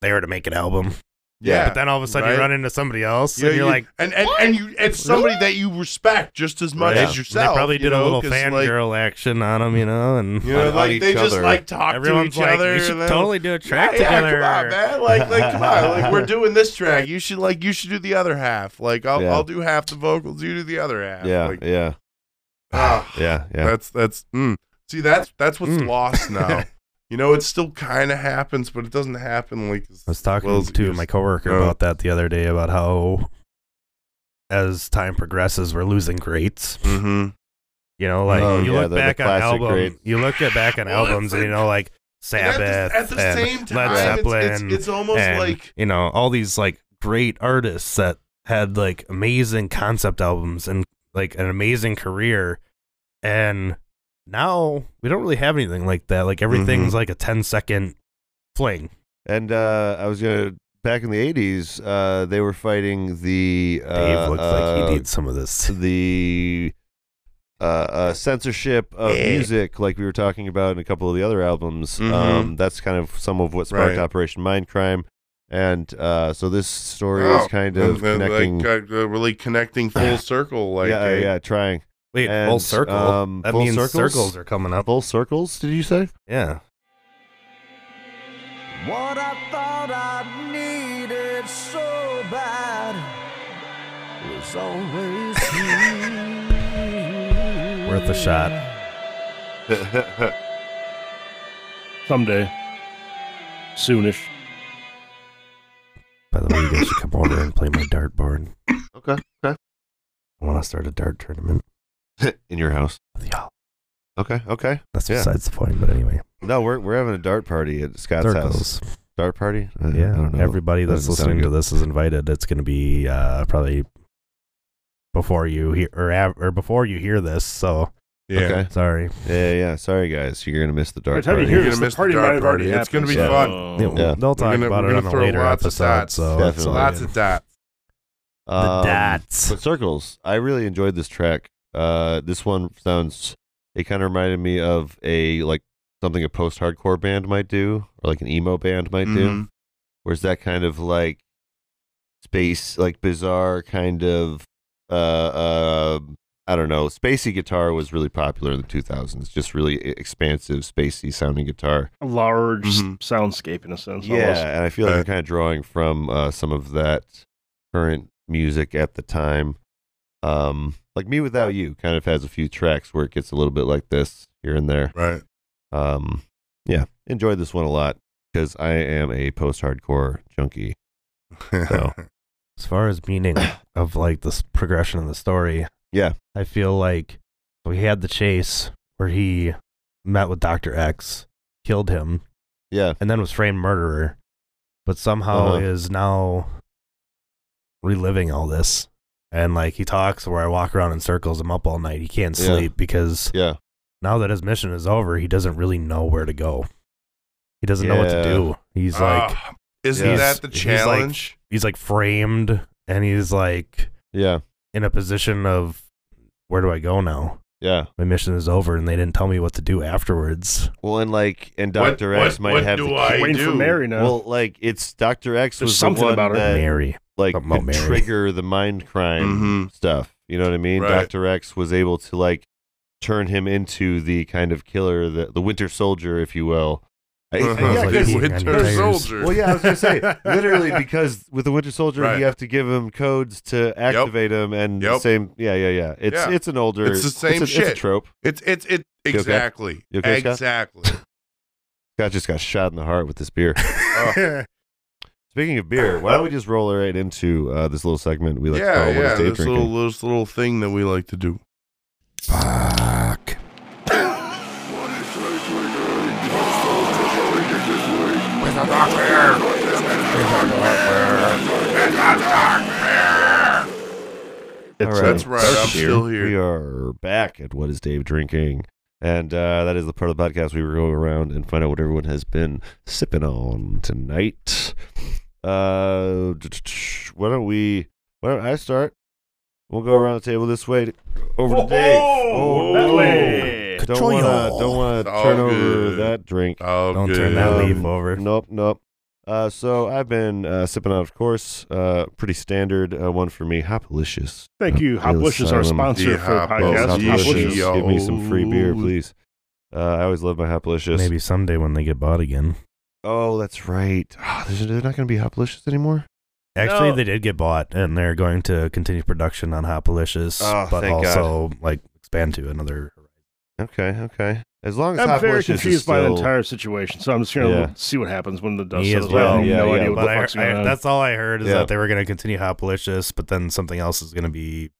Speaker 6: there to make an album,
Speaker 4: yeah,
Speaker 6: but then all of a sudden you
Speaker 4: right?
Speaker 6: run into somebody else,
Speaker 4: Yeah,
Speaker 6: and you're
Speaker 4: you-
Speaker 6: like,
Speaker 4: and and, and you it's somebody that you respect just as much
Speaker 6: Yeah.
Speaker 4: as yourself.
Speaker 6: They probably
Speaker 4: you
Speaker 6: did a
Speaker 4: know,
Speaker 6: little
Speaker 4: 'cause, like,
Speaker 6: fangirl action on them, you know, and
Speaker 4: You know,
Speaker 3: on
Speaker 4: like
Speaker 3: each
Speaker 4: they just
Speaker 3: other.
Speaker 4: like talk
Speaker 6: everyone's
Speaker 4: to each
Speaker 6: like,
Speaker 4: other.
Speaker 6: we should
Speaker 4: and then-
Speaker 6: totally do a track
Speaker 4: yeah, yeah,
Speaker 6: together.
Speaker 4: come on, man. Like, like, come on. Like, we're doing this track. You should like, you should do the other half. Like, I'll,
Speaker 3: Yeah.
Speaker 4: I'll do half the vocals. You do the other half.
Speaker 3: yeah,
Speaker 4: Like,
Speaker 3: yeah,
Speaker 4: ah.
Speaker 3: yeah, yeah.
Speaker 4: That's that's mm. see that's that's what's
Speaker 6: Mm.
Speaker 4: lost now. you know, it still kind of happens, but it doesn't happen like. As,
Speaker 6: I was talking
Speaker 4: well as it
Speaker 6: to
Speaker 4: used-
Speaker 6: my coworker
Speaker 3: Oh.
Speaker 4: No.
Speaker 6: about that the other day about how as time progresses we're losing greats.
Speaker 4: Mhm.
Speaker 6: You know, like
Speaker 3: Oh,
Speaker 6: you
Speaker 3: yeah,
Speaker 6: look
Speaker 3: the- the
Speaker 6: back on
Speaker 3: classic
Speaker 6: album,
Speaker 3: great-
Speaker 6: you look at back on
Speaker 4: Well,
Speaker 6: albums,
Speaker 4: that's
Speaker 6: and you
Speaker 4: it.
Speaker 6: know, like
Speaker 4: And
Speaker 6: Sabbath
Speaker 4: at the, at the
Speaker 6: and
Speaker 4: same time,
Speaker 6: Led
Speaker 4: it's,
Speaker 6: Zeppelin
Speaker 4: it's, it's almost
Speaker 6: and,
Speaker 4: like
Speaker 6: you know all these like great artists that had like amazing concept albums and like an amazing career and now we don't really have anything like that like everything's
Speaker 3: Mm-hmm.
Speaker 6: like a 10 second fling
Speaker 3: And uh, I was gonna back in the '80s, uh, they were fighting the uh,
Speaker 6: dave looks like
Speaker 3: uh,
Speaker 6: he needs some of this
Speaker 3: the uh, uh, censorship of
Speaker 4: Eh.
Speaker 3: music, like we were talking about in a couple of the other albums.
Speaker 4: Mhm.
Speaker 3: Um, that's kind of some of what sparked
Speaker 4: Right.
Speaker 3: Operation Mindcrime, and uh, so this story
Speaker 4: oh,
Speaker 3: is kind
Speaker 4: and
Speaker 3: of
Speaker 4: then,
Speaker 3: connecting.
Speaker 4: like, uh, really connecting full circle. Like,
Speaker 3: yeah,
Speaker 4: eh,
Speaker 3: yeah, trying
Speaker 6: wait full
Speaker 3: and,
Speaker 6: circle
Speaker 3: um,
Speaker 6: that
Speaker 3: full
Speaker 6: means
Speaker 3: circles?
Speaker 6: circles are coming up
Speaker 3: full circles. Did you say?
Speaker 6: yeah
Speaker 8: What I thought I needed so bad was always here.
Speaker 6: Worth a shot.
Speaker 5: Someday. Soonish.
Speaker 6: by the way you guys should come over and play my dartboard
Speaker 3: Okay, okay.
Speaker 6: i want to start a dart tournament
Speaker 3: in your house.
Speaker 6: with y'all
Speaker 3: Okay, okay.
Speaker 6: that's
Speaker 3: Yeah.
Speaker 6: besides the point but anyway
Speaker 3: No, we're we're having a dart party at Scott's house.
Speaker 6: circles
Speaker 3: Dart party? Uh, I- I
Speaker 6: Yeah,
Speaker 3: don't know.
Speaker 6: everybody that's
Speaker 3: Doesn't sound
Speaker 6: listening to
Speaker 3: good.
Speaker 6: this is invited. It's going to be uh, probably before you hear or av- or before you hear this. So
Speaker 4: yeah. Um,
Speaker 3: Okay.
Speaker 6: sorry.
Speaker 3: Yeah, yeah, yeah. Sorry guys, you're gonna miss the
Speaker 5: By
Speaker 3: dart
Speaker 5: the time
Speaker 3: party.
Speaker 5: you hear
Speaker 4: You're
Speaker 5: this,
Speaker 4: gonna
Speaker 5: the
Speaker 4: miss the
Speaker 5: party
Speaker 4: dart
Speaker 5: might have
Speaker 4: party.
Speaker 5: already
Speaker 4: It's gonna
Speaker 5: happened.
Speaker 4: be
Speaker 3: Yeah.
Speaker 4: fun.
Speaker 6: Yeah,
Speaker 7: Oh.
Speaker 6: we'll- They'll
Speaker 4: We're
Speaker 6: talk
Speaker 4: gonna-
Speaker 6: about
Speaker 4: we're
Speaker 6: it on
Speaker 4: gonna
Speaker 6: a
Speaker 4: throw
Speaker 6: later
Speaker 4: lots of
Speaker 6: episode.
Speaker 4: dots.
Speaker 6: So
Speaker 3: Definitely.
Speaker 6: it's all
Speaker 4: Lots
Speaker 6: good.
Speaker 4: of dots.
Speaker 3: Um,
Speaker 6: the dots.
Speaker 3: But circles. I really enjoyed this track. Uh, this one sounds. It kind of reminded me of a like something a post-hardcore band might do, or like an emo band might do.
Speaker 4: Mhm.
Speaker 3: Where's that kind of like space, like bizarre kind of. Uh, uh, I don't know. Spacey guitar was really popular in the 2000s. Just really e-, expansive, spacey sounding guitar.
Speaker 5: A large s-
Speaker 4: Mhm.
Speaker 5: soundscape in a sense.
Speaker 3: Mm-hmm. Yeah,
Speaker 5: almost.
Speaker 3: and I feel like
Speaker 4: Uh,
Speaker 3: you're kind of drawing from uh, some of that current music at the time. Um, like Me Without You kind of has a few tracks where it gets a little bit like this here and there.
Speaker 4: Right.
Speaker 3: Um, yeah, enjoyed this one a lot because I am a post-hardcore junkie. So.
Speaker 6: as far as meaning of like this progression of the story.
Speaker 3: Yeah.
Speaker 6: I feel like we had the chase where he met with Doctor X, killed him,
Speaker 3: Yeah,
Speaker 6: and then was framed murderer, but somehow
Speaker 3: Uh-huh.
Speaker 6: is now reliving all this. And like he talks where I walk around in circles, I'm up all night. He can't
Speaker 3: Yeah.
Speaker 6: sleep because
Speaker 3: yeah,
Speaker 6: now that his mission is over, he doesn't really know where to go. He doesn't know what to
Speaker 3: Yeah.
Speaker 6: do. He's like
Speaker 4: Ah, isn't
Speaker 3: Yeah.
Speaker 4: that the
Speaker 6: he's like-
Speaker 4: challenge?
Speaker 6: he's like framed and he's like
Speaker 3: yeah,
Speaker 6: in a position of where do I go now?
Speaker 3: yeah.
Speaker 6: My mission is over and they didn't tell me what to do afterwards.
Speaker 3: Well, and like, and
Speaker 4: What-
Speaker 3: Doctor
Speaker 4: what-
Speaker 3: X might
Speaker 4: what
Speaker 3: have
Speaker 4: do
Speaker 3: the
Speaker 4: I
Speaker 3: key.
Speaker 5: Waiting for
Speaker 4: do.
Speaker 5: Mary now.
Speaker 3: Well, like it's Doctor X
Speaker 5: There's
Speaker 3: was
Speaker 5: something
Speaker 3: the one
Speaker 5: about her.
Speaker 3: that
Speaker 6: Mary.
Speaker 3: like
Speaker 6: Something about
Speaker 3: could
Speaker 6: Mary.
Speaker 3: trigger the mind crime
Speaker 4: Mhm.
Speaker 3: stuff. You know what I mean?
Speaker 4: Right.
Speaker 3: Doctor X was able to like turn him into the kind of killer, the the Winter Soldier, if you will. I-
Speaker 4: Uh-huh.
Speaker 3: yeah,
Speaker 6: like,
Speaker 3: because-
Speaker 6: he-
Speaker 4: Winter
Speaker 6: tires.
Speaker 4: Soldier.
Speaker 3: well, yeah, I was gonna say literally because with the Winter Soldier,
Speaker 4: Right.
Speaker 3: you have to give him codes to activate him, and the
Speaker 4: Yep.
Speaker 3: same, yeah, yeah, yeah. It's
Speaker 4: Yeah.
Speaker 3: it's an older,
Speaker 4: It's the same
Speaker 3: a, It's a
Speaker 4: shit.
Speaker 3: trope.
Speaker 4: It's it's it
Speaker 3: okay?
Speaker 4: exactly
Speaker 3: You okay, Scott?
Speaker 4: exactly.
Speaker 3: Scott just got shot in the heart with this beer.
Speaker 4: Oh.
Speaker 3: Speaking of beer, why don't we just roll right into uh, this little segment we like to
Speaker 4: yeah,
Speaker 3: call "What
Speaker 4: yeah.
Speaker 3: Is Dave
Speaker 4: This
Speaker 3: Drinking?"
Speaker 4: little this little thing that we like to do.
Speaker 6: Fuck.
Speaker 5: It's,
Speaker 3: All
Speaker 5: uh,
Speaker 3: right.
Speaker 4: That's right. I'm still
Speaker 3: We
Speaker 4: here.
Speaker 3: are back at What is Dave Drinking? And uh, that is the part of the podcast where we go around and find out what everyone has been sipping on tonight. Uh, why don't we? Why don't I start? We'll go around the table this way. Over to Dave. Oh,
Speaker 5: that way.
Speaker 3: Don't wanna, don't wanna
Speaker 4: It's all
Speaker 3: turn over
Speaker 4: good.
Speaker 3: that drink. Um,
Speaker 4: Oh,
Speaker 6: Don't
Speaker 4: good.
Speaker 6: turn that leaf over.
Speaker 3: Nope, nope. Uh, so I've been uh, sipping on, of course, uh, pretty standard uh, one for me, Hopalicious.
Speaker 5: Thank you.
Speaker 3: Hop
Speaker 5: Hoplish is our
Speaker 3: Asylum.
Speaker 5: sponsor for the
Speaker 4: Yeah,
Speaker 3: Oh,
Speaker 5: podcast.
Speaker 4: Hop
Speaker 5: Hoplish
Speaker 4: Delicious.
Speaker 5: is-
Speaker 3: Hopalicious. Give me some free beer,
Speaker 4: Yo.
Speaker 3: please. Uh, I always love my Hopalicious.
Speaker 6: Maybe someday when they get bought again.
Speaker 3: Oh, that's right. Ah, there's they're not going to be Hopalicious anymore.
Speaker 6: Actually,
Speaker 5: No.
Speaker 6: they did get bought, and they're going to continue production on Hopalicious,
Speaker 3: Oh,
Speaker 6: but
Speaker 3: thank God.
Speaker 6: also like expand to another.
Speaker 3: Okay, okay. As long as
Speaker 5: I'm very
Speaker 3: Hopalicious is
Speaker 5: confused by the
Speaker 3: still-
Speaker 5: entire situation, so I'm just gonna
Speaker 3: Yeah.
Speaker 5: see what happens when the dust
Speaker 6: Me as
Speaker 5: settles. I
Speaker 6: well.
Speaker 5: have
Speaker 3: Yeah,
Speaker 5: no
Speaker 3: yeah,
Speaker 5: idea what
Speaker 6: But
Speaker 5: the
Speaker 6: I,
Speaker 5: fuck's
Speaker 6: I-
Speaker 5: going on.
Speaker 6: that's all I heard is
Speaker 3: Yeah.
Speaker 6: that they were going to continue Hopalicious, but then something else is going to be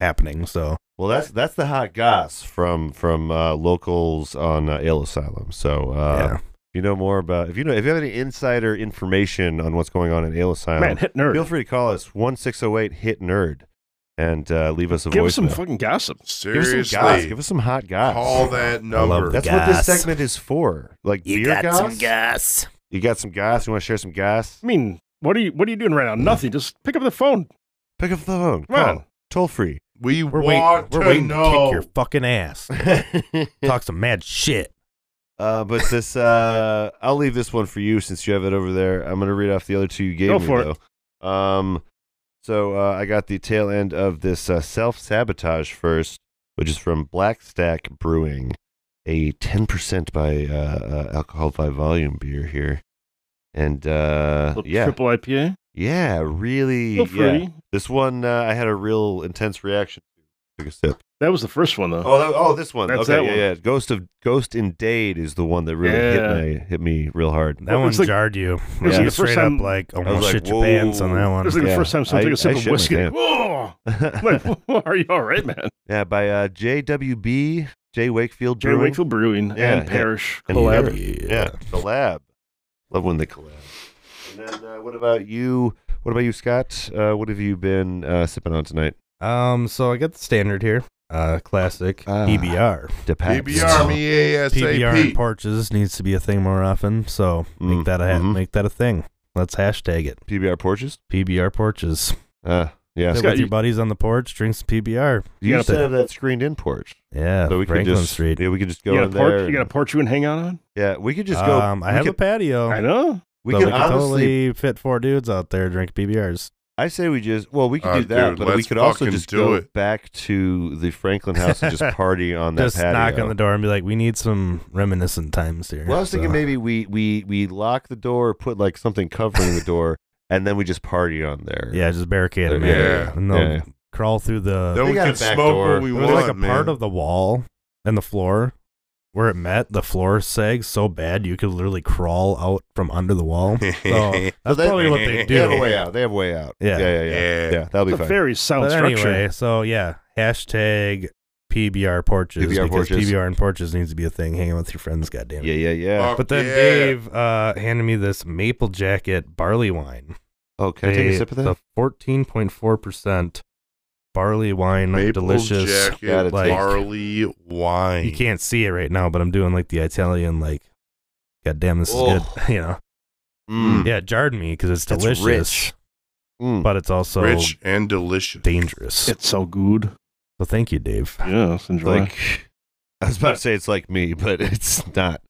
Speaker 6: happening. So
Speaker 3: Well, that's that's the hot goss from from uh, locals on uh, Ale Asylum. So uh,
Speaker 6: yeah,
Speaker 3: if you know more about if you know if you have any insider information on what's going on in Ale Asylum,
Speaker 5: Man, hit nerd.
Speaker 3: feel free to call us one six zero eight hit nerd and uh, leave us a
Speaker 5: Give
Speaker 3: voicemail.
Speaker 5: us some fucking gossip.
Speaker 3: Give us
Speaker 4: Seriously.
Speaker 3: some goss. Give us some hot goss.
Speaker 4: Call that number.
Speaker 6: that.
Speaker 3: that's what this
Speaker 6: Goss.
Speaker 3: segment is for. Like beer goss.
Speaker 6: gas.
Speaker 3: You got some goss. You want to share some goss?
Speaker 5: I mean, what are you what are you doing right now? Nothing. Just pick up the phone.
Speaker 3: Pick up the phone.
Speaker 5: Come on.
Speaker 3: Call. Toll free.
Speaker 4: we
Speaker 6: We're
Speaker 4: want
Speaker 6: waiting. We're
Speaker 4: to
Speaker 6: waiting to
Speaker 4: know.
Speaker 6: kick your fucking ass. Talk some mad shit.
Speaker 3: Uh, but this, uh, I'll leave this one for you since you have it over there. I'm gonna read off the other two you gave
Speaker 5: Go
Speaker 3: me
Speaker 5: for
Speaker 3: though.
Speaker 5: it.
Speaker 3: Um, so uh, I got the tail end of this uh, self sabotage first, which is from Black Stack Brewing, a 10% by uh, uh, alcohol by volume beer here, and uh,
Speaker 5: Little
Speaker 3: yeah,
Speaker 5: Triple IPA.
Speaker 3: yeah, really,
Speaker 5: Feel free.
Speaker 3: yeah. This one uh, I had a real intense reaction to. Took a sip.
Speaker 5: That was the first one though.
Speaker 3: Oh, that, oh, this one.
Speaker 5: That's
Speaker 3: okay,
Speaker 5: that
Speaker 3: yeah,
Speaker 5: one.
Speaker 3: yeah. Ghost of Ghost in Dade is the one that really hit me hit me real hard.
Speaker 6: That
Speaker 5: Well,
Speaker 6: one
Speaker 5: it's like-
Speaker 6: jarred you.
Speaker 5: was
Speaker 6: Yeah.
Speaker 5: like
Speaker 6: You
Speaker 5: the first
Speaker 6: straight up
Speaker 5: time-
Speaker 6: like
Speaker 3: was
Speaker 6: almost
Speaker 3: like,
Speaker 6: shit your pants on that
Speaker 3: whoa.
Speaker 5: It
Speaker 6: one.
Speaker 5: was like
Speaker 3: Yeah,
Speaker 5: the first time someone
Speaker 3: I-
Speaker 5: took a
Speaker 3: I
Speaker 5: sip
Speaker 3: shit
Speaker 5: of
Speaker 3: my
Speaker 5: whiskey.
Speaker 3: pants.
Speaker 5: Whoa! Like, are you all right, man?
Speaker 3: yeah, by uh, JWB J Wakefield
Speaker 5: Jerry
Speaker 3: Brewing.
Speaker 5: Wakefield Brewing
Speaker 3: Yeah,
Speaker 5: and
Speaker 3: yeah.
Speaker 5: Parish
Speaker 3: And
Speaker 5: collab.
Speaker 3: Yeah, collab. Love when they collab. And then uh, what about you? What about you, Scott? Uh, what have you been uh, sipping on tonight?
Speaker 6: Um, so I got the standard here. Uh, classic
Speaker 3: Ah.
Speaker 6: PBR.
Speaker 3: DePabst.
Speaker 4: PBR me
Speaker 6: PBR and
Speaker 4: ASAP.
Speaker 6: porches needs to be a thing more often. So
Speaker 3: Mm,
Speaker 6: make that a ha-
Speaker 3: mhm.
Speaker 6: make that a thing. Let's hashtag it.
Speaker 3: PBR Porches.
Speaker 6: PBR porches.
Speaker 3: Uh, yeah.
Speaker 6: Sit
Speaker 5: Scott,
Speaker 6: with your
Speaker 5: you-
Speaker 6: buddies on the porch, drink some PBR.
Speaker 3: you
Speaker 5: got
Speaker 3: used to
Speaker 5: the-
Speaker 3: have that screened in porch,
Speaker 6: Yeah,
Speaker 3: so we could
Speaker 6: Uh, Franklin
Speaker 3: just
Speaker 6: Street.
Speaker 3: yeah we could just go
Speaker 5: You got,
Speaker 3: in
Speaker 5: a
Speaker 3: there.
Speaker 5: porch, you
Speaker 3: and- Oh.
Speaker 5: got a porch you can hang out on?
Speaker 3: yeah, we could just go.
Speaker 6: um, I
Speaker 3: we
Speaker 6: have a
Speaker 3: could,
Speaker 6: patio.
Speaker 5: I know.
Speaker 3: we
Speaker 6: so
Speaker 3: could
Speaker 6: we could
Speaker 3: honestly.
Speaker 6: totally fit four dudes out there drinking PBRs.
Speaker 3: I say we just well we could
Speaker 4: Uh,
Speaker 3: do that,
Speaker 4: dude,
Speaker 3: but we
Speaker 4: let's
Speaker 3: could also
Speaker 4: fucking
Speaker 3: just
Speaker 4: do
Speaker 3: go
Speaker 4: it.
Speaker 3: back to the Franklin house and just party on that
Speaker 6: Just
Speaker 3: patio.
Speaker 6: knock on the door and be like, "We need some reminiscent times here."
Speaker 3: Well, I was thinking
Speaker 6: So-
Speaker 3: maybe we we we lock the door, put like something covering the door, and then we just party on there.
Speaker 6: Yeah, just barricade them.
Speaker 3: Uh, Yeah,
Speaker 6: Yeah, and they'll
Speaker 3: yeah.
Speaker 6: crawl through the.
Speaker 4: Then
Speaker 3: They
Speaker 4: we
Speaker 3: got
Speaker 4: can
Speaker 3: a back
Speaker 4: smoke
Speaker 3: door.
Speaker 4: what we
Speaker 6: It
Speaker 4: want,
Speaker 6: was like a
Speaker 4: man.
Speaker 6: part of the wall and the floor where it met. The floor sagged so bad you could literally crawl out from under the wall. So that's
Speaker 3: So they-
Speaker 6: probably what they
Speaker 3: They have a
Speaker 6: do.
Speaker 3: way out. They have a way out.
Speaker 6: Yeah.
Speaker 3: yeah, yeah, yeah.
Speaker 4: Yeah.
Speaker 3: Yeah, that'll be
Speaker 5: It's a
Speaker 3: fine.
Speaker 5: very sound
Speaker 6: But
Speaker 5: structure.
Speaker 6: anyway, so yeah, hashtag PBR porches
Speaker 3: PBR
Speaker 6: because
Speaker 3: porches.
Speaker 6: PBR and porches needs to be a thing. Hanging with your friends, goddamn.
Speaker 3: yeah, yeah, yeah.
Speaker 4: Fuck
Speaker 6: But then
Speaker 4: yeah.
Speaker 6: Dave uh, handed me this Maple Jacket barley wine.
Speaker 3: Oh, can I take a
Speaker 6: They-
Speaker 3: sip of that?
Speaker 6: The fourteen point four percent barley wine,
Speaker 4: Maple
Speaker 6: delicious.
Speaker 4: Jacket,
Speaker 3: Gotta
Speaker 6: take-
Speaker 4: barley wine.
Speaker 6: You can't see it right now, but I'm doing like the Italian, like, God damn, this is good. you know,
Speaker 4: Hmm.
Speaker 3: Mm.
Speaker 6: yeah, it jarred me because it's
Speaker 3: That's
Speaker 6: delicious,
Speaker 3: rich. Mm.
Speaker 6: but it's also
Speaker 4: Rich and delicious.
Speaker 6: dangerous.
Speaker 5: It's so good.
Speaker 6: So thank you, Dave.
Speaker 5: Yes, enjoy.
Speaker 3: Like, I was about to say it's like me, but it's not.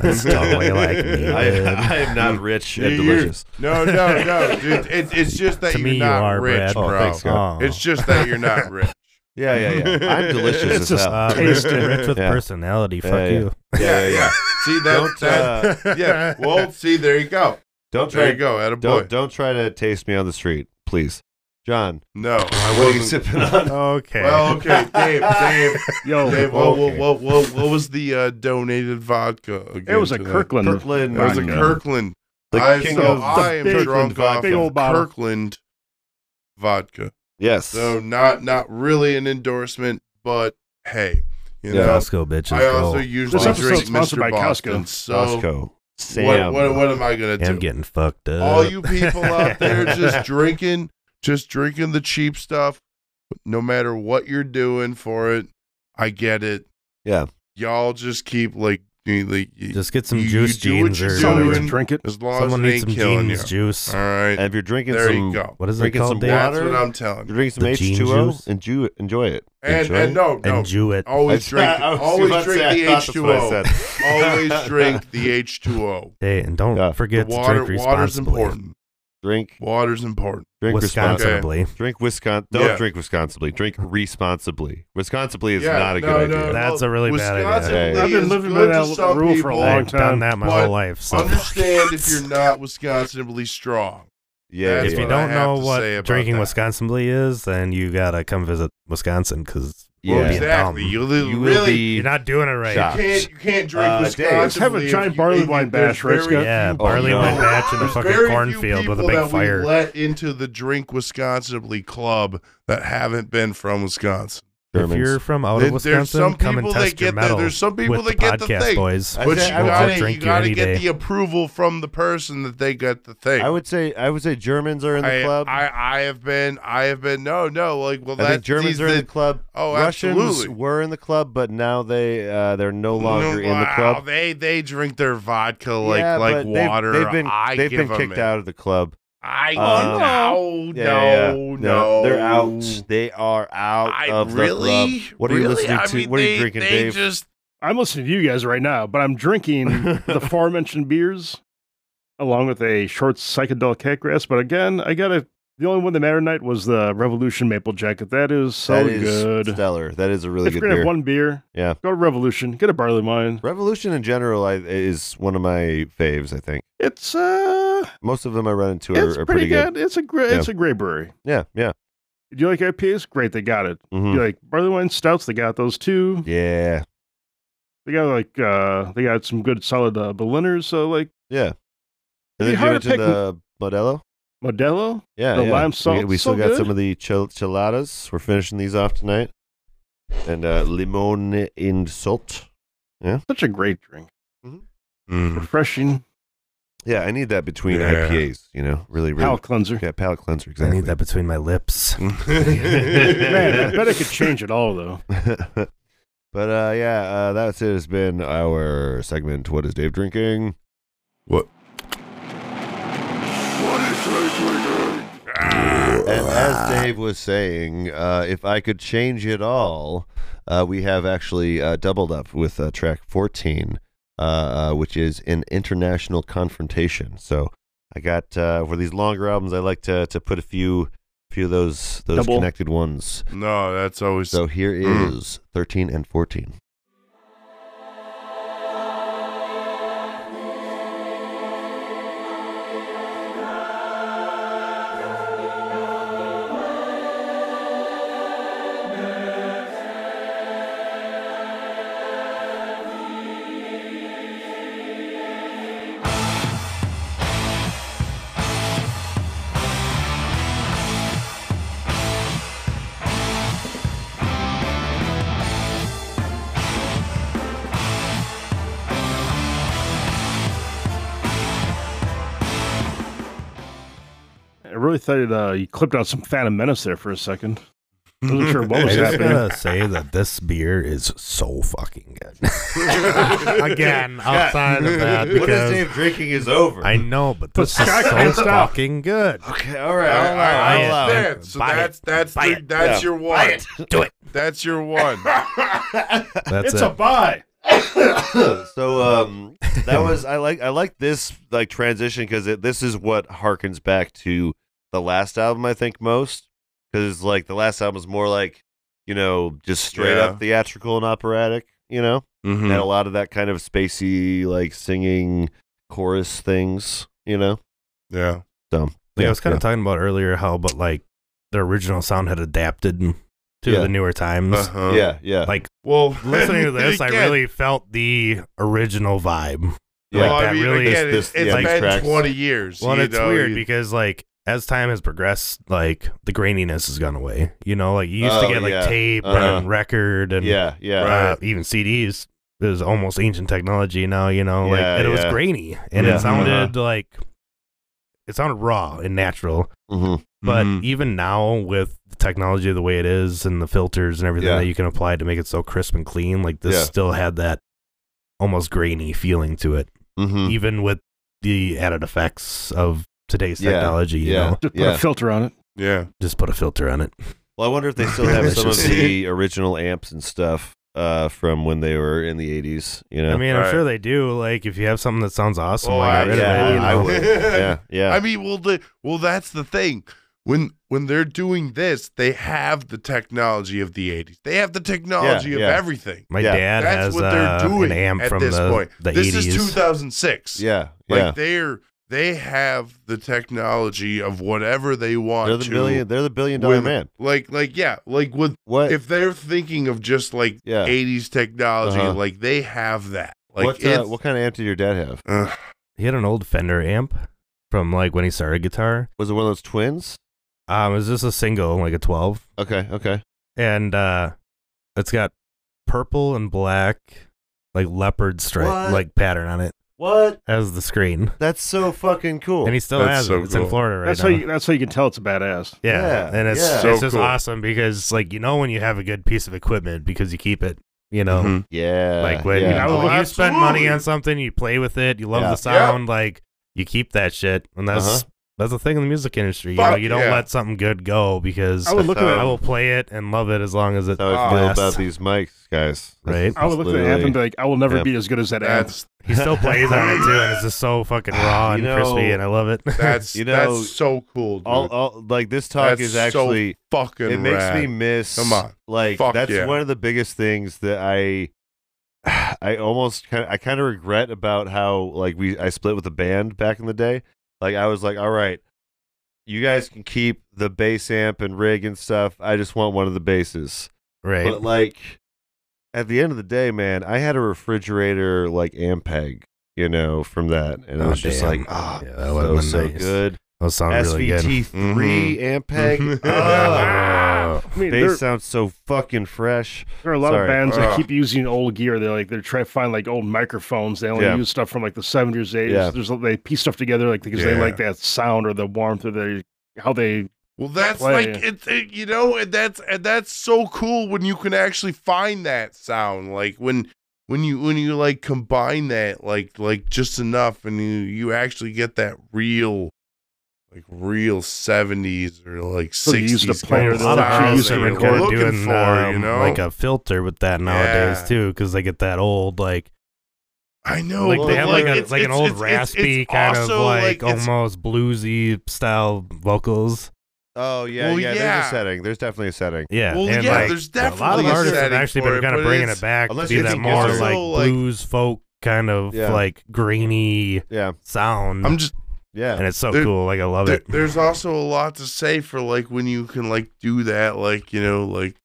Speaker 6: That's totally like me.
Speaker 3: I,
Speaker 6: man.
Speaker 3: I am not rich and
Speaker 4: You-
Speaker 3: delicious.
Speaker 4: No, no, no, dude. It's, it's just that
Speaker 6: To
Speaker 4: you're
Speaker 6: me, you
Speaker 4: not
Speaker 6: are,
Speaker 4: rich,
Speaker 6: Brad.
Speaker 3: Oh,
Speaker 4: bro.
Speaker 3: thanks,
Speaker 6: Oh.
Speaker 4: It's just that you're not rich.
Speaker 3: Yeah, yeah, yeah. I'm delicious
Speaker 5: It's
Speaker 3: as
Speaker 5: just-
Speaker 3: hell.
Speaker 6: Uh, rich,
Speaker 5: Taste it.
Speaker 6: rich with
Speaker 3: Yeah.
Speaker 6: personality.
Speaker 3: Yeah,
Speaker 6: Fuck
Speaker 3: yeah.
Speaker 6: you.
Speaker 3: yeah, yeah, yeah.
Speaker 4: See that?
Speaker 3: Don't,
Speaker 4: that
Speaker 6: uh,
Speaker 4: yeah. Well, see, there you go.
Speaker 3: Don't
Speaker 4: There you
Speaker 3: try.
Speaker 4: go. At a boy.
Speaker 3: Don't don't try to taste me on the street, please, John.
Speaker 4: No, I
Speaker 3: What are you
Speaker 4: wasn't.
Speaker 3: sipping on?
Speaker 6: Okay.
Speaker 4: Well, okay, Dave, Dave,
Speaker 5: Yo,
Speaker 4: Dave. What,
Speaker 3: okay.
Speaker 4: what, what, what, what was the uh, donated vodka? Again
Speaker 5: it was a
Speaker 4: today?
Speaker 5: Kirkland.
Speaker 3: Kirkland
Speaker 4: It was a
Speaker 5: vodka.
Speaker 4: Kirkland.
Speaker 3: The
Speaker 4: I,
Speaker 3: king
Speaker 4: so
Speaker 3: of the
Speaker 4: I am
Speaker 5: Kirkland
Speaker 4: drunk
Speaker 3: vodka.
Speaker 4: off
Speaker 5: Big
Speaker 4: of
Speaker 5: old bottle.
Speaker 4: Kirkland vodka.
Speaker 3: Yes.
Speaker 4: So not not really an endorsement, but hey, you
Speaker 3: Yeah.
Speaker 4: know.
Speaker 6: Costco bitches.
Speaker 4: I also
Speaker 6: go.
Speaker 4: usually
Speaker 5: This episode's
Speaker 4: drink Mr.
Speaker 5: sponsored by
Speaker 4: Boston.
Speaker 5: Costco.
Speaker 4: So
Speaker 3: Costco.
Speaker 4: what,
Speaker 3: Sam.
Speaker 4: what what am I gonna do?
Speaker 6: I'm getting fucked up.
Speaker 3: Uh.
Speaker 4: All you people out there just drinking, just drinking the cheap stuff, no matter what you're doing for it. I get it.
Speaker 3: Yeah.
Speaker 4: Y'all just keep like You, like, you-
Speaker 6: Just get some
Speaker 4: you- you
Speaker 6: juice
Speaker 4: do what
Speaker 6: jeans
Speaker 4: you
Speaker 6: or
Speaker 4: do
Speaker 5: Someone needs to
Speaker 4: and-
Speaker 5: drink it.
Speaker 4: as long
Speaker 6: someone
Speaker 4: as it
Speaker 6: needs
Speaker 4: ain't
Speaker 6: some
Speaker 4: killing
Speaker 6: jeans
Speaker 4: you. Uh,
Speaker 6: juice.
Speaker 4: All right,
Speaker 3: And if you're drinking
Speaker 4: there
Speaker 3: some,
Speaker 4: you go.
Speaker 6: What is it
Speaker 3: drinking
Speaker 6: called,
Speaker 3: some
Speaker 6: Dave?
Speaker 4: That's
Speaker 3: water,
Speaker 4: what I'm
Speaker 3: drink
Speaker 4: telling you.
Speaker 3: some
Speaker 6: The
Speaker 3: H
Speaker 6: gene
Speaker 3: two O,
Speaker 6: juice?
Speaker 3: and ju- enjoy it.
Speaker 4: And,
Speaker 3: Enjoy
Speaker 4: and
Speaker 3: it.
Speaker 4: no, no, Oh.
Speaker 6: And Jew it.
Speaker 4: always
Speaker 3: I-
Speaker 4: drink,
Speaker 3: I was about
Speaker 4: always
Speaker 3: to say,
Speaker 4: drink the
Speaker 3: I thought that's what I
Speaker 4: H2O. always drink the H2O.
Speaker 6: Hey, and don't
Speaker 3: Yeah.
Speaker 6: forget
Speaker 4: The water,
Speaker 6: to drink
Speaker 4: water's
Speaker 6: responsibly.
Speaker 4: important.
Speaker 3: Drink,
Speaker 4: Water's important.
Speaker 3: drink responsibly.
Speaker 6: Wisconsinably.
Speaker 3: Drink Wisconsin. Don't
Speaker 4: Yeah.
Speaker 3: drink responsibly. Drink responsibly. Responsibly is
Speaker 4: Yeah,
Speaker 3: not a
Speaker 4: no,
Speaker 3: good
Speaker 4: no,
Speaker 3: idea.
Speaker 4: no.
Speaker 6: That's a really bad idea.
Speaker 4: Wisconsin
Speaker 3: Yeah, yeah.
Speaker 4: really
Speaker 5: I've been
Speaker 4: is
Speaker 5: living
Speaker 4: good
Speaker 5: by
Speaker 4: to
Speaker 5: that
Speaker 4: some
Speaker 5: rule for a
Speaker 4: people.
Speaker 5: long
Speaker 6: I've done
Speaker 5: time.
Speaker 6: that my
Speaker 4: But
Speaker 6: whole life. So
Speaker 4: Understand if you're not Wisconsinably strong.
Speaker 3: Yeah,
Speaker 6: if
Speaker 4: That's
Speaker 3: yeah.
Speaker 6: you
Speaker 4: what I
Speaker 6: don't
Speaker 4: have
Speaker 6: know
Speaker 4: to say about
Speaker 6: what drinking
Speaker 4: that.
Speaker 6: Wisconsinably is, then you gotta come visit Wisconsin because
Speaker 3: Yeah.
Speaker 4: Well,
Speaker 3: Being
Speaker 4: exactly.
Speaker 6: dumb.
Speaker 4: You, li-
Speaker 3: You will
Speaker 4: really
Speaker 3: be-
Speaker 6: you're not doing it right.
Speaker 3: Shocked.
Speaker 4: can't. You can't drink
Speaker 3: Uh, Dave,
Speaker 4: Wisconsinably.
Speaker 5: have a
Speaker 4: if
Speaker 5: giant
Speaker 4: you-
Speaker 5: barley
Speaker 4: if you-
Speaker 5: wine
Speaker 4: there's
Speaker 5: bash, right,
Speaker 4: very
Speaker 5: Scott?
Speaker 6: Yeah,
Speaker 4: few
Speaker 6: barley
Speaker 4: people-
Speaker 6: wine batch in a
Speaker 4: Oh, there's
Speaker 6: fucking
Speaker 4: very few
Speaker 6: cornfield with a
Speaker 4: people
Speaker 6: big
Speaker 4: that we
Speaker 6: fire.
Speaker 4: Let into the drink Wisconsinably club that haven't been from Wisconsin.
Speaker 6: If
Speaker 3: Germans.
Speaker 6: you're from out
Speaker 4: There-
Speaker 6: of
Speaker 4: there's
Speaker 6: Wisconsin,
Speaker 4: some
Speaker 6: come and
Speaker 4: people that
Speaker 6: test your
Speaker 4: get the-
Speaker 6: metal.
Speaker 4: there's some people
Speaker 6: with
Speaker 4: that get the
Speaker 6: podcast
Speaker 4: thing.
Speaker 6: boys.
Speaker 3: I
Speaker 4: But
Speaker 3: said-
Speaker 4: you
Speaker 3: I would
Speaker 4: gotta,
Speaker 3: say-
Speaker 6: drink
Speaker 4: you
Speaker 6: you
Speaker 4: gotta
Speaker 6: any
Speaker 4: get
Speaker 6: day.
Speaker 4: the approval from the person that they got the thing.
Speaker 3: I would say I would say Germans are in the
Speaker 4: I,
Speaker 3: club. I,
Speaker 4: I, I have been, I have been, no, no, like, well,
Speaker 3: think
Speaker 4: that's
Speaker 3: Germans
Speaker 4: these-
Speaker 3: are in the
Speaker 4: the-
Speaker 3: club.
Speaker 4: Oh,
Speaker 3: Russians
Speaker 4: absolutely.
Speaker 3: were in the club, but now they uh, they're no longer in the
Speaker 4: wow,
Speaker 3: club.
Speaker 4: They they drink their vodka like
Speaker 3: yeah,
Speaker 4: like
Speaker 3: but they've-
Speaker 4: water.
Speaker 3: They've, been
Speaker 4: I
Speaker 3: they've
Speaker 4: give
Speaker 3: been
Speaker 4: 'em
Speaker 3: kicked
Speaker 4: it.
Speaker 3: out of the club. Um,
Speaker 4: I no,
Speaker 3: Yeah, yeah,
Speaker 4: no,
Speaker 3: yeah.
Speaker 4: no,
Speaker 3: they're out. They are out
Speaker 4: I
Speaker 3: of the
Speaker 4: really,
Speaker 3: club. What are you
Speaker 4: really?
Speaker 3: listening
Speaker 4: I
Speaker 3: to?
Speaker 4: mean,
Speaker 3: what are you
Speaker 4: they-
Speaker 3: drinking,
Speaker 4: they
Speaker 3: Dave?
Speaker 4: Just
Speaker 5: I'm listening to you guys right now, but I'm drinking the aforementioned beers along with a short psychedelic cat grass. But again, I got to The only one that mattered tonight was the Revolution Maple Jacket. That is so
Speaker 3: that is
Speaker 5: good.
Speaker 3: stellar. That is a really
Speaker 5: if you're
Speaker 3: good
Speaker 5: gonna
Speaker 3: beer.
Speaker 5: have one beer,
Speaker 3: Yeah.
Speaker 5: go to Revolution, get a barley wine.
Speaker 3: Revolution in general I, is one of my faves. I think
Speaker 5: It's uh,
Speaker 3: most of them I run into are,
Speaker 5: it's
Speaker 3: are
Speaker 5: pretty,
Speaker 3: pretty
Speaker 5: good. It's a great,
Speaker 3: Yeah.
Speaker 5: it's a great brewery.
Speaker 3: Yeah, yeah,
Speaker 5: Do you like IPAs? Great, they got it.
Speaker 3: mhm.
Speaker 5: You like barley wine stouts? They got those too.
Speaker 3: yeah,
Speaker 5: They got like uh, they got some good solid uh, Berliners. So like It'd
Speaker 3: yeah. And
Speaker 5: be
Speaker 3: then you
Speaker 5: hard to
Speaker 3: mentioned
Speaker 5: pick-
Speaker 3: the Modelo.
Speaker 5: Modelo.
Speaker 3: Yeah,
Speaker 5: The
Speaker 3: yeah.
Speaker 5: lime
Speaker 3: We,
Speaker 5: salt's
Speaker 3: we still
Speaker 5: so
Speaker 3: got
Speaker 5: good.
Speaker 3: some of the chil- chiladas. We're finishing these off tonight, and uh, limon in salt.
Speaker 5: Such a great drink.
Speaker 3: Mm, Hmm.
Speaker 5: Refreshing
Speaker 3: Yeah, I need that between
Speaker 4: Yeah.
Speaker 3: IPAs. You know, really, really.
Speaker 5: palate cleanser.
Speaker 3: Yeah, palate cleanser.
Speaker 6: I
Speaker 3: Exactly. Mm,
Speaker 6: need that between my lips.
Speaker 5: Man, I bet it could change it all though.
Speaker 3: but uh, yeah, uh, that's it. Has been our segment. What is Dave drinking?
Speaker 4: what?
Speaker 3: And as Dave was saying, uh, if I could change it all, uh, we have actually uh, doubled up with uh, track 14, uh, uh, which is an international confrontation. So I got uh, for these longer albums, I like to to put a few few of those those
Speaker 5: Double.
Speaker 3: connected ones.
Speaker 4: No, that's always
Speaker 3: So here is 13 and 14.
Speaker 5: I really thought it, uh, you clipped out some Phantom Menace there for a second. I wasn't sure what
Speaker 6: I
Speaker 3: uh,
Speaker 5: was
Speaker 6: just
Speaker 5: happening.
Speaker 6: gotta say that this beer is so fucking good. Again, outside of that,
Speaker 3: What is
Speaker 6: because
Speaker 3: Dave drinking is over.
Speaker 6: I know, but this is
Speaker 5: Scott
Speaker 6: so
Speaker 5: can't stop.
Speaker 6: fucking good.
Speaker 3: okay, all right,
Speaker 4: I,
Speaker 3: all right,
Speaker 4: I
Speaker 3: all right.
Speaker 4: understand. So
Speaker 6: Buy it.
Speaker 4: that's that's
Speaker 6: Buy
Speaker 4: the,
Speaker 6: it.
Speaker 4: that's
Speaker 3: Yeah.
Speaker 4: your one.
Speaker 6: Do it.
Speaker 4: That's your one.
Speaker 6: That's
Speaker 5: it's
Speaker 6: it.
Speaker 5: a buy.
Speaker 3: so um that was i like i like this like transition because this is what harkens back to the last album i think most because like the last album was more like you know just straight
Speaker 4: Yeah.
Speaker 3: up theatrical and operatic you know
Speaker 4: Mhm.
Speaker 3: had a lot of that kind of spacey like singing chorus things you know
Speaker 4: Yeah.
Speaker 3: so
Speaker 6: Like I was kind of talking about earlier how, but like their original sound had adapted to
Speaker 3: Yeah.
Speaker 6: the newer times.
Speaker 4: Uh-huh.
Speaker 3: yeah yeah
Speaker 6: Like
Speaker 4: Well,
Speaker 6: listening to this, I
Speaker 4: again,
Speaker 6: really felt the original vibe.
Speaker 3: yeah.
Speaker 6: like
Speaker 4: well, I
Speaker 6: that
Speaker 4: mean,
Speaker 6: really-
Speaker 4: again,
Speaker 3: This-
Speaker 4: it's
Speaker 3: this-
Speaker 6: yeah,
Speaker 4: it's
Speaker 6: these
Speaker 4: been
Speaker 3: tracks.
Speaker 4: twenty years.
Speaker 6: Well, and
Speaker 4: you
Speaker 6: it's
Speaker 4: know,
Speaker 6: weird
Speaker 4: you-
Speaker 6: because like as time has progressed, like the graininess has gone away. You know, like you used
Speaker 3: Oh,
Speaker 6: to get like
Speaker 3: yeah.
Speaker 6: tape
Speaker 3: Uh-huh.
Speaker 6: and record and
Speaker 3: yeah yeah
Speaker 6: uh,
Speaker 4: Right.
Speaker 6: even CDs. It was almost ancient technology now. You know, like
Speaker 3: Yeah,
Speaker 6: and it was
Speaker 3: yeah.
Speaker 6: grainy and
Speaker 3: Yeah.
Speaker 6: it
Speaker 4: Uh-huh.
Speaker 6: sounded like it sounded raw and natural.
Speaker 3: hmm
Speaker 6: But
Speaker 4: Mhm.
Speaker 6: even now, with the technology the way it is and the filters and everything
Speaker 3: Yeah.
Speaker 6: that you can apply to make it so crisp and clean, like this
Speaker 3: Yeah.
Speaker 6: still had that almost grainy feeling to it,
Speaker 3: Mm-hmm.
Speaker 6: even with the added effects of today's
Speaker 3: Yeah,
Speaker 6: technology. You
Speaker 3: yeah.
Speaker 6: know,
Speaker 5: Just put
Speaker 3: Yeah.
Speaker 5: a filter on it.
Speaker 4: Yeah.
Speaker 6: just put a filter on it.
Speaker 3: Well, I wonder if they still have some of
Speaker 6: Delicious.
Speaker 3: the original amps and stuff uh, from when they were in the 80s. You know?
Speaker 6: I mean, I'm
Speaker 4: Right.
Speaker 6: sure they do. Like, if you have something that sounds awesome,
Speaker 4: Oh,
Speaker 6: why
Speaker 4: I-
Speaker 6: get rid
Speaker 3: Uh, yeah,
Speaker 6: of it? You know?
Speaker 3: I would. yeah, yeah.
Speaker 4: I mean, well, the, well, that's the thing. When when they're doing this, they have the technology of the '80s. They have the technology of
Speaker 3: yeah.
Speaker 4: everything.
Speaker 6: My
Speaker 3: Yeah.
Speaker 6: dad
Speaker 4: That's
Speaker 6: has
Speaker 4: what they're
Speaker 6: uh,
Speaker 4: doing
Speaker 6: an amp
Speaker 4: at
Speaker 6: from
Speaker 4: this
Speaker 6: the,
Speaker 4: point.
Speaker 6: the
Speaker 4: this
Speaker 6: 80s.
Speaker 4: is 2006.
Speaker 3: yeah,
Speaker 4: Like
Speaker 3: yeah.
Speaker 4: they're they have the technology of whatever they want
Speaker 3: They're the
Speaker 4: to.
Speaker 3: billion. They're the billion dollar
Speaker 4: with-
Speaker 3: man.
Speaker 4: Like like yeah, like with
Speaker 3: What?
Speaker 4: if they're thinking of just like
Speaker 3: yeah.
Speaker 4: 80s technology,
Speaker 3: Uh-huh.
Speaker 4: like they have that. Like
Speaker 3: what, uh,
Speaker 4: it's-
Speaker 3: what kind of amp did your dad have?
Speaker 4: Ugh.
Speaker 6: he had an old Fender amp from like when he started guitar.
Speaker 3: Was it one of those twins?
Speaker 6: Um, it was just a single, like a 12.
Speaker 3: Okay, okay.
Speaker 6: and uh it's got purple and black like leopard stripe
Speaker 3: What?
Speaker 6: like pattern on it
Speaker 3: What?
Speaker 6: as the screen
Speaker 3: That's so fucking cool.
Speaker 6: and he still
Speaker 4: That's
Speaker 6: has
Speaker 4: so
Speaker 6: it it's in
Speaker 4: cool.
Speaker 6: florida right
Speaker 5: that's
Speaker 6: now
Speaker 5: how you. That's how you can tell it's a badass.
Speaker 6: yeah.
Speaker 3: Yeah,
Speaker 6: and it's,
Speaker 3: yeah.
Speaker 6: it's
Speaker 4: So
Speaker 6: just
Speaker 4: cool.
Speaker 6: awesome because like you know when you have a good piece of equipment because you keep it you know
Speaker 4: Mhm.
Speaker 3: yeah.
Speaker 6: like when
Speaker 3: Uh, yeah.
Speaker 6: you, know,
Speaker 4: Oh,
Speaker 6: when you spend money
Speaker 4: absolutely.
Speaker 6: on something you play with it you love
Speaker 3: Yeah.
Speaker 6: the sound like you keep that shit and that's
Speaker 3: Uh-huh.
Speaker 6: that's the thing in the music industry you
Speaker 4: Fuck
Speaker 6: know you don't
Speaker 4: yeah.
Speaker 6: let something good go because
Speaker 5: I would look at
Speaker 6: I
Speaker 5: it.
Speaker 6: will play it and love it as long as it
Speaker 3: That's how I
Speaker 4: Ah.
Speaker 3: feel
Speaker 6: lasts.
Speaker 3: about these mics, guys. This
Speaker 6: Right.
Speaker 3: is
Speaker 5: I would look at that amp
Speaker 3: literally-
Speaker 5: and be like, I will never
Speaker 3: Yeah.
Speaker 5: be as good as that amp.
Speaker 4: That's
Speaker 6: He still plays on it too, and it's just so fucking raw and
Speaker 3: You know,
Speaker 6: crispy, and I love it.
Speaker 4: that's
Speaker 3: You know,
Speaker 4: that's so cool. Dude.
Speaker 3: all, all like this talk
Speaker 4: That's
Speaker 3: is
Speaker 4: so
Speaker 3: actually
Speaker 4: fucking
Speaker 3: it makes
Speaker 4: rad.
Speaker 3: me miss
Speaker 4: Come on.
Speaker 3: like
Speaker 4: Fuck
Speaker 3: that's
Speaker 4: yeah.
Speaker 3: one of the biggest things that i i almost kind of i kind of regret about how like we i split with the band back in the day like i was like all right you guys can keep the bass amp and rig and stuff i just want one of the basses
Speaker 6: right.
Speaker 3: but like at the end of the day man i had a refrigerator like ampeg you know from that and i
Speaker 6: Oh,
Speaker 3: was just
Speaker 6: damn.
Speaker 3: like ah
Speaker 6: Yeah, that
Speaker 3: so,
Speaker 6: would've been
Speaker 3: so
Speaker 6: nice.
Speaker 3: good
Speaker 6: Those sound really good. Mm-hmm.
Speaker 3: svt3 ampeg oh.
Speaker 5: I mean,
Speaker 3: They
Speaker 5: there,
Speaker 3: sound so fucking fresh.
Speaker 5: there are a lot
Speaker 3: sorry.
Speaker 5: of bands that
Speaker 4: Ugh.
Speaker 5: keep using old gear. They're like they're trying to find like old microphones. They only
Speaker 3: Yeah.
Speaker 5: use stuff from like the seventies, eighties.
Speaker 3: Yeah.
Speaker 5: There's they piece stuff together like because they
Speaker 4: Yeah.
Speaker 5: like that sound or the warmth or the how they.
Speaker 4: Well, that's
Speaker 5: Play.
Speaker 4: like it's it, you know, and that's and that's so cool when you can actually find that sound, like when when you when you like combine that like like just enough, and you you actually get that real like real seventies or like
Speaker 5: So you used
Speaker 4: sixties.
Speaker 5: a player
Speaker 6: a
Speaker 5: that
Speaker 6: lot of
Speaker 5: sound
Speaker 6: artists
Speaker 5: that
Speaker 6: have
Speaker 5: you're
Speaker 6: been kind of
Speaker 4: looking
Speaker 6: doing
Speaker 4: for,
Speaker 6: um,
Speaker 4: you know.
Speaker 6: like a filter with that nowadays
Speaker 4: Yeah.
Speaker 6: too, because they get that old like
Speaker 4: I know,
Speaker 6: like
Speaker 4: but,
Speaker 6: they have like, a,
Speaker 4: it's-
Speaker 6: like an
Speaker 4: it's-
Speaker 6: old
Speaker 4: it's- it's- it's
Speaker 6: raspy kind of
Speaker 4: also,
Speaker 6: like,
Speaker 4: it's-
Speaker 6: almost bluesy style vocals.
Speaker 3: Oh yeah,
Speaker 4: Well,
Speaker 3: yeah. There's
Speaker 4: yeah.
Speaker 3: a setting. There's definitely a setting.
Speaker 6: Yeah,
Speaker 4: Well,
Speaker 6: and
Speaker 4: yeah,
Speaker 6: like,
Speaker 4: there's
Speaker 6: a lot
Speaker 4: definitely
Speaker 6: of
Speaker 4: a
Speaker 6: artists have
Speaker 4: setting
Speaker 6: actually
Speaker 4: for
Speaker 6: been
Speaker 4: it,
Speaker 6: kind
Speaker 4: but
Speaker 6: of bringing
Speaker 4: it's-
Speaker 6: it back to
Speaker 3: unless
Speaker 6: be
Speaker 3: you
Speaker 6: that
Speaker 3: think
Speaker 6: more
Speaker 3: it's
Speaker 6: like
Speaker 4: also, like-
Speaker 6: blues folk kind of
Speaker 3: Yeah.
Speaker 6: like grainy
Speaker 3: Yeah,
Speaker 6: sound,
Speaker 4: I'm just
Speaker 3: yeah.
Speaker 6: and it's so
Speaker 4: There-
Speaker 6: cool. Like I love
Speaker 4: There-
Speaker 6: it.
Speaker 4: there's also a lot to say for like when you can like do that, like you know, like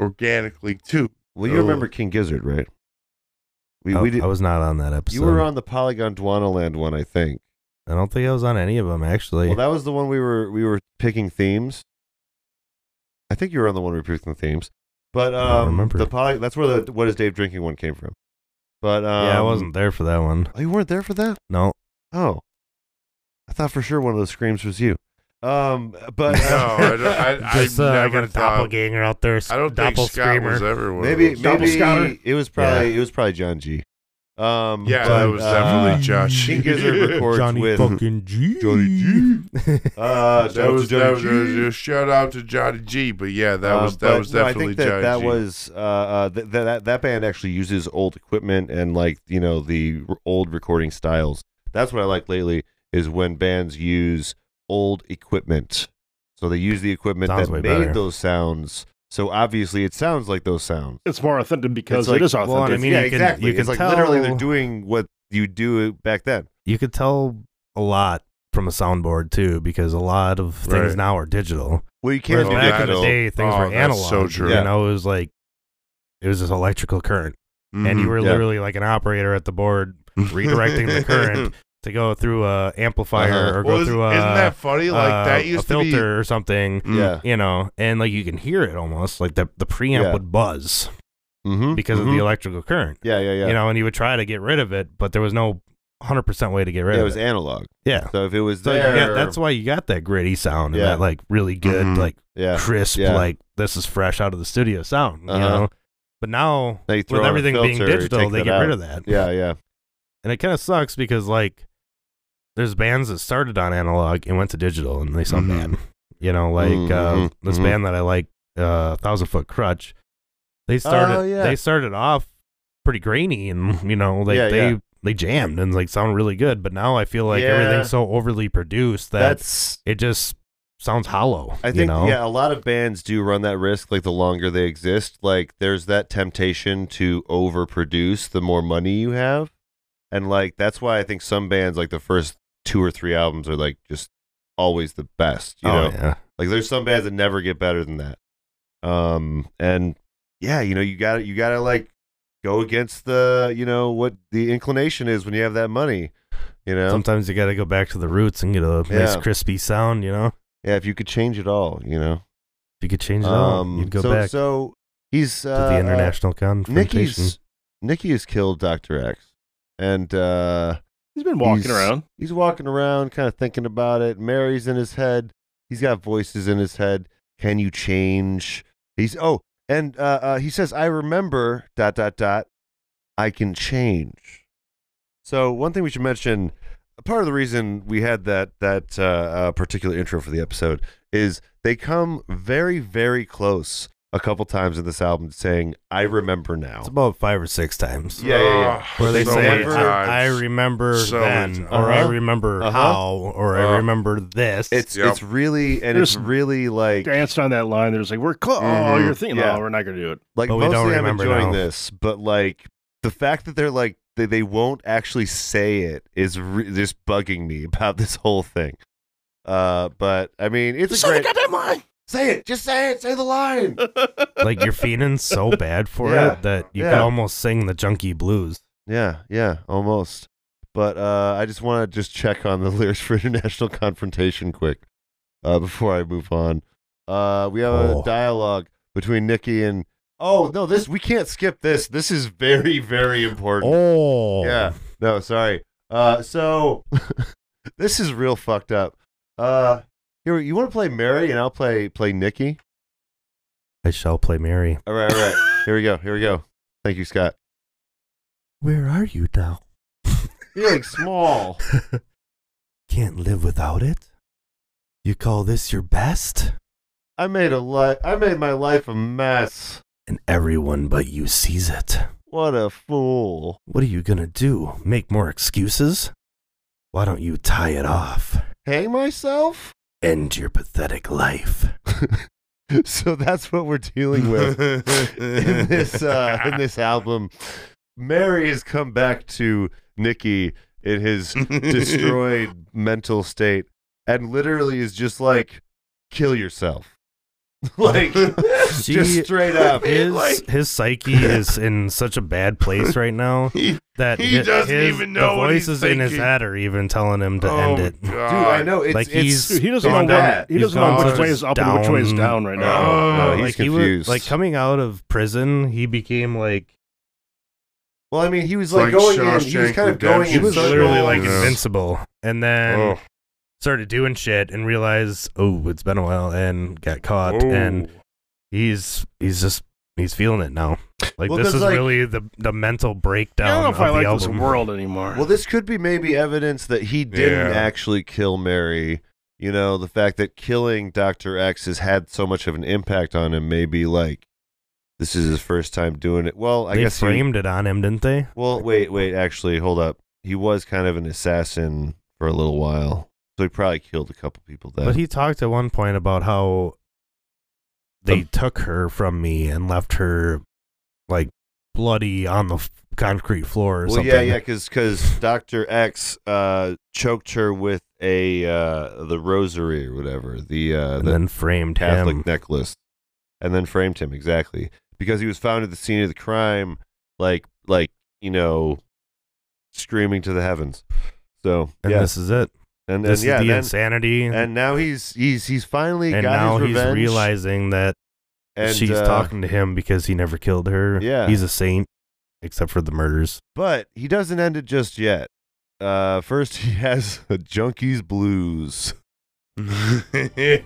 Speaker 4: organically too.
Speaker 3: well, you
Speaker 4: Oh.
Speaker 3: remember King Gizzard, right? We
Speaker 6: Oh,
Speaker 3: we did.
Speaker 6: I was not on that episode.
Speaker 3: you were on the Polygon Dwana Land one, I think.
Speaker 6: I don't think I was on any of them actually.
Speaker 3: Well, that was the one we were we were picking themes. I think you were on the one we were picking themes, but
Speaker 6: I don't
Speaker 3: um,
Speaker 6: remember.
Speaker 3: the poly. That's where the what is Dave drinking one came from. But um,
Speaker 6: yeah, I wasn't there for that one.
Speaker 3: Oh, you weren't there for that.
Speaker 6: No.
Speaker 3: Oh, I thought for sure one of those screams was you. Um, but
Speaker 4: No, I don't. I,
Speaker 6: Just
Speaker 4: I
Speaker 6: uh, I
Speaker 4: never
Speaker 6: got a
Speaker 4: thought-
Speaker 6: doppelganger out there.
Speaker 4: I don't think
Speaker 6: doppel
Speaker 4: Scott
Speaker 6: screamer.
Speaker 4: was ever one. of
Speaker 3: maybe
Speaker 4: those.
Speaker 5: Double scotter?
Speaker 3: maybe it was probably it was probably John G. Um,
Speaker 4: Yeah,
Speaker 3: but,
Speaker 4: that was
Speaker 3: uh,
Speaker 4: definitely Josh.
Speaker 3: King Gizzard records
Speaker 6: Johnny
Speaker 3: with
Speaker 6: fucking G.
Speaker 3: Johnny G. uh,
Speaker 4: That was,
Speaker 3: Johnny
Speaker 4: that was,
Speaker 3: G.
Speaker 4: uh, shout out to Johnny G. But yeah, that
Speaker 3: Uh,
Speaker 4: was that
Speaker 3: but
Speaker 4: was
Speaker 3: no,
Speaker 4: definitely
Speaker 3: I think that
Speaker 4: Johnny
Speaker 3: that
Speaker 4: G.
Speaker 3: was uh, uh th- th- that that band actually uses old equipment and like you know the r- old recording styles. That's what I like lately is when bands use old equipment. So they use the equipment
Speaker 6: Sounds
Speaker 3: that
Speaker 6: way
Speaker 3: made
Speaker 6: better.
Speaker 3: those sounds. So obviously it sounds like those sounds.
Speaker 5: It's more authentic because
Speaker 3: It's like-
Speaker 5: it is
Speaker 3: well,
Speaker 5: authentic.
Speaker 6: I mean,
Speaker 3: yeah,
Speaker 6: you can-
Speaker 3: exactly.
Speaker 6: you can
Speaker 3: it's like literally
Speaker 6: tell-
Speaker 3: they're doing what you do back then.
Speaker 6: You could tell a lot from a soundboard too, because a lot of things
Speaker 4: Right.
Speaker 6: now are digital.
Speaker 3: Well, you
Speaker 6: Whereas
Speaker 3: can't do
Speaker 4: Well,
Speaker 6: back
Speaker 3: digital.
Speaker 6: in the day, things
Speaker 4: Oh,
Speaker 6: were
Speaker 4: that's
Speaker 6: analog.
Speaker 4: so true.
Speaker 6: You
Speaker 3: Yeah.
Speaker 6: know, it was like it was just electrical current, and you
Speaker 4: Mhm.
Speaker 6: were
Speaker 3: Yeah.
Speaker 6: literally like an operator at the board
Speaker 4: Mm-hmm.
Speaker 6: redirecting the current to go through a amplifier
Speaker 3: Uh-huh.
Speaker 6: or go
Speaker 4: Well, is,
Speaker 6: through a
Speaker 4: isn't that funny? Like
Speaker 6: uh,
Speaker 4: that
Speaker 6: a
Speaker 4: used to
Speaker 6: filter
Speaker 4: be.
Speaker 6: or something.
Speaker 4: Mm.
Speaker 3: Yeah.
Speaker 6: you know, and like you can hear it almost like the the preamp
Speaker 3: Yeah.
Speaker 6: would buzz
Speaker 3: Mm-hmm.
Speaker 6: because of the electrical current,
Speaker 3: yeah, yeah, yeah.
Speaker 6: you know, and you would try to get rid of it, but there was no hundred percent way to get rid
Speaker 3: yeah, it
Speaker 6: of
Speaker 3: was
Speaker 6: it.
Speaker 3: analog.
Speaker 6: yeah,
Speaker 3: So if it was
Speaker 6: so
Speaker 3: there,
Speaker 6: yeah, that's why you got that gritty sound and
Speaker 3: Yeah. Mm-hmm.
Speaker 6: that like really good,
Speaker 4: Mhm.
Speaker 6: like
Speaker 3: yeah,
Speaker 6: crisp,
Speaker 3: Yeah.
Speaker 6: like this is fresh out of the studio sound,
Speaker 3: Uh-huh.
Speaker 6: you know. But now
Speaker 3: They throw
Speaker 6: with
Speaker 3: in a
Speaker 6: everything being
Speaker 3: filter,
Speaker 6: digital,
Speaker 3: take
Speaker 6: they
Speaker 3: that
Speaker 6: get rid
Speaker 3: out.
Speaker 6: of that.
Speaker 3: Yeah, yeah.
Speaker 6: And it kind of sucks because like there's bands that started on analog and went to digital and they sound
Speaker 3: Mm-hmm.
Speaker 4: Mhm.
Speaker 6: bad. You know, like uh,
Speaker 3: Mhm,
Speaker 6: this
Speaker 3: mhm.
Speaker 6: band that I like, uh, Thousand Foot Crutch. They started.
Speaker 3: Oh, yeah.
Speaker 6: They started off pretty grainy, and you know, they
Speaker 3: Yeah,
Speaker 6: they
Speaker 3: yeah.
Speaker 6: they jammed and like sound really good. But now I feel like
Speaker 3: Yeah.
Speaker 6: everything's so overly produced that
Speaker 3: That's
Speaker 6: it just sounds hollow.
Speaker 3: I think
Speaker 6: you know?
Speaker 3: yeah, a lot of bands do run that risk. Like the longer they exist, like there's that temptation to overproduce the more money you have, and like that's why I think some bands like the first two or three albums are like just always the best. You
Speaker 6: Oh,
Speaker 3: know,
Speaker 6: yeah.
Speaker 3: like there's some bands that never get better than that. Um, and yeah, you know you got to you got to like go against the you know what the inclination is when you have that money. You know,
Speaker 6: Sometimes you got to go back to the roots and get a nice
Speaker 3: Yeah.
Speaker 6: crispy sound. You know, if
Speaker 3: yeah, if you could change it all, you know.
Speaker 6: you could change it all, you'd go
Speaker 3: Um, so,
Speaker 6: back
Speaker 3: So he's
Speaker 6: to
Speaker 3: uh,
Speaker 6: the
Speaker 3: uh,
Speaker 6: international confrontation.
Speaker 3: Nikki's Nikki has killed Doctor X, and uh,
Speaker 5: He's been walking
Speaker 3: He's-
Speaker 5: around.
Speaker 3: he's walking around, kind of thinking about it. Mary's in his head. He's got voices in his head. Can you change? He's oh, and uh, uh, he says, "I remember dot dot dot. I can change." So one thing we should mention, part of the reason we had that that uh, uh, particular intro for the episode is they come very very close a couple times in this album, saying, "I remember now."
Speaker 6: It's about five or six times.
Speaker 3: Oh. Yeah, yeah, yeah.
Speaker 4: Ah,
Speaker 6: Where they
Speaker 4: so
Speaker 6: say,
Speaker 4: many times.
Speaker 6: I, I remember
Speaker 4: So
Speaker 6: then,
Speaker 4: many times.
Speaker 6: or I
Speaker 3: Uh-huh.
Speaker 6: remember
Speaker 3: Uh-huh.
Speaker 6: how, or I
Speaker 4: Uh.
Speaker 6: remember this.
Speaker 3: It's
Speaker 4: Yep.
Speaker 3: it's really and it's
Speaker 5: There's-
Speaker 3: really like
Speaker 5: Danced on that line. They're just like, we're close. Oh,
Speaker 3: Mhm.
Speaker 6: Mm-hmm.
Speaker 5: you're thinking,
Speaker 3: Yeah.
Speaker 5: oh, we're not going to do it.
Speaker 3: like
Speaker 6: But we
Speaker 3: mostly
Speaker 6: don't
Speaker 3: I'm
Speaker 6: remember
Speaker 3: enjoying
Speaker 6: now.
Speaker 3: this, but like the fact that they're like they, they won't actually say it is re- just bugging me about this whole thing. Uh, but I mean, it's a
Speaker 9: Say the
Speaker 3: great.
Speaker 9: goddamn line.
Speaker 3: say it, just say it, say the line.
Speaker 6: like you're feeling so bad for
Speaker 3: Yeah.
Speaker 6: it that you could
Speaker 3: Yeah.
Speaker 6: almost sing the junkie blues.
Speaker 3: yeah, yeah, almost. But uh, I just want to just check on the lyrics for international confrontation quick uh, before I move on. Uh, we have
Speaker 6: Oh.
Speaker 3: a dialogue between Nikki and. Oh no, this we can't skip this. This is very very important.
Speaker 6: Oh,
Speaker 3: Yeah. No, sorry. Uh, so this is real fucked up. Uh, here you want to play Mary and I'll play play Nikki.
Speaker 6: I shall play Mary.
Speaker 3: All right, all right. here we go. Here we go. Thank you, Scott.
Speaker 6: Where are you now?
Speaker 3: Feeling small.
Speaker 6: Can't live without it. You call this your best,
Speaker 3: I made a li- I made my life a mess.
Speaker 6: and everyone but you sees it.
Speaker 3: What a fool.
Speaker 6: What are you gonna do? Make more excuses? Why don't you tie it off?
Speaker 3: Hang myself.
Speaker 6: End your pathetic life.
Speaker 3: so that's what we're dealing with. in this uh, in this album, Mary has come back to Nikki in his destroyed mental state, and literally is just like, "Kill yourself," like
Speaker 6: She-
Speaker 3: just straight up.
Speaker 6: his
Speaker 4: like-
Speaker 6: his psyche is in such a bad place right now
Speaker 4: He-
Speaker 6: that
Speaker 4: he
Speaker 6: hi-
Speaker 4: doesn't
Speaker 6: his-
Speaker 4: even know
Speaker 6: the
Speaker 4: what he's
Speaker 6: voices in his
Speaker 4: thinking.
Speaker 6: head are even telling him to
Speaker 4: oh,
Speaker 6: end it.
Speaker 4: God.
Speaker 3: Dude, I know it's
Speaker 6: Like,
Speaker 3: it's-
Speaker 6: he's-
Speaker 5: Dude, he doesn't know
Speaker 3: Gone
Speaker 5: what,
Speaker 3: down.
Speaker 5: he
Speaker 6: He's
Speaker 5: doesn't know
Speaker 6: gone
Speaker 5: which way
Speaker 6: just
Speaker 5: is up and which way is
Speaker 6: down. Uh,
Speaker 5: down right now.
Speaker 3: No,
Speaker 4: Oh,
Speaker 3: he's
Speaker 6: like he was-
Speaker 3: confused.
Speaker 6: like coming out of prison, he became like
Speaker 3: well, I mean, he was like,
Speaker 4: Like
Speaker 3: going in. He was
Speaker 4: Shawshank
Speaker 3: kind of going
Speaker 6: he
Speaker 3: in.
Speaker 6: was
Speaker 4: Invincible.
Speaker 6: literally
Speaker 3: circles.
Speaker 6: like
Speaker 4: Yeah.
Speaker 6: invincible, and then
Speaker 4: Oh,
Speaker 6: started doing shit and realized oh it's been a while and got caught
Speaker 4: oh.
Speaker 6: and he's he's just he's feeling it now. Like
Speaker 3: Well,
Speaker 6: this
Speaker 3: 'cause,
Speaker 6: is
Speaker 3: like-
Speaker 6: really the the mental breakdown
Speaker 5: I don't know if
Speaker 6: of
Speaker 5: I
Speaker 6: the
Speaker 5: like
Speaker 6: album.
Speaker 5: this world anymore.
Speaker 3: Well, this could be maybe evidence that he didn't
Speaker 4: Yeah.
Speaker 3: actually kill Mary. You know, the fact that killing Dr. X has had so much of an impact on him, maybe like this is his first time doing it. Well, I
Speaker 6: they
Speaker 3: guess he-
Speaker 6: framed it on him, didn't they?
Speaker 3: well, wait, wait, actually, hold up. He was kind of an assassin for a little while. So he probably killed a couple people then.
Speaker 6: But he talked at one point about how they
Speaker 3: Um,
Speaker 6: took her from me and left her like bloody on the f- concrete floor or
Speaker 3: well,
Speaker 6: something.
Speaker 3: yeah, yeah, because Dr. X uh, choked her with a uh, the rosary or whatever, the uh,
Speaker 6: And
Speaker 3: the
Speaker 6: then framed
Speaker 3: Catholic
Speaker 6: him.
Speaker 3: necklace, and then framed him exactly because he was found at the scene of the crime, like like you know, screaming to the heavens. So
Speaker 6: And
Speaker 3: yeah,
Speaker 6: this is it.
Speaker 3: and, and
Speaker 6: This
Speaker 3: yeah,
Speaker 6: is the
Speaker 3: then-
Speaker 6: insanity.
Speaker 3: and now he's he's he's finally
Speaker 6: and
Speaker 3: got
Speaker 6: now
Speaker 3: his
Speaker 6: he's
Speaker 3: revenge.
Speaker 6: realizing that
Speaker 3: and,
Speaker 6: she's
Speaker 3: uh,
Speaker 6: talking to him because he never killed her.
Speaker 3: Yeah.
Speaker 6: He's a saint, except for the murders.
Speaker 3: but he doesn't end it just yet. Uh, first he has a junkie's blues.
Speaker 2: Forget.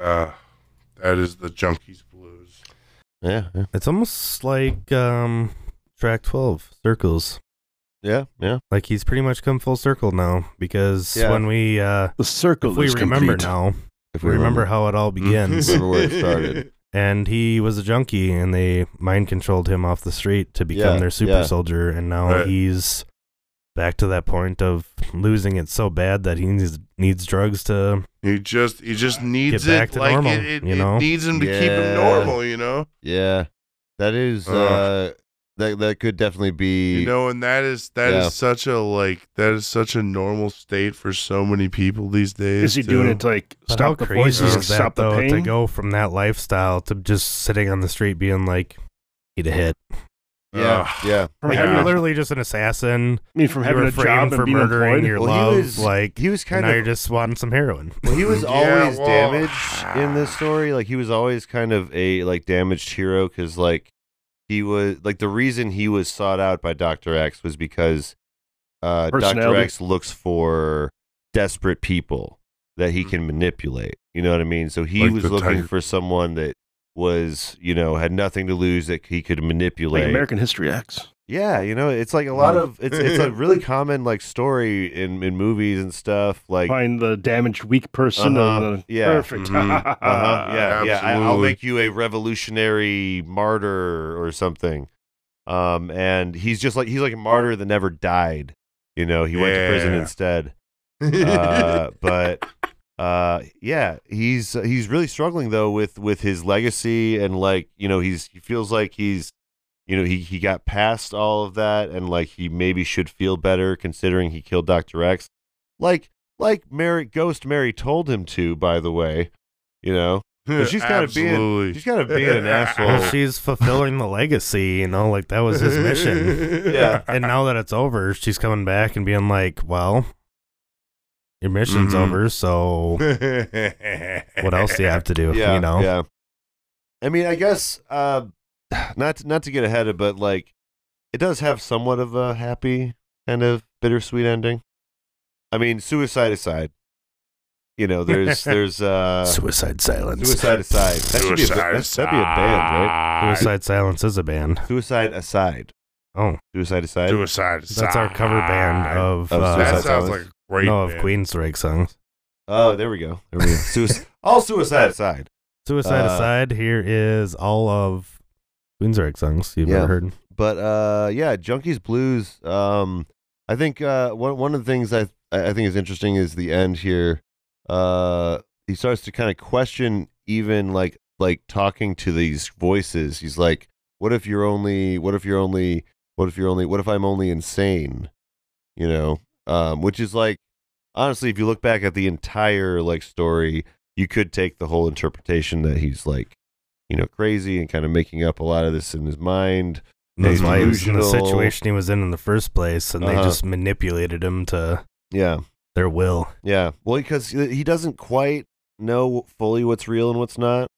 Speaker 4: Uh, that is the Junkies Blues.
Speaker 3: Yeah, yeah,
Speaker 6: It's almost like um track 12 circles.
Speaker 3: yeah, yeah.
Speaker 6: Like he's pretty much come full circle now because
Speaker 3: Yeah.
Speaker 6: when we uh
Speaker 5: The circle
Speaker 6: if we
Speaker 5: is
Speaker 6: remember
Speaker 5: complete. Mm-hmm.
Speaker 6: now,
Speaker 3: If
Speaker 6: we remember how it all begins.
Speaker 3: remember where it started.
Speaker 6: and he was a junkie and they mind controlled him off the street to become
Speaker 3: Yeah,
Speaker 6: their super
Speaker 3: yeah.
Speaker 6: soldier and now
Speaker 4: Right.
Speaker 6: he's back to that point of losing it so bad that he needs needs drugs to
Speaker 4: He just he just needs
Speaker 6: back
Speaker 4: it
Speaker 6: to
Speaker 4: like
Speaker 6: normal,
Speaker 4: it, it,
Speaker 6: you
Speaker 4: it
Speaker 6: know?
Speaker 4: needs him to keep him
Speaker 3: Yeah.
Speaker 4: normal, you know.
Speaker 3: Yeah, that is
Speaker 4: Ugh.
Speaker 3: uh, that that could definitely be
Speaker 4: You know, and that is that is
Speaker 3: Yeah.
Speaker 4: such a like that is such a normal state for so many people these days.
Speaker 5: Is he
Speaker 4: too.
Speaker 5: doing it to like
Speaker 6: uh, But
Speaker 5: stop
Speaker 6: how
Speaker 5: the
Speaker 6: crazy
Speaker 5: voices,
Speaker 6: is
Speaker 5: stop
Speaker 6: that
Speaker 5: the
Speaker 6: though to
Speaker 5: pain?
Speaker 6: go from that lifestyle to just sitting on the street being like need a hit.
Speaker 3: yeah,
Speaker 4: Ugh.
Speaker 3: yeah.
Speaker 5: From
Speaker 6: Like,
Speaker 5: having
Speaker 6: You're
Speaker 5: a-
Speaker 6: literally just an assassin.
Speaker 5: I mean, from
Speaker 6: you
Speaker 5: having
Speaker 6: were
Speaker 5: a
Speaker 6: framed
Speaker 5: job
Speaker 6: for
Speaker 5: and being
Speaker 6: murdering
Speaker 5: employed.
Speaker 6: your
Speaker 3: Well, he
Speaker 6: love.
Speaker 3: was-
Speaker 6: like
Speaker 3: He was
Speaker 6: and
Speaker 3: kind
Speaker 6: now
Speaker 3: of
Speaker 6: you're just wanting some heroin.
Speaker 3: Well, he was
Speaker 4: Yeah,
Speaker 3: always
Speaker 4: well,
Speaker 3: damaged in this story. Like he was always kind of a like damaged hero because like he was like the reason he was sought out by Doctor X was because uh, Doctor
Speaker 5: Personality.
Speaker 3: X looks for desperate people that he can manipulate. You know what I mean? So he
Speaker 4: Mm-hmm. Like
Speaker 3: was
Speaker 4: the
Speaker 3: looking
Speaker 4: tiger.
Speaker 3: for someone that was you know had nothing to lose that he could
Speaker 5: Like
Speaker 3: manipulate.
Speaker 5: American History X.
Speaker 3: Yeah, you know, it's like a lot
Speaker 4: Wow.
Speaker 3: of it's it's a really common like story in in movies and stuff. Like
Speaker 5: Find the damaged, weak person.
Speaker 3: Uh-huh.
Speaker 5: And the,
Speaker 3: Yeah.
Speaker 5: Perfect.
Speaker 6: Mm-hmm.
Speaker 4: Mhm.
Speaker 3: Uh-huh. Yeah, yeah. I, I'll
Speaker 4: Absolutely.
Speaker 3: make you a revolutionary martyr or something. Um, and he's just like he's like a martyr that never died. You know, he went to prison
Speaker 4: Yeah.
Speaker 3: instead. Uh, but uh, yeah, he's he's really struggling though with with his legacy and like you know he's he feels like he's you know he he got past all of that and like he maybe should feel better considering he killed Doctor X, like like Mary Ghost Mary told him to by the way, you know. But she's gotta be an-
Speaker 4: Absolutely.
Speaker 3: she's gotta be an asshole.
Speaker 6: Well, she's fulfilling the legacy, you know, like that was his mission.
Speaker 3: Yeah.
Speaker 6: And now that it's over, she's coming back and being like, Well, your mission's
Speaker 5: Mm-hmm.
Speaker 4: Mhm.
Speaker 6: over, so what else do you have to do?
Speaker 3: yeah,
Speaker 6: you know?
Speaker 3: Yeah. I mean, I guess uh, not to, not to get ahead of, but like it does have somewhat of a happy kind of bittersweet ending. I mean, suicide aside, you know, there's there's uh,
Speaker 6: Suicide silence.
Speaker 3: suicide aside. That should be a,
Speaker 4: Suicide
Speaker 3: that, that'd be a band, right?
Speaker 6: Suicide silence is a band.
Speaker 3: Suicide aside.
Speaker 6: Oh.
Speaker 3: Suicide aside.
Speaker 4: Suicide.
Speaker 6: That's our cover band of,
Speaker 3: Of
Speaker 6: uh,
Speaker 4: that
Speaker 3: Suicide
Speaker 4: sounds
Speaker 3: Silence.
Speaker 4: like a great.
Speaker 6: no, of
Speaker 4: band.
Speaker 6: Queensrÿche songs.
Speaker 3: Oh, there we go. There we go. Suic- all suicide aside.
Speaker 6: Suicide
Speaker 3: Uh,
Speaker 6: aside, here is all of Queensrÿche songs you've
Speaker 3: Yeah.
Speaker 6: ever heard.
Speaker 3: but uh, yeah, Junkies Blues. Um, I think uh, one one of the things I I think is interesting is the end here. Uh, he starts to kind of question even like like talking to these voices. He's like, "What if you're only? What if you're only? What if you're only? What if I'm only insane?" You know, um, which is like honestly, if you look back at the entire like story, you could take the whole interpretation that he's like, you know, crazy and kind of making up a lot of this in his mind.
Speaker 6: That's why he was in the
Speaker 3: Delusional.
Speaker 6: situation he was in in the first place, and they
Speaker 3: Uh-huh.
Speaker 6: just manipulated him to
Speaker 3: Yeah.
Speaker 6: their will.
Speaker 3: Yeah. Well, because he doesn't quite know fully what's real and what's not.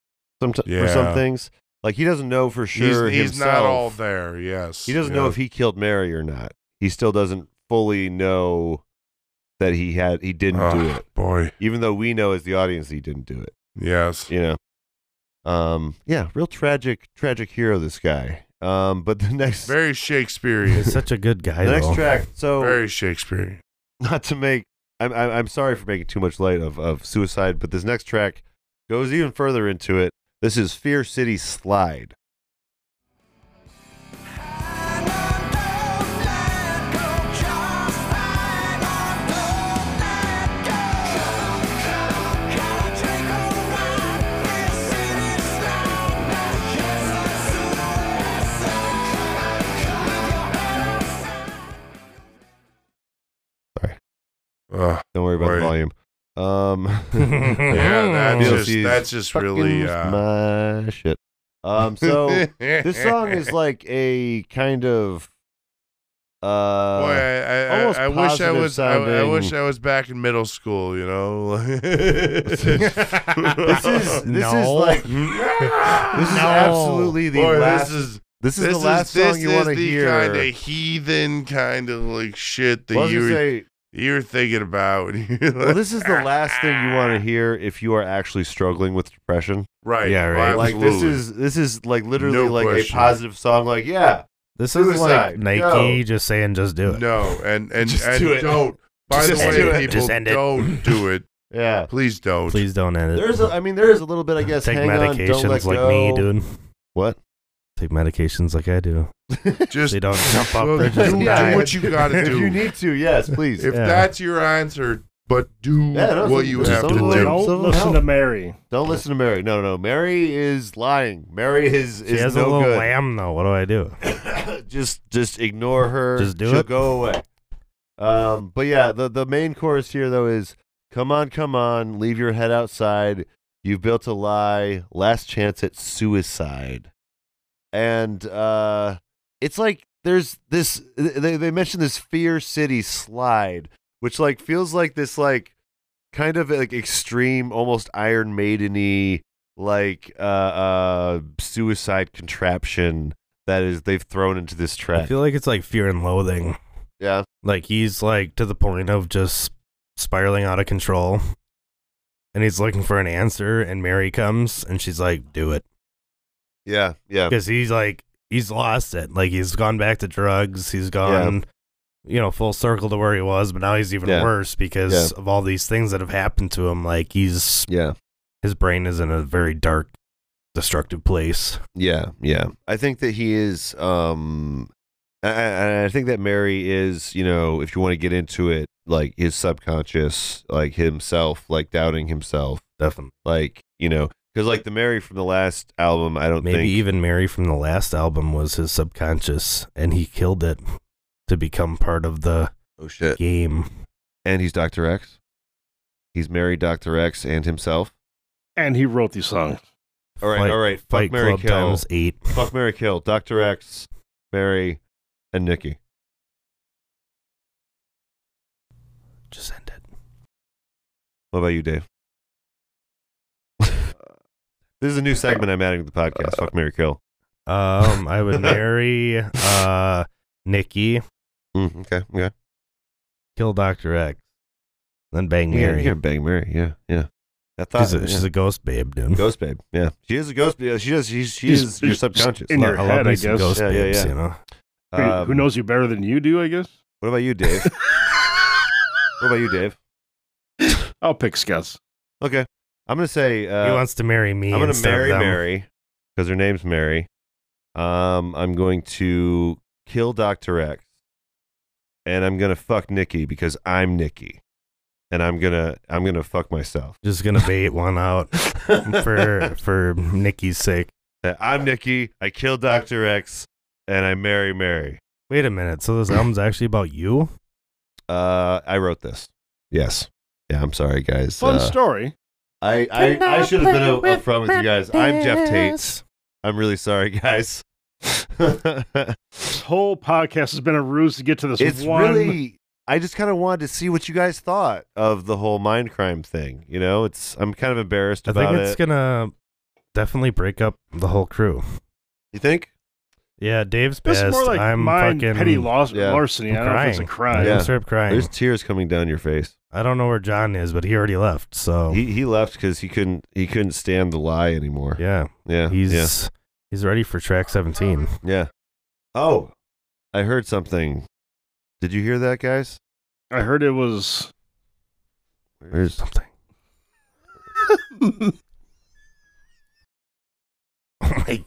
Speaker 3: Some for
Speaker 4: Yeah.
Speaker 3: some things, like he doesn't know for
Speaker 4: He's,
Speaker 3: sure
Speaker 4: he's
Speaker 3: himself.
Speaker 4: not all there. Yes.
Speaker 3: He doesn't know if he killed Mary or not. He still doesn't fully know that he had he didn't do
Speaker 4: Oh,
Speaker 3: it,
Speaker 4: boy.
Speaker 3: even though we know as the audience he didn't do it.
Speaker 4: Yes.
Speaker 3: You know. Um. Yeah. Real tragic, tragic hero. This guy. Um. But the next,
Speaker 4: Very Shakespearean.
Speaker 6: He's such a good guy.
Speaker 3: the next
Speaker 6: though.
Speaker 3: track. So
Speaker 4: Very Shakespearean.
Speaker 3: not to make I'm, I'm I'm sorry for making too much light of of suicide, but this next track goes even further into it. This is Fear City Slide.
Speaker 4: Ugh.
Speaker 3: Don't worry about the
Speaker 4: Right.
Speaker 3: volume. Um
Speaker 4: yeah, that's
Speaker 3: Feels
Speaker 4: just
Speaker 3: he's
Speaker 4: that's just really.
Speaker 3: fucking
Speaker 4: Uh,
Speaker 3: my shit. Um so this song is like a kind of uh
Speaker 4: Boy, I, I,
Speaker 3: almost
Speaker 4: I, I wish I
Speaker 3: positive
Speaker 4: was. I, I
Speaker 3: sounding.
Speaker 4: wish I was back in middle school. You know. this
Speaker 3: this is this is
Speaker 6: No.
Speaker 3: like this
Speaker 4: this
Speaker 3: is absolutely the
Speaker 4: Boy,
Speaker 3: last
Speaker 4: this is
Speaker 3: this is
Speaker 4: this
Speaker 3: the last
Speaker 4: is,
Speaker 3: song you want to hear.
Speaker 4: kind of heathen kind of like shit that
Speaker 3: Well, I was
Speaker 4: you
Speaker 3: gonna
Speaker 4: were-
Speaker 3: say,
Speaker 4: you're thinking about.
Speaker 3: Well, this is the last thing you want to hear if you are actually struggling with depression.
Speaker 4: right?
Speaker 6: Yeah, right.
Speaker 4: Well,
Speaker 3: Like this
Speaker 4: absolutely.
Speaker 3: is this is like literally
Speaker 4: No
Speaker 3: like
Speaker 4: question.
Speaker 3: a positive song. Like yeah,
Speaker 6: This is like
Speaker 3: Suicide,
Speaker 6: Nike
Speaker 3: go.
Speaker 6: just saying, just do it.
Speaker 4: no, and and
Speaker 3: Just
Speaker 4: and
Speaker 3: do it.
Speaker 4: don't. By
Speaker 6: Just
Speaker 4: the
Speaker 6: do
Speaker 4: way,
Speaker 6: it.
Speaker 4: people,
Speaker 6: Just end it.
Speaker 4: don't do it.
Speaker 3: yeah.
Speaker 4: Please don't.
Speaker 6: Please don't edit.
Speaker 3: There's a, I mean there is a little bit I guess.
Speaker 6: Take
Speaker 3: hang on,
Speaker 6: medications
Speaker 3: don't let
Speaker 6: like
Speaker 3: go.
Speaker 6: me, dude.
Speaker 3: What?
Speaker 6: Take medications like I do.
Speaker 4: Just
Speaker 6: They don't jump off
Speaker 4: well,
Speaker 6: bridges
Speaker 4: do,
Speaker 6: and
Speaker 4: do
Speaker 6: die.
Speaker 4: what you gotta
Speaker 3: If you
Speaker 4: do.
Speaker 3: need to, yes, please.
Speaker 4: If
Speaker 6: Yeah.
Speaker 4: that's your answer, but do
Speaker 3: Yeah, no,
Speaker 4: what
Speaker 3: so-
Speaker 4: you
Speaker 3: just
Speaker 4: have to
Speaker 3: don't
Speaker 4: do.
Speaker 3: let
Speaker 5: Don't
Speaker 3: Someone
Speaker 5: listen
Speaker 3: help.
Speaker 5: to Mary.
Speaker 3: Don't listen to Mary. No, no, Mary is lying. Mary is
Speaker 6: She
Speaker 3: is
Speaker 6: has a
Speaker 3: no
Speaker 6: little
Speaker 3: good.
Speaker 6: lamb though. What do I do?
Speaker 3: just just ignore her.
Speaker 6: Just do
Speaker 3: She'll
Speaker 6: it.
Speaker 3: go away. Um, but yeah, the the main chorus here though is come on, come on, leave your head outside. You've built a lie. Last chance at suicide. And uh it's like there's this they they mentioned this fear city slide, which like feels like this like kind of like extreme, almost Iron Maideny like uh uh suicide contraption that is they've thrown into this
Speaker 6: I
Speaker 3: track.
Speaker 6: feel like it's like fear and loathing.
Speaker 3: yeah.
Speaker 6: Like he's like to the point of just spiraling out of control. And he's looking for an answer and Mary comes and she's like, "Do it."
Speaker 3: Yeah. Yeah.
Speaker 6: Cuz he's like he's lost it. Like he's gone back to drugs. He's gone you know, full circle to where he was, but now he's even
Speaker 3: Yeah.
Speaker 6: worse because of all these things that have happened to him. Like he's
Speaker 3: Yeah.
Speaker 6: his brain is in a very dark destructive place.
Speaker 3: Yeah. Yeah. I think that he is um I- I, I think that Mary is, you know, if you want to get into it, like his subconscious, like himself, like doubting himself,
Speaker 6: Definitely.
Speaker 3: like, you know, because like the Mary from the last album, I don't
Speaker 6: Maybe
Speaker 3: think
Speaker 6: even Mary from the last album was his subconscious and he killed it to become part of the
Speaker 3: Oh shit.
Speaker 6: game.
Speaker 3: And he's Dr. X. He's married Dr. X and himself.
Speaker 5: And he wrote these songs.
Speaker 3: All right,
Speaker 6: Fight-
Speaker 3: all right. Fuck
Speaker 6: Fight
Speaker 3: Mary
Speaker 6: Club
Speaker 3: Kill.
Speaker 6: times eight.
Speaker 3: Fuck Mary Kill. Dr. X, Mary, and Nikki.
Speaker 6: Just end it.
Speaker 3: What about you, Dave? this is a new segment I'm adding to the podcast. Fuck Mary Kill.
Speaker 6: Um, I would marry uh Nikki,
Speaker 3: Mm, okay, okay.
Speaker 6: kill Doctor X, then bang
Speaker 3: Yeah,
Speaker 6: Mary.
Speaker 3: yeah, bang Mary. Yeah, yeah. I thought
Speaker 6: she's, a, she's
Speaker 3: yeah.
Speaker 6: a ghost babe, dude.
Speaker 3: ghost babe. Yeah, she is a ghost. Yeah, she does. She's, she
Speaker 5: She's-
Speaker 3: is your
Speaker 5: she's
Speaker 3: subconscious.
Speaker 5: in
Speaker 6: Lo-
Speaker 5: your
Speaker 6: I love
Speaker 5: head,
Speaker 6: me
Speaker 5: I
Speaker 6: some Ghost
Speaker 3: Yeah, yeah,
Speaker 6: babes,
Speaker 3: yeah.
Speaker 6: you know.
Speaker 5: Who- who
Speaker 3: Um,
Speaker 5: knows you better than you do, I guess?
Speaker 3: What about you, Dave? what about you, Dave?
Speaker 5: I'll pick Scott's.
Speaker 3: Okay, I'm gonna say uh,
Speaker 6: he wants to marry me.
Speaker 3: I'm gonna
Speaker 6: instead of
Speaker 3: marry
Speaker 6: them.
Speaker 3: Mary because her name's Mary. Um, I'm going to kill Doctor X, and I'm gonna fuck Nikki because I'm Nikki, and I'm gonna I'm gonna fuck myself.
Speaker 6: Just gonna bait one out for for Nikki's sake.
Speaker 3: That Uh, I'm Nikki. I kill Doctor X, and I marry Mary.
Speaker 6: Wait a minute. So this album's actually about you?
Speaker 3: Uh, I wrote this. Yes. Yeah, I'm sorry, guys.
Speaker 5: Fun
Speaker 3: Uh,
Speaker 5: story.
Speaker 3: I I, I should have been up up front with you guys. I'm Jeff Tate. I'm really sorry, guys.
Speaker 5: This whole podcast has been a ruse to get to this
Speaker 3: it's
Speaker 5: one.
Speaker 3: really i just kind of wanted to see what you guys thought of the whole mind crime thing you know it's i'm kind of embarrassed
Speaker 6: I
Speaker 3: about
Speaker 6: think it's
Speaker 3: it
Speaker 6: gonna definitely break up the whole crew.
Speaker 3: you think
Speaker 6: Yeah, Dave's
Speaker 5: This
Speaker 6: pissed.
Speaker 5: is more like
Speaker 6: I'm
Speaker 5: mine
Speaker 6: fucking
Speaker 5: petty lar-
Speaker 3: Yeah.
Speaker 5: larceny. I don't know if it's a
Speaker 6: Crying.
Speaker 5: crime.
Speaker 3: Yeah.
Speaker 6: I'm sort of crying.
Speaker 3: there's tears coming down your face
Speaker 6: I don't know where John is, but he already left. So
Speaker 3: he he left because he couldn't he couldn't stand the lie anymore
Speaker 6: yeah,
Speaker 3: yeah
Speaker 6: he's
Speaker 3: yeah,
Speaker 6: he's ready for track 17.
Speaker 3: yeah oh i heard something did you hear that guys
Speaker 5: I heard it was
Speaker 3: Where's-
Speaker 6: something. oh my!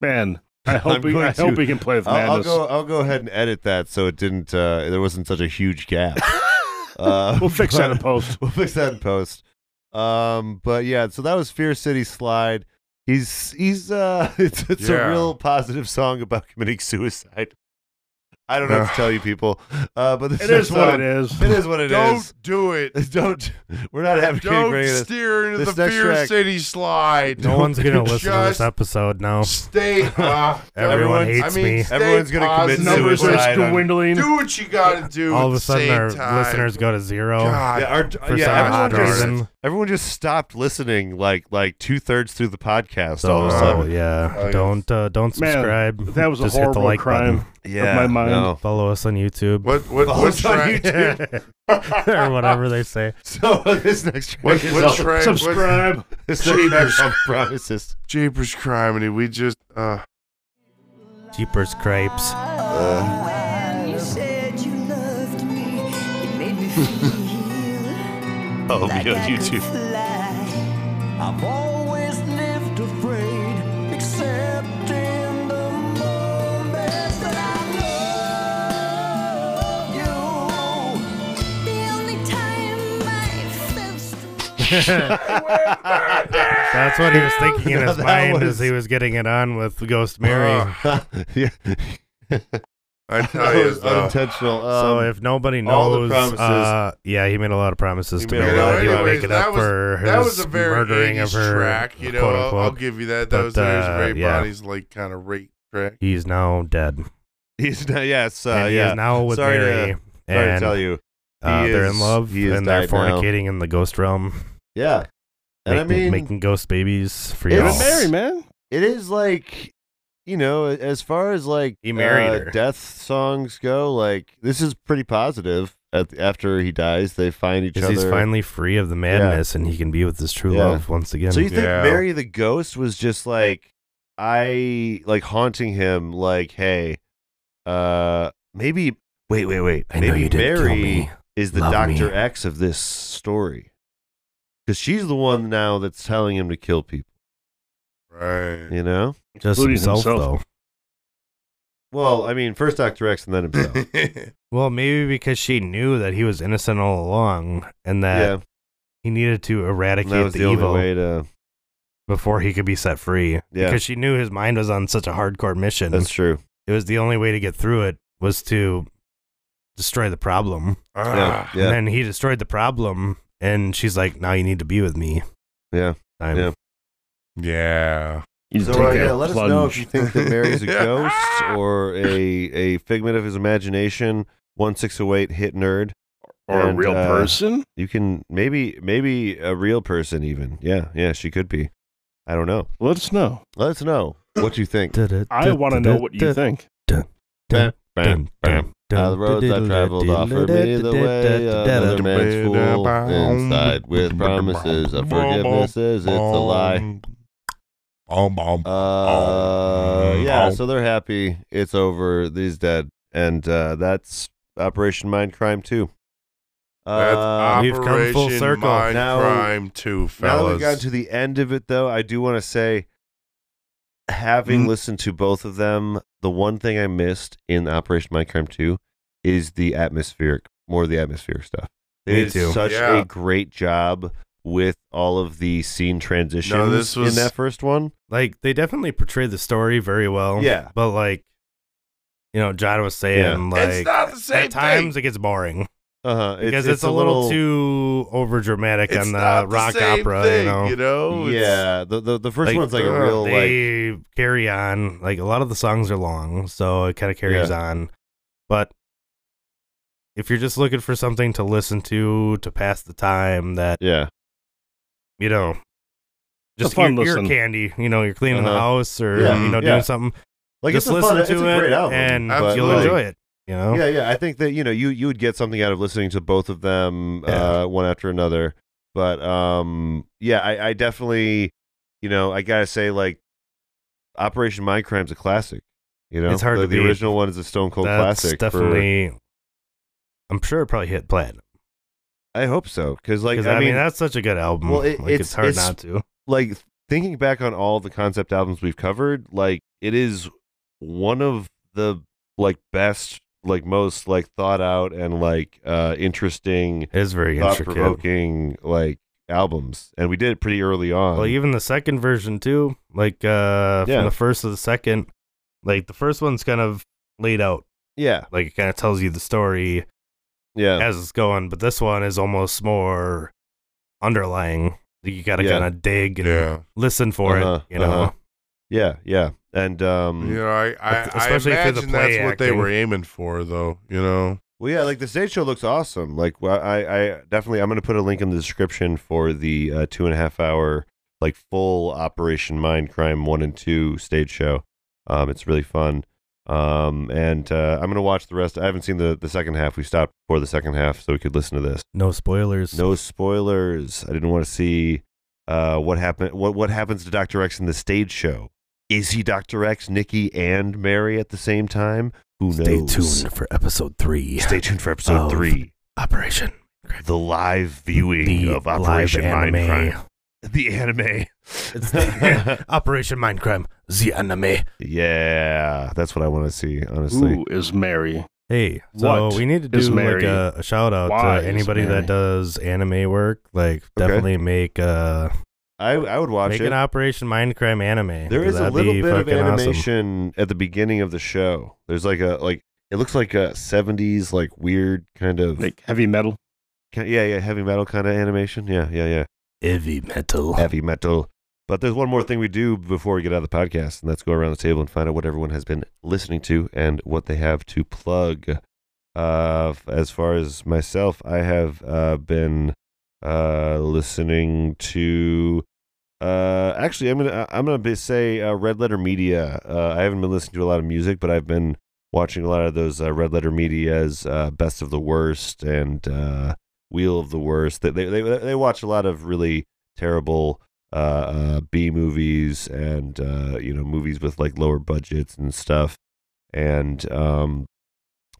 Speaker 5: man. I hope he,
Speaker 3: going
Speaker 5: I hope
Speaker 3: to-
Speaker 5: he can play with
Speaker 3: I'll, I'll
Speaker 5: madness.
Speaker 3: go i'll go ahead and edit that so it didn't uh there wasn't such a huge gap uh,
Speaker 5: we'll fix that in
Speaker 3: but-
Speaker 5: post.
Speaker 3: we'll fix that in post. Um, but yeah, so that was Fear City Slide. He's he's uh, it's, it's
Speaker 4: Yeah.
Speaker 3: a real positive song about committing suicide. I don't know what to tell you people, uh, but this
Speaker 5: It is what it is.
Speaker 3: It is what it
Speaker 4: don't
Speaker 3: is.
Speaker 4: do it.
Speaker 3: Don't we're not advocating for
Speaker 4: Don't
Speaker 3: any of this.
Speaker 4: steer into
Speaker 3: This
Speaker 4: the
Speaker 3: next
Speaker 4: fear
Speaker 3: track-
Speaker 4: city slide.
Speaker 6: No one's gonna listen to this
Speaker 4: Just
Speaker 6: episode now.
Speaker 4: Stay. Uh,
Speaker 6: Everyone hates
Speaker 4: I mean,
Speaker 6: me.
Speaker 4: Stay
Speaker 3: Everyone's gonna commit
Speaker 4: positive.
Speaker 5: Numbers are
Speaker 3: suicide on-
Speaker 5: dwindling.
Speaker 4: Do what you gotta do.
Speaker 6: All of
Speaker 4: at
Speaker 6: a
Speaker 4: the
Speaker 6: sudden,
Speaker 4: same
Speaker 6: our
Speaker 4: time.
Speaker 6: listeners go to zero
Speaker 4: God,
Speaker 3: Yeah, our,
Speaker 6: for
Speaker 3: yeah,
Speaker 6: some
Speaker 3: everyone
Speaker 6: odd
Speaker 4: everyone just-
Speaker 6: reason.
Speaker 3: Everyone just stopped listening like like two thirds through the podcast all of a
Speaker 6: So
Speaker 4: Oh,
Speaker 3: sudden.
Speaker 6: yeah,
Speaker 4: Oh, yes.
Speaker 6: don't uh, don't
Speaker 5: Man,
Speaker 6: subscribe.
Speaker 5: that was a
Speaker 6: Just hit the
Speaker 5: horrible
Speaker 6: like
Speaker 5: crime.
Speaker 6: button.
Speaker 3: Yeah,
Speaker 5: my mind.
Speaker 3: no.
Speaker 6: Follow us on YouTube
Speaker 4: What what
Speaker 3: Follow
Speaker 4: what
Speaker 3: us Oh, on
Speaker 4: track?
Speaker 3: YouTube.
Speaker 6: or whatever they say.
Speaker 3: So this next track
Speaker 4: What
Speaker 3: is
Speaker 4: what
Speaker 3: all-
Speaker 4: track? What,
Speaker 5: Subscribe.
Speaker 3: this next track is all promises.
Speaker 4: Japers Crime, and we just uh
Speaker 6: Jeepers cripes.
Speaker 8: You said you loved me. It made me feel
Speaker 1: Oh,
Speaker 8: like
Speaker 1: be on
Speaker 8: I could
Speaker 1: YouTube.
Speaker 8: fly. I've always lived afraid, except in the moments that I love you. The only time I felt strong.
Speaker 6: That's what he was thinking in
Speaker 3: No,
Speaker 6: his
Speaker 3: that
Speaker 6: mind
Speaker 3: was-
Speaker 6: as he was getting it on with Ghost Mary. Oh,
Speaker 4: uh,
Speaker 3: Oh, yeah,
Speaker 4: I tell
Speaker 3: that
Speaker 4: you,
Speaker 3: was
Speaker 4: though,
Speaker 3: unintentional.
Speaker 6: so
Speaker 3: Um,
Speaker 6: if nobody
Speaker 3: all the
Speaker 6: knows,
Speaker 3: promises-
Speaker 6: uh, yeah, he made a lot of promises
Speaker 3: He
Speaker 6: to
Speaker 3: made a
Speaker 6: Mary
Speaker 3: lot of
Speaker 6: that he would
Speaker 3: promises.
Speaker 6: make it up
Speaker 4: That was-
Speaker 6: for his
Speaker 4: that was a very
Speaker 6: murdering of
Speaker 4: 80s
Speaker 6: her.
Speaker 4: track. You know,
Speaker 6: quote
Speaker 4: I'll,
Speaker 6: unquote.
Speaker 4: I'll give you that. That
Speaker 6: But,
Speaker 4: was there's
Speaker 6: uh,
Speaker 4: Ray
Speaker 6: yeah.
Speaker 4: Bonnie's like kind of rape track.
Speaker 6: He's now dead.
Speaker 3: he's not, yes, uh,
Speaker 6: and he
Speaker 3: yeah.
Speaker 6: is now with
Speaker 3: Sorry to-
Speaker 6: Mary.
Speaker 3: Sorry to
Speaker 6: and
Speaker 3: tell you.
Speaker 6: uh,
Speaker 3: He
Speaker 6: they're
Speaker 3: is-
Speaker 6: in love
Speaker 3: he is
Speaker 6: and they're
Speaker 3: died now.
Speaker 6: fornicating in the ghost realm.
Speaker 3: Yeah, and I
Speaker 6: making,
Speaker 3: mean,
Speaker 6: making ghost babies for
Speaker 3: It's-
Speaker 6: y'all.
Speaker 5: Get married, man.
Speaker 3: it is like you know as far as like
Speaker 6: He married
Speaker 3: uh,
Speaker 6: her.
Speaker 3: death songs go like this is pretty positive at, after he dies they find each
Speaker 6: Because
Speaker 3: other
Speaker 6: he's finally free of the madness and he can be with his true
Speaker 3: Yeah.
Speaker 6: love once again.
Speaker 3: so you think
Speaker 4: Yeah.
Speaker 3: mary the ghost was just like i like haunting him like hey uh maybe wait wait wait
Speaker 6: I know
Speaker 3: maybe
Speaker 6: you didn't kill
Speaker 3: mary
Speaker 6: me.
Speaker 3: is the
Speaker 6: Love me.
Speaker 3: dr x of this story because she's the one now that's telling him to kill people
Speaker 4: Right.
Speaker 3: you know
Speaker 6: Just
Speaker 5: Including
Speaker 6: himself,
Speaker 5: himself.
Speaker 6: though.
Speaker 3: well i mean first dr x and then himself
Speaker 6: Well, maybe because she knew that he was innocent all along and that
Speaker 3: yeah
Speaker 6: he needed to eradicate
Speaker 3: that was
Speaker 6: the,
Speaker 3: the only
Speaker 6: evil
Speaker 3: way to
Speaker 6: before he could be set free.
Speaker 3: Yeah.
Speaker 6: Because she knew his mind was on such a hardcore mission.
Speaker 3: That's true.
Speaker 6: it was the only way to get through it was to destroy the problem.
Speaker 3: Yeah,
Speaker 4: Ah,
Speaker 3: yeah,
Speaker 6: And then he destroyed the problem, and she's like, "Now you need to be with me."
Speaker 3: yeah.
Speaker 6: I'm,
Speaker 3: Yeah.
Speaker 4: yeah.
Speaker 5: You
Speaker 3: So
Speaker 5: take
Speaker 3: uh,
Speaker 5: that
Speaker 3: yeah, let us know if
Speaker 5: plunge.
Speaker 3: you think that Mary's a ghost or a a figment of his imagination. One six zero eight hit nerd.
Speaker 5: or a
Speaker 3: and,
Speaker 5: real
Speaker 3: uh,
Speaker 5: person.
Speaker 3: You can maybe maybe a real person even. Yeah, yeah, she could be. I don't know.
Speaker 5: Let us know.
Speaker 3: Let us know what you think.
Speaker 5: I want to know what you think.
Speaker 3: Bam, bam. Uh, the roads I've traveled offer me the way uh, another man's fool inside with promises of forgivenesses. It's a lie.
Speaker 4: Bom, bom.
Speaker 3: Uh,
Speaker 4: Oh.
Speaker 3: yeah, so they're happy. It's over. He's dead. And uh, that's Operation Mindcrime 2.
Speaker 4: That's
Speaker 3: Uh,
Speaker 6: we've come full
Speaker 4: Operation
Speaker 6: circle.
Speaker 4: Mind
Speaker 3: Now-
Speaker 4: Crime 2,
Speaker 3: now that
Speaker 4: fellas.
Speaker 3: we've gotten to the end of it, though, I do want to say, having
Speaker 4: Mm.
Speaker 3: listened to both of them, the one thing I missed in Operation Mindcrime 2 is the atmospheric, more of the atmospheric stuff. They
Speaker 6: Me
Speaker 3: did
Speaker 6: too.
Speaker 3: such
Speaker 4: Yeah.
Speaker 3: a great job with all of the scene transitions
Speaker 4: this was-
Speaker 3: in that first one.
Speaker 6: Like they definitely portrayed the story very well.
Speaker 3: Yeah.
Speaker 6: but like, you know, John was saying,
Speaker 4: it's
Speaker 6: like,
Speaker 4: not the same
Speaker 6: at times it
Speaker 4: thing.
Speaker 6: gets boring
Speaker 3: Uh-huh. It's-
Speaker 6: because it's, a, little, too over dramatic
Speaker 4: It's
Speaker 6: on
Speaker 4: not
Speaker 6: the rock
Speaker 4: same
Speaker 6: opera. you
Speaker 4: thing,
Speaker 6: know,
Speaker 4: uh, You know? Oh, It's- oh,
Speaker 3: yeah, the, the the first one's like a
Speaker 6: uh,
Speaker 3: real like
Speaker 6: they carry on. Like a lot of the songs are long, so it kind of carries on. But if you're just looking for something to listen to to pass the time, that
Speaker 3: yeah
Speaker 6: you know, just
Speaker 5: fun
Speaker 6: your, your
Speaker 5: listen.
Speaker 6: candy. You know, you're cleaning
Speaker 3: Uh-huh.
Speaker 6: the house or
Speaker 3: Yeah.
Speaker 6: you know
Speaker 3: Yeah.
Speaker 6: doing something.
Speaker 3: like
Speaker 6: just
Speaker 3: it's a
Speaker 6: listen
Speaker 3: fun,
Speaker 6: to
Speaker 3: it's
Speaker 6: it
Speaker 3: a great album,
Speaker 6: and
Speaker 3: but,
Speaker 6: you'll
Speaker 4: Absolutely.
Speaker 3: like,
Speaker 6: enjoy it. You know,
Speaker 3: Yeah, yeah. I think that you know you you would get something out of listening to both of them
Speaker 6: Yeah.
Speaker 3: uh, one after another. But um, yeah, I, I definitely you know I gotta say like Operation Mindcrime's a classic. You know,
Speaker 6: It's hard
Speaker 3: the,
Speaker 6: to
Speaker 3: the
Speaker 6: beat.
Speaker 3: original one is a Stone Cold
Speaker 6: that's
Speaker 3: classic. for-
Speaker 6: definitely. I'm sure it probably hit platinum
Speaker 3: I hope so because like
Speaker 6: 'Cause,
Speaker 3: I, mean,
Speaker 6: that's such a good album.
Speaker 3: well, it-
Speaker 6: like, it's,
Speaker 3: it's-
Speaker 6: hard
Speaker 3: it's-
Speaker 6: not to.
Speaker 3: like thinking back on all the concept albums we've covered, like it is one of the like best, like most like thought out and like uh interesting,
Speaker 6: It is very
Speaker 3: thought
Speaker 6: intricate.
Speaker 3: provoking like albums. And we did it pretty early on.
Speaker 6: Well, even the second version too, like uh
Speaker 3: Yeah.
Speaker 6: from the first to the second, like the first one's kind of laid out,
Speaker 3: yeah,
Speaker 6: like it kind of tells you the story
Speaker 3: yeah,
Speaker 6: as it's going, but this one is almost more underlying. You got to
Speaker 3: Yeah.
Speaker 6: kind of dig and
Speaker 4: Yeah.
Speaker 6: listen for
Speaker 3: Uh-huh,
Speaker 6: it, you know.
Speaker 3: uh-huh. yeah, yeah. And um
Speaker 4: You know, I, I,
Speaker 6: mm. Especially
Speaker 4: I
Speaker 6: if you're the
Speaker 4: imagine that's
Speaker 6: play
Speaker 4: what they
Speaker 6: acting.
Speaker 4: were aiming for, though. You know,
Speaker 3: Well, yeah, like the stage show looks awesome. Like, well, I, I definitely, I'm gonna put a link in the description for the uh, two and a half hour, like full Operation Mindcrime one and two stage show. Um, it's really fun. Um, and uh, I'm gonna watch the rest. I haven't seen the the second half. We stopped before the second half, so we could listen to this.
Speaker 6: No spoilers.
Speaker 3: No spoilers. I didn't want to see uh, what happened. What what happens to Doctor X in the stage show? Is he Doctor X, Nikki, and Mary at the same time? Who
Speaker 6: Stay
Speaker 3: knows?
Speaker 6: tuned for episode three.
Speaker 3: Stay tuned for episode
Speaker 6: Of
Speaker 3: three,
Speaker 6: Operation.
Speaker 3: the live viewing
Speaker 6: The
Speaker 3: of Operation
Speaker 6: live anime.
Speaker 3: Mindcrime, the anime.
Speaker 6: It's the Operation Mindcrime, the anime.
Speaker 3: yeah, that's what I want to see. Honestly,
Speaker 5: Who is Mary?
Speaker 6: Hey, so
Speaker 5: What
Speaker 6: we need to
Speaker 5: is
Speaker 6: do like
Speaker 5: Mary?
Speaker 6: a, a shout out
Speaker 5: Why is
Speaker 6: to anybody
Speaker 5: Mary?
Speaker 6: that does anime work. Like,
Speaker 3: Okay.
Speaker 6: definitely make uh
Speaker 3: I I would watch
Speaker 6: make
Speaker 3: it.
Speaker 6: an Operation Mindcrime anime.
Speaker 3: There is a
Speaker 6: That'd
Speaker 3: little
Speaker 6: be
Speaker 3: bit of
Speaker 6: fucking awesome.
Speaker 3: animation at the beginning of the show. There's like a like it looks like a 70s like weird kind of
Speaker 5: Like heavy metal?
Speaker 3: Ki- yeah yeah heavy metal kind of animation. Yeah yeah yeah
Speaker 6: Heavy metal.
Speaker 3: heavy metal. But there's one more thing we do before we get out of the podcast, and that's go around the table and find out what everyone has been listening to and what they have to plug. Uh, f- as far as myself, I have uh, been uh, listening to. Uh, actually, I'm gonna I- I'm gonna be, say uh, Red Letter Media. Uh, I haven't been listening to a lot of music, but I've been watching a lot of those uh, Red Letter Media's uh, Best of the Worst and uh, Wheel of the Worst. They they they, they watch a lot of really terrible uh, uh, B movies and uh, you know movies with like lower budgets and stuff. And um,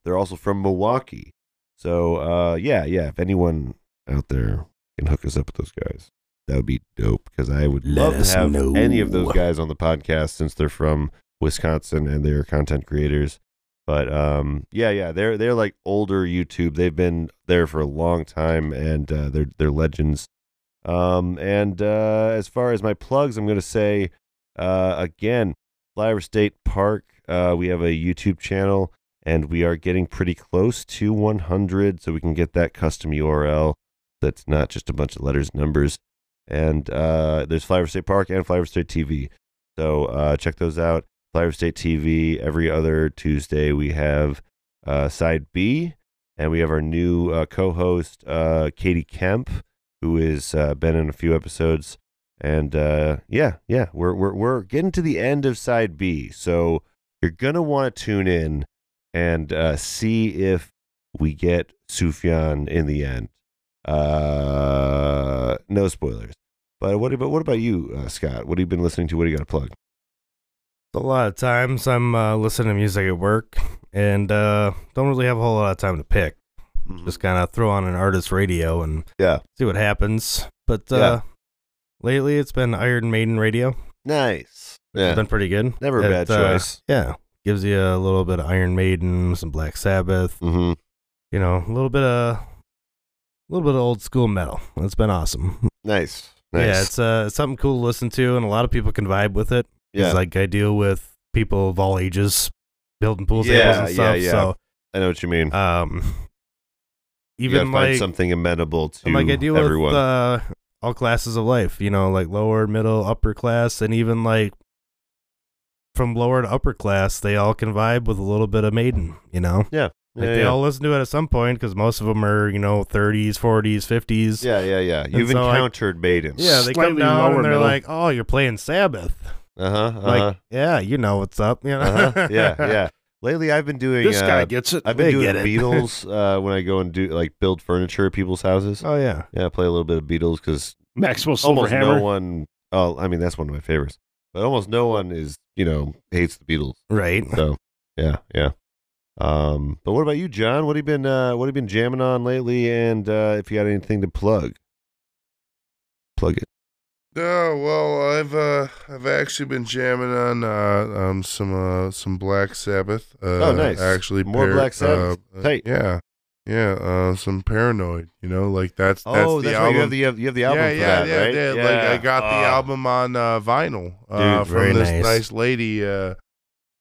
Speaker 3: they're also from Milwaukee. So uh, yeah, yeah. If anyone out there can hook us up with those guys, that would be dope because I would
Speaker 6: Let
Speaker 3: love to
Speaker 6: us
Speaker 3: have
Speaker 6: know.
Speaker 3: any of those guys on the podcast since they're from Wisconsin and they're content creators. But um, yeah, yeah, they're they're like older YouTube. They've been there for a long time, and uh, they're they're legends. Um, and uh, as far as my plugs, I'm going to say uh, again, Flyover State Park. Uh, we have a YouTube channel, and we are getting pretty close to 100, so we can get that custom URL. That's not just a bunch of letters, numbers. And uh, there's Flyover State Park and Flyover State TV. So uh, check those out. Flyover State TV. Every other Tuesday, we have uh, Side B, and we have our new uh, co-host uh, Katie Kemp who has uh, been in a few episodes. And uh, yeah, yeah, we're, we're we're getting to the end of side B, so you're gonna want to tune in and uh, see if we get Sufjan in the end. Uh, no spoilers. But what about what about you, uh, Scott? What have you been listening to? What do you got to plug?
Speaker 6: A lot of times I'm uh, listening to music at work and uh, don't really have a whole lot of time to pick. Just kind of throw on an artist radio and
Speaker 3: Mm-hmm. Yeah.
Speaker 6: see what happens. But uh,
Speaker 3: Yeah.
Speaker 6: lately it's been Iron Maiden radio.
Speaker 3: Nice. Yeah.
Speaker 6: It's been pretty good.
Speaker 3: Never a
Speaker 6: It,
Speaker 3: bad
Speaker 6: uh,
Speaker 3: choice.
Speaker 6: Yeah. Gives you a little bit of Iron Maiden, some Black Sabbath,
Speaker 3: Mm-hmm.
Speaker 6: you know, a little bit of a little bit of old school metal. It's been awesome.
Speaker 3: Nice. Nice.
Speaker 6: Yeah, it's uh, it's something cool to listen to, and a lot of people can vibe with it.
Speaker 3: Yeah.
Speaker 6: It's like I deal with people of all ages building pool
Speaker 3: Yeah,
Speaker 6: tables and stuff.
Speaker 3: yeah, I know what you mean.
Speaker 6: So um,
Speaker 3: you gotta
Speaker 6: even
Speaker 3: find
Speaker 6: like
Speaker 3: something amenable to
Speaker 6: I'm like I deal
Speaker 3: everyone.
Speaker 6: with uh, all classes of life. You know, like lower, middle, upper class, and even like from lower to upper class, they all can vibe with a little bit of Maiden. You know, like
Speaker 3: yeah,
Speaker 6: they
Speaker 3: yeah.
Speaker 6: all listen to it at some point because most of them are you know 30s, 40s, 50s.
Speaker 3: Yeah, yeah, yeah. You've
Speaker 6: so I-
Speaker 3: encountered maidens.
Speaker 6: Yeah, they come
Speaker 5: Slightly
Speaker 6: down
Speaker 5: lower
Speaker 6: and they're
Speaker 5: middle.
Speaker 6: like, "Oh, you're playing Sabbath."
Speaker 3: Uh huh. Uh-huh.
Speaker 6: Like, yeah, you know what's up. You know?
Speaker 3: uh-huh. Yeah, yeah. Lately, I've been doing.
Speaker 5: This
Speaker 3: uh,
Speaker 5: guy gets it.
Speaker 3: I've been
Speaker 6: they
Speaker 3: doing
Speaker 6: get it.
Speaker 3: Beatles uh, when I go and do like build furniture at people's houses.
Speaker 6: Oh yeah.
Speaker 3: Yeah, I play a little bit of Beatles because
Speaker 5: Maxwell
Speaker 3: almost
Speaker 5: Silverhammer.
Speaker 3: no one. Oh, I mean that's one of my favorites. But almost no one is you know hates the Beatles.
Speaker 6: Right.
Speaker 3: So yeah, yeah. Um, but what about you, John? What have you been uh, What have you been jamming on lately? And uh, if you got anything to plug, plug it.
Speaker 4: Oh well, I've uh, I've actually been jamming on uh, um some uh, some Black Sabbath. Uh,
Speaker 3: Oh, nice.
Speaker 4: Actually,
Speaker 3: More Black Sabbath.
Speaker 4: uh, uh,
Speaker 3: Tight.
Speaker 4: Yeah, yeah. Uh, some Paranoid. You know, like that's that's
Speaker 3: oh,
Speaker 4: the
Speaker 3: that's
Speaker 4: album.
Speaker 3: why you have the you have, you have the album
Speaker 4: yeah,
Speaker 3: for
Speaker 4: yeah,
Speaker 3: that,
Speaker 4: yeah,
Speaker 3: right?
Speaker 4: yeah, Like I got the
Speaker 3: Oh.
Speaker 4: album on uh, vinyl uh,
Speaker 6: Dude,
Speaker 4: from
Speaker 6: very
Speaker 4: this nice.
Speaker 6: nice.
Speaker 4: lady. Uh,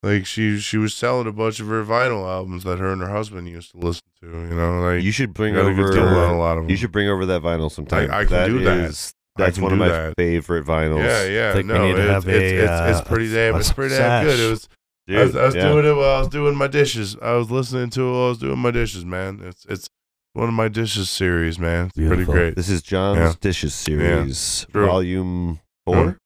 Speaker 4: like she she was selling a bunch of her vinyl albums that her and her husband used to listen to. You know, like
Speaker 3: You should bring
Speaker 4: got a good
Speaker 3: over.
Speaker 4: deal on a lot of them.
Speaker 3: You should bring over that vinyl sometime.
Speaker 4: I can do that.
Speaker 3: is-
Speaker 4: I
Speaker 3: that's
Speaker 4: can
Speaker 3: one of
Speaker 4: do
Speaker 3: my
Speaker 4: that.
Speaker 3: favorite vinyls.
Speaker 4: Yeah, yeah.
Speaker 6: think we
Speaker 4: no,
Speaker 6: need to
Speaker 4: it's,
Speaker 6: have
Speaker 4: it's,
Speaker 6: a,
Speaker 4: it's, it's
Speaker 6: uh,
Speaker 4: pretty damn.
Speaker 6: a
Speaker 4: It's pretty damn good.
Speaker 6: sash.
Speaker 4: It was
Speaker 3: Dude,
Speaker 4: I was, I was
Speaker 3: yeah.
Speaker 4: doing it while I was doing my dishes. I was listening to it while I was doing my dishes, man. It's it's one of my dishes series, man. It's
Speaker 6: Beautiful.
Speaker 4: pretty great.
Speaker 3: This is John's
Speaker 4: Yeah.
Speaker 3: Dishes series,
Speaker 4: True.
Speaker 3: volume four.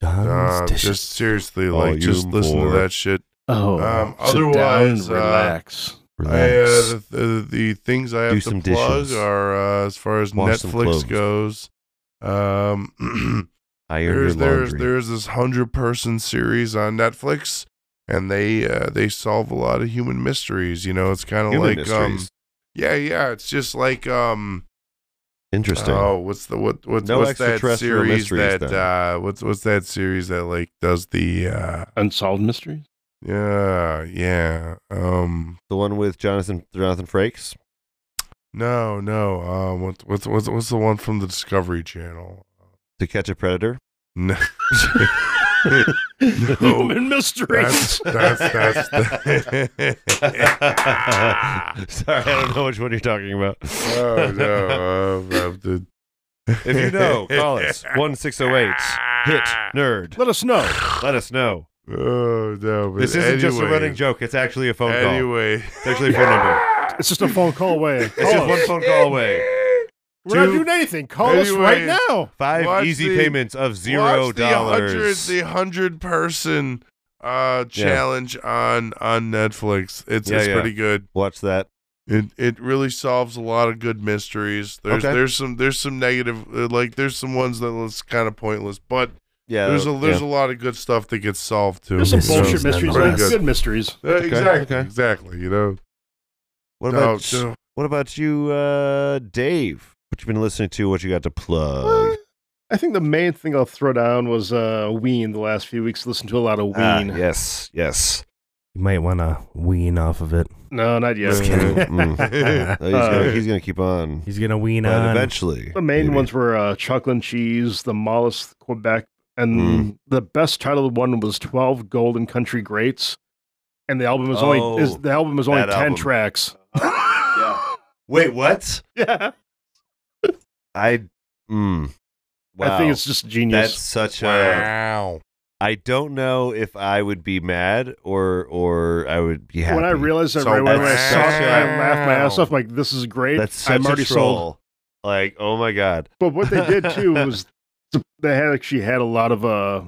Speaker 6: John's
Speaker 4: Uh,
Speaker 6: dishes.
Speaker 4: just seriously, like just
Speaker 3: Volume
Speaker 4: listen
Speaker 3: four.
Speaker 4: to that shit.
Speaker 5: Oh,
Speaker 4: Um,
Speaker 5: sit down
Speaker 4: otherwise, uh,
Speaker 5: and relax.
Speaker 4: I, uh,
Speaker 3: Relax.
Speaker 4: the, the, the things I
Speaker 3: Do
Speaker 4: have to
Speaker 3: some
Speaker 4: plug
Speaker 3: dishes.
Speaker 4: are uh, as far as
Speaker 3: Wash some clothes.
Speaker 4: Netflix goes. Um,
Speaker 3: Iron your
Speaker 4: there's there's
Speaker 3: laundry.
Speaker 4: there's this hundred person series on Netflix, and they uh, they solve a lot of human mysteries. You know, it's kind of
Speaker 3: Human
Speaker 4: like um,
Speaker 3: mysteries.
Speaker 4: yeah, yeah. It's just like um,
Speaker 3: Interesting.
Speaker 4: oh, what's the what what's,
Speaker 3: No
Speaker 4: what's that
Speaker 3: extraterrestrial
Speaker 4: series
Speaker 3: mysteries,
Speaker 4: that
Speaker 3: then.
Speaker 4: uh, what's what's that series that like does the uh,
Speaker 5: Unsolved mysteries.
Speaker 4: yeah yeah um
Speaker 3: the one with Jonathan Jonathan Frakes.
Speaker 4: No, no. Um, what's what's what's what's the one from the Discovery Channel?
Speaker 3: To catch a predator.
Speaker 4: No,
Speaker 5: Human mysteries.
Speaker 4: that's that's that's. The
Speaker 3: Sorry, I don't know which one you're talking about.
Speaker 4: oh no! Uh, I'm the-
Speaker 3: if you know, call us one six zero eight. Hit nerd.
Speaker 5: Let us know.
Speaker 3: Let us know.
Speaker 4: Oh no! But
Speaker 3: This isn't
Speaker 4: anyway,
Speaker 3: just a running joke. It's actually a phone call.
Speaker 4: Anyway,
Speaker 3: It's actually a phone number.
Speaker 5: It's just a phone call away. Call
Speaker 3: It's just
Speaker 5: us.
Speaker 3: one phone call away.
Speaker 5: We're not
Speaker 4: two-
Speaker 5: doing anything. Call us
Speaker 4: Anyway.
Speaker 5: right now.
Speaker 3: Five
Speaker 4: Watch
Speaker 3: easy
Speaker 4: the-
Speaker 3: payments of zero
Speaker 4: Watch the hundred,
Speaker 3: dollars.
Speaker 4: the hundred person uh challenge on on Netflix. It's
Speaker 3: Yeah,
Speaker 4: it's
Speaker 3: yeah.
Speaker 4: pretty good.
Speaker 3: Watch that.
Speaker 4: It it really solves a lot of good mysteries. There's
Speaker 3: Okay.
Speaker 4: there's some there's some negative uh, like there's some ones that was kind of pointless, but
Speaker 3: Yeah.
Speaker 4: there's a
Speaker 3: yeah.
Speaker 4: there's a lot of good stuff that gets solved too.
Speaker 5: There's some
Speaker 6: Mysteries
Speaker 5: bullshit mysteries.
Speaker 4: Very
Speaker 5: but
Speaker 4: good.
Speaker 5: Good. mysteries.
Speaker 4: Uh, exactly,
Speaker 3: okay.
Speaker 4: exactly. You know.
Speaker 3: What
Speaker 4: No,
Speaker 3: about
Speaker 4: no.
Speaker 3: what about you, uh, Dave? What you been listening to? What you got to plug?
Speaker 5: I think the main thing I'll throw down was uh, Ween. The last few weeks, listened to a lot of Ween.
Speaker 3: Ah, yes, yes.
Speaker 6: you might want to wean off of it.
Speaker 5: No, not yet. Uh,
Speaker 4: Just
Speaker 3: Mm, mm.
Speaker 6: the
Speaker 3: Oh, he's, gonna,
Speaker 4: Uh,
Speaker 3: he's gonna keep on,
Speaker 6: He's gonna wean
Speaker 3: but
Speaker 6: on.
Speaker 3: eventually
Speaker 5: The main
Speaker 3: maybe.
Speaker 5: ones were uh, Chocolate and Cheese, The Mollusk, Quebec, and
Speaker 3: Mm.
Speaker 5: the best titled one was Twelve Golden Country Greats, and the album was
Speaker 3: Oh,
Speaker 5: only is, the album was only
Speaker 3: that
Speaker 5: ten
Speaker 3: album. Uh-huh.
Speaker 5: tracks.
Speaker 3: Wait, what?
Speaker 5: Yeah,
Speaker 3: I. Mm, wow.
Speaker 5: I think it's just
Speaker 3: that's
Speaker 5: genius.
Speaker 3: such a.
Speaker 4: Wow.
Speaker 3: I don't know if I would be mad or or I would be happy.
Speaker 5: When I realized that
Speaker 3: So
Speaker 5: right away, when I
Speaker 3: that's
Speaker 5: saw it,
Speaker 3: such a-
Speaker 5: I laughed my ass off. I'm like, this is great.
Speaker 3: that's such
Speaker 5: I'm already
Speaker 3: a troll.
Speaker 5: sold.
Speaker 3: Like, oh my god.
Speaker 5: But what they did too was they had actually had a lot of uh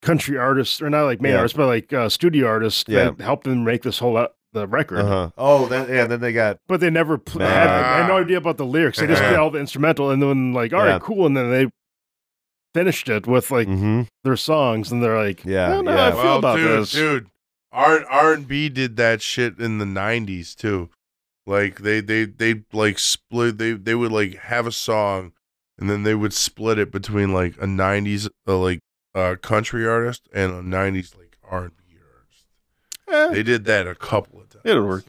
Speaker 5: country artists, or not like main
Speaker 3: Yeah.
Speaker 5: artists, but like uh, studio artists that helped them make this whole uh, the record.
Speaker 3: Uh-huh. Oh, that yeah. Then they got
Speaker 5: but they never pl-
Speaker 3: Man.
Speaker 5: had, I had no idea about the lyrics. They just
Speaker 4: Yeah.
Speaker 5: did all the instrumental, and then like, all right,
Speaker 3: Yeah.
Speaker 5: cool, and then they finished it with like
Speaker 3: hmm
Speaker 5: their songs, and they're like,
Speaker 3: Yeah,
Speaker 5: I don't know
Speaker 3: yeah.
Speaker 5: how I feel
Speaker 4: Well,
Speaker 5: about
Speaker 4: dude,
Speaker 5: this.
Speaker 4: dude, R R and B did that shit in the '90s too. Like they they they like split. They they would like have a song, and then they would split it between like a '90s uh, like uh, country artist and a '90s like R and B artist.
Speaker 5: Eh,
Speaker 4: They did that a couple of times.
Speaker 5: it'll work.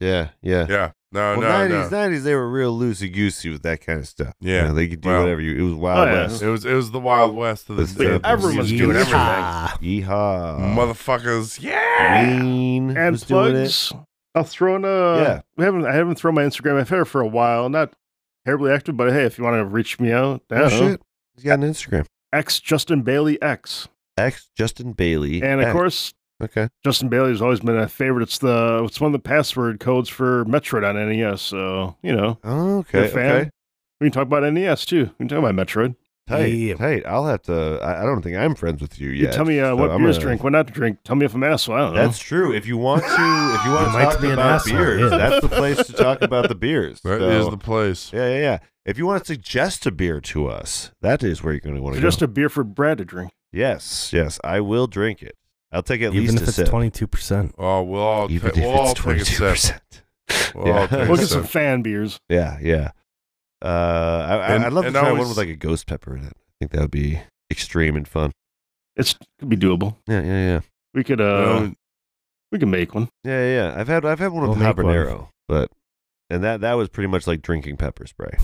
Speaker 3: yeah, yeah.
Speaker 4: Yeah. No,
Speaker 3: well,
Speaker 4: no,
Speaker 3: 90s,
Speaker 4: no.
Speaker 3: 90s, they were real loosey goosey with that kind of stuff. You
Speaker 4: Yeah.
Speaker 3: know, they could do
Speaker 4: Well.
Speaker 3: whatever you. It was Wild
Speaker 5: Oh, yeah.
Speaker 3: West.
Speaker 4: It was it was the Wild West of the
Speaker 3: This stuff
Speaker 4: day.
Speaker 3: is- Everyone's doing everything.
Speaker 6: Yeehaw.
Speaker 3: Yeehaw.
Speaker 4: Motherfuckers, yeah.
Speaker 3: Ween
Speaker 5: and
Speaker 3: was doing it.
Speaker 5: plugs. I'll throw in a.
Speaker 3: Yeah.
Speaker 5: We haven't. I haven't thrown my Instagram out there for a while. Not terribly active, but hey, if you want to reach me out, I
Speaker 3: Oh,
Speaker 5: don't know.
Speaker 3: shit. He's got an Instagram.
Speaker 5: X Justin Bailey X,
Speaker 3: X Justin Bailey.
Speaker 5: and of
Speaker 3: X.
Speaker 5: course
Speaker 3: Okay.
Speaker 5: Justin Bailey has always been a favorite. It's the it's one of the password codes for Metroid on NES. So you know,
Speaker 3: Oh, okay.
Speaker 5: you're a fan.
Speaker 3: Okay.
Speaker 5: We can talk about NES too. We can talk about Metroid.
Speaker 3: Tight.
Speaker 6: Yeah.
Speaker 3: Tight. I'll have to. I, I don't think I'm friends with you
Speaker 5: You
Speaker 3: yet.
Speaker 5: tell me Uh-huh. uh,
Speaker 3: so
Speaker 5: what
Speaker 3: I'm
Speaker 5: beers
Speaker 3: gonna-
Speaker 5: drink, what not to drink. Tell me if I'm an asshole. I don't know.
Speaker 3: That's true. If you want to, if you want
Speaker 6: You
Speaker 3: to
Speaker 6: might
Speaker 3: talk
Speaker 6: be an
Speaker 3: about
Speaker 6: asshole,
Speaker 3: beers,
Speaker 6: yeah.
Speaker 3: that's the place to talk about the beers.
Speaker 4: That is
Speaker 3: so,
Speaker 4: the place.
Speaker 3: yeah, yeah, yeah. If you want to suggest a beer to us, that is where you're going to want to go.
Speaker 5: just a beer for Brad to drink.
Speaker 3: Yes, yes, I will drink it. I'll take at
Speaker 6: Even
Speaker 3: least
Speaker 6: if
Speaker 3: a
Speaker 6: it's
Speaker 3: sip.
Speaker 6: twenty-two percent.
Speaker 4: Oh, we'll all, ta-
Speaker 3: Even if
Speaker 4: we'll all
Speaker 3: it's
Speaker 4: take a
Speaker 3: twenty two
Speaker 4: sip.
Speaker 3: percent.
Speaker 4: We'll all take
Speaker 5: We'll
Speaker 4: a
Speaker 5: get some uh,
Speaker 4: sip.
Speaker 5: fan beers.
Speaker 3: Yeah, yeah. Uh, I, I-
Speaker 4: And-
Speaker 3: I'd love to
Speaker 4: and
Speaker 3: try one
Speaker 4: always-
Speaker 3: with like a ghost pepper in it. I think that would be extreme and fun.
Speaker 5: It's could be doable.
Speaker 3: Yeah, yeah, yeah,
Speaker 5: We could uh
Speaker 4: Um,
Speaker 5: we could make one.
Speaker 3: yeah, yeah. yeah. I've had I've had one with
Speaker 6: We'll make one.
Speaker 3: habanero, but and that that was pretty much like drinking pepper spray.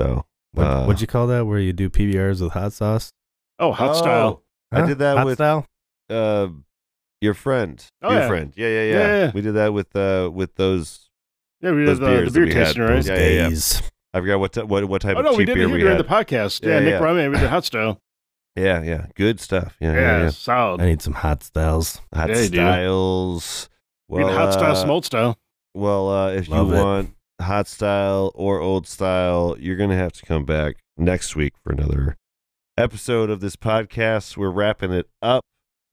Speaker 3: So
Speaker 6: What,
Speaker 3: Uh,
Speaker 6: what'd you call that? Where you do PBRs with hot sauce?
Speaker 5: Oh, hot style.
Speaker 3: I
Speaker 6: Huh?
Speaker 3: did that
Speaker 6: hot
Speaker 3: with-
Speaker 6: style.
Speaker 3: uh, your friend,
Speaker 5: Oh,
Speaker 3: your
Speaker 5: yeah.
Speaker 3: friend. Yeah, yeah, yeah,
Speaker 5: Yeah, yeah.
Speaker 3: We did that with uh with those.
Speaker 5: Yeah, we
Speaker 3: Those
Speaker 5: did the, the
Speaker 3: beers that
Speaker 5: beer
Speaker 3: we had,
Speaker 5: tasting,
Speaker 3: those
Speaker 5: right?
Speaker 3: Yeah, yeah, yeah.
Speaker 6: Days.
Speaker 3: I forgot what t- what what type
Speaker 5: Oh
Speaker 3: of
Speaker 5: no,
Speaker 3: cheap
Speaker 5: we did it
Speaker 3: beer
Speaker 5: here
Speaker 3: we
Speaker 5: during
Speaker 3: had.
Speaker 5: the podcast.
Speaker 3: Yeah,
Speaker 5: Yeah, Nick
Speaker 3: yeah.
Speaker 5: Brame, we did hot style.
Speaker 3: Yeah, yeah. Good stuff. Yeah,
Speaker 5: Yeah,
Speaker 3: yeah, yeah.
Speaker 5: solid.
Speaker 6: I need some hot styles.
Speaker 3: Hot
Speaker 5: Yeah, you do.
Speaker 3: styles.
Speaker 5: I mean, hot style,
Speaker 3: uh,
Speaker 5: smolt style.
Speaker 3: Well, uh, if you
Speaker 6: Love it.
Speaker 3: want hot style or old style, you're going to have to come back next week for another episode of this podcast. We're wrapping it up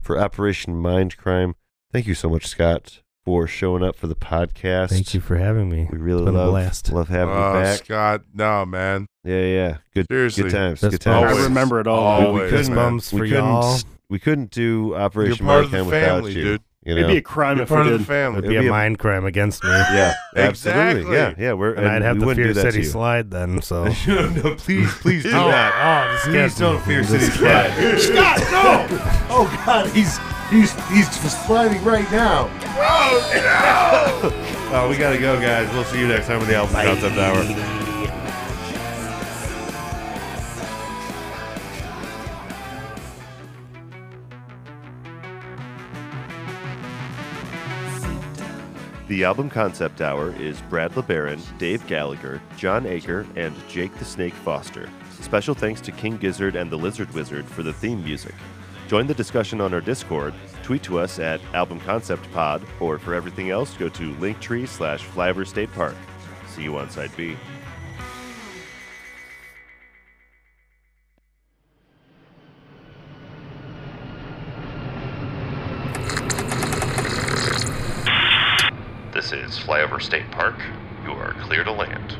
Speaker 3: for Operation Mindcrime. Thank you so much, Scott, for showing up for the podcast.
Speaker 6: Thank you for having me.
Speaker 3: We really
Speaker 6: It's been a
Speaker 3: love,
Speaker 6: blast.
Speaker 3: love having
Speaker 4: Oh,
Speaker 3: you back.
Speaker 4: Scott, no, man.
Speaker 3: Yeah, yeah. Good,
Speaker 4: Seriously.
Speaker 3: good times.
Speaker 6: That's
Speaker 3: Good
Speaker 5: I
Speaker 3: times.
Speaker 4: always-
Speaker 5: remember it all.
Speaker 4: always,
Speaker 5: though.
Speaker 3: we couldn't-
Speaker 4: man.
Speaker 6: Bums for
Speaker 3: we couldn't.
Speaker 6: y'all.
Speaker 3: We couldn't do Operation
Speaker 4: You're part of the
Speaker 3: Mindcrime without
Speaker 4: family,
Speaker 3: you.
Speaker 4: dude.
Speaker 3: you
Speaker 5: It'd
Speaker 3: know?
Speaker 5: be a crime
Speaker 4: You're
Speaker 5: if we
Speaker 4: part of
Speaker 5: did.
Speaker 4: the
Speaker 6: It'd
Speaker 4: family.
Speaker 6: be a,
Speaker 3: be a-
Speaker 6: mind crime against me.
Speaker 3: yeah, absolutely.
Speaker 4: Exactly.
Speaker 3: Yeah, yeah. We're
Speaker 6: And I'd have
Speaker 3: we
Speaker 6: the
Speaker 3: wouldn't
Speaker 6: Fear
Speaker 3: do that to
Speaker 6: City
Speaker 3: you.
Speaker 6: slide then, so.
Speaker 3: no, no, please, please do
Speaker 4: No.
Speaker 3: not. Please don't Fear City slide. Scott, no! Oh God, he's he's he's sliding right now. Oh no! we gotta go, guys. We'll see you next time on the Album Concept Hour. The album concept hour is Brad LeBaron, Dave Gallagher, John Aker, and Jake the Snake Foster. Special thanks to King Gizzard and the Lizard Wizard for the theme music. Join the discussion on our Discord, tweet to us at Album Concept Pod, or for everything else, go to linktree slash Flyover State Park. See you on Side B. This is Flyover State Park. You are clear to land.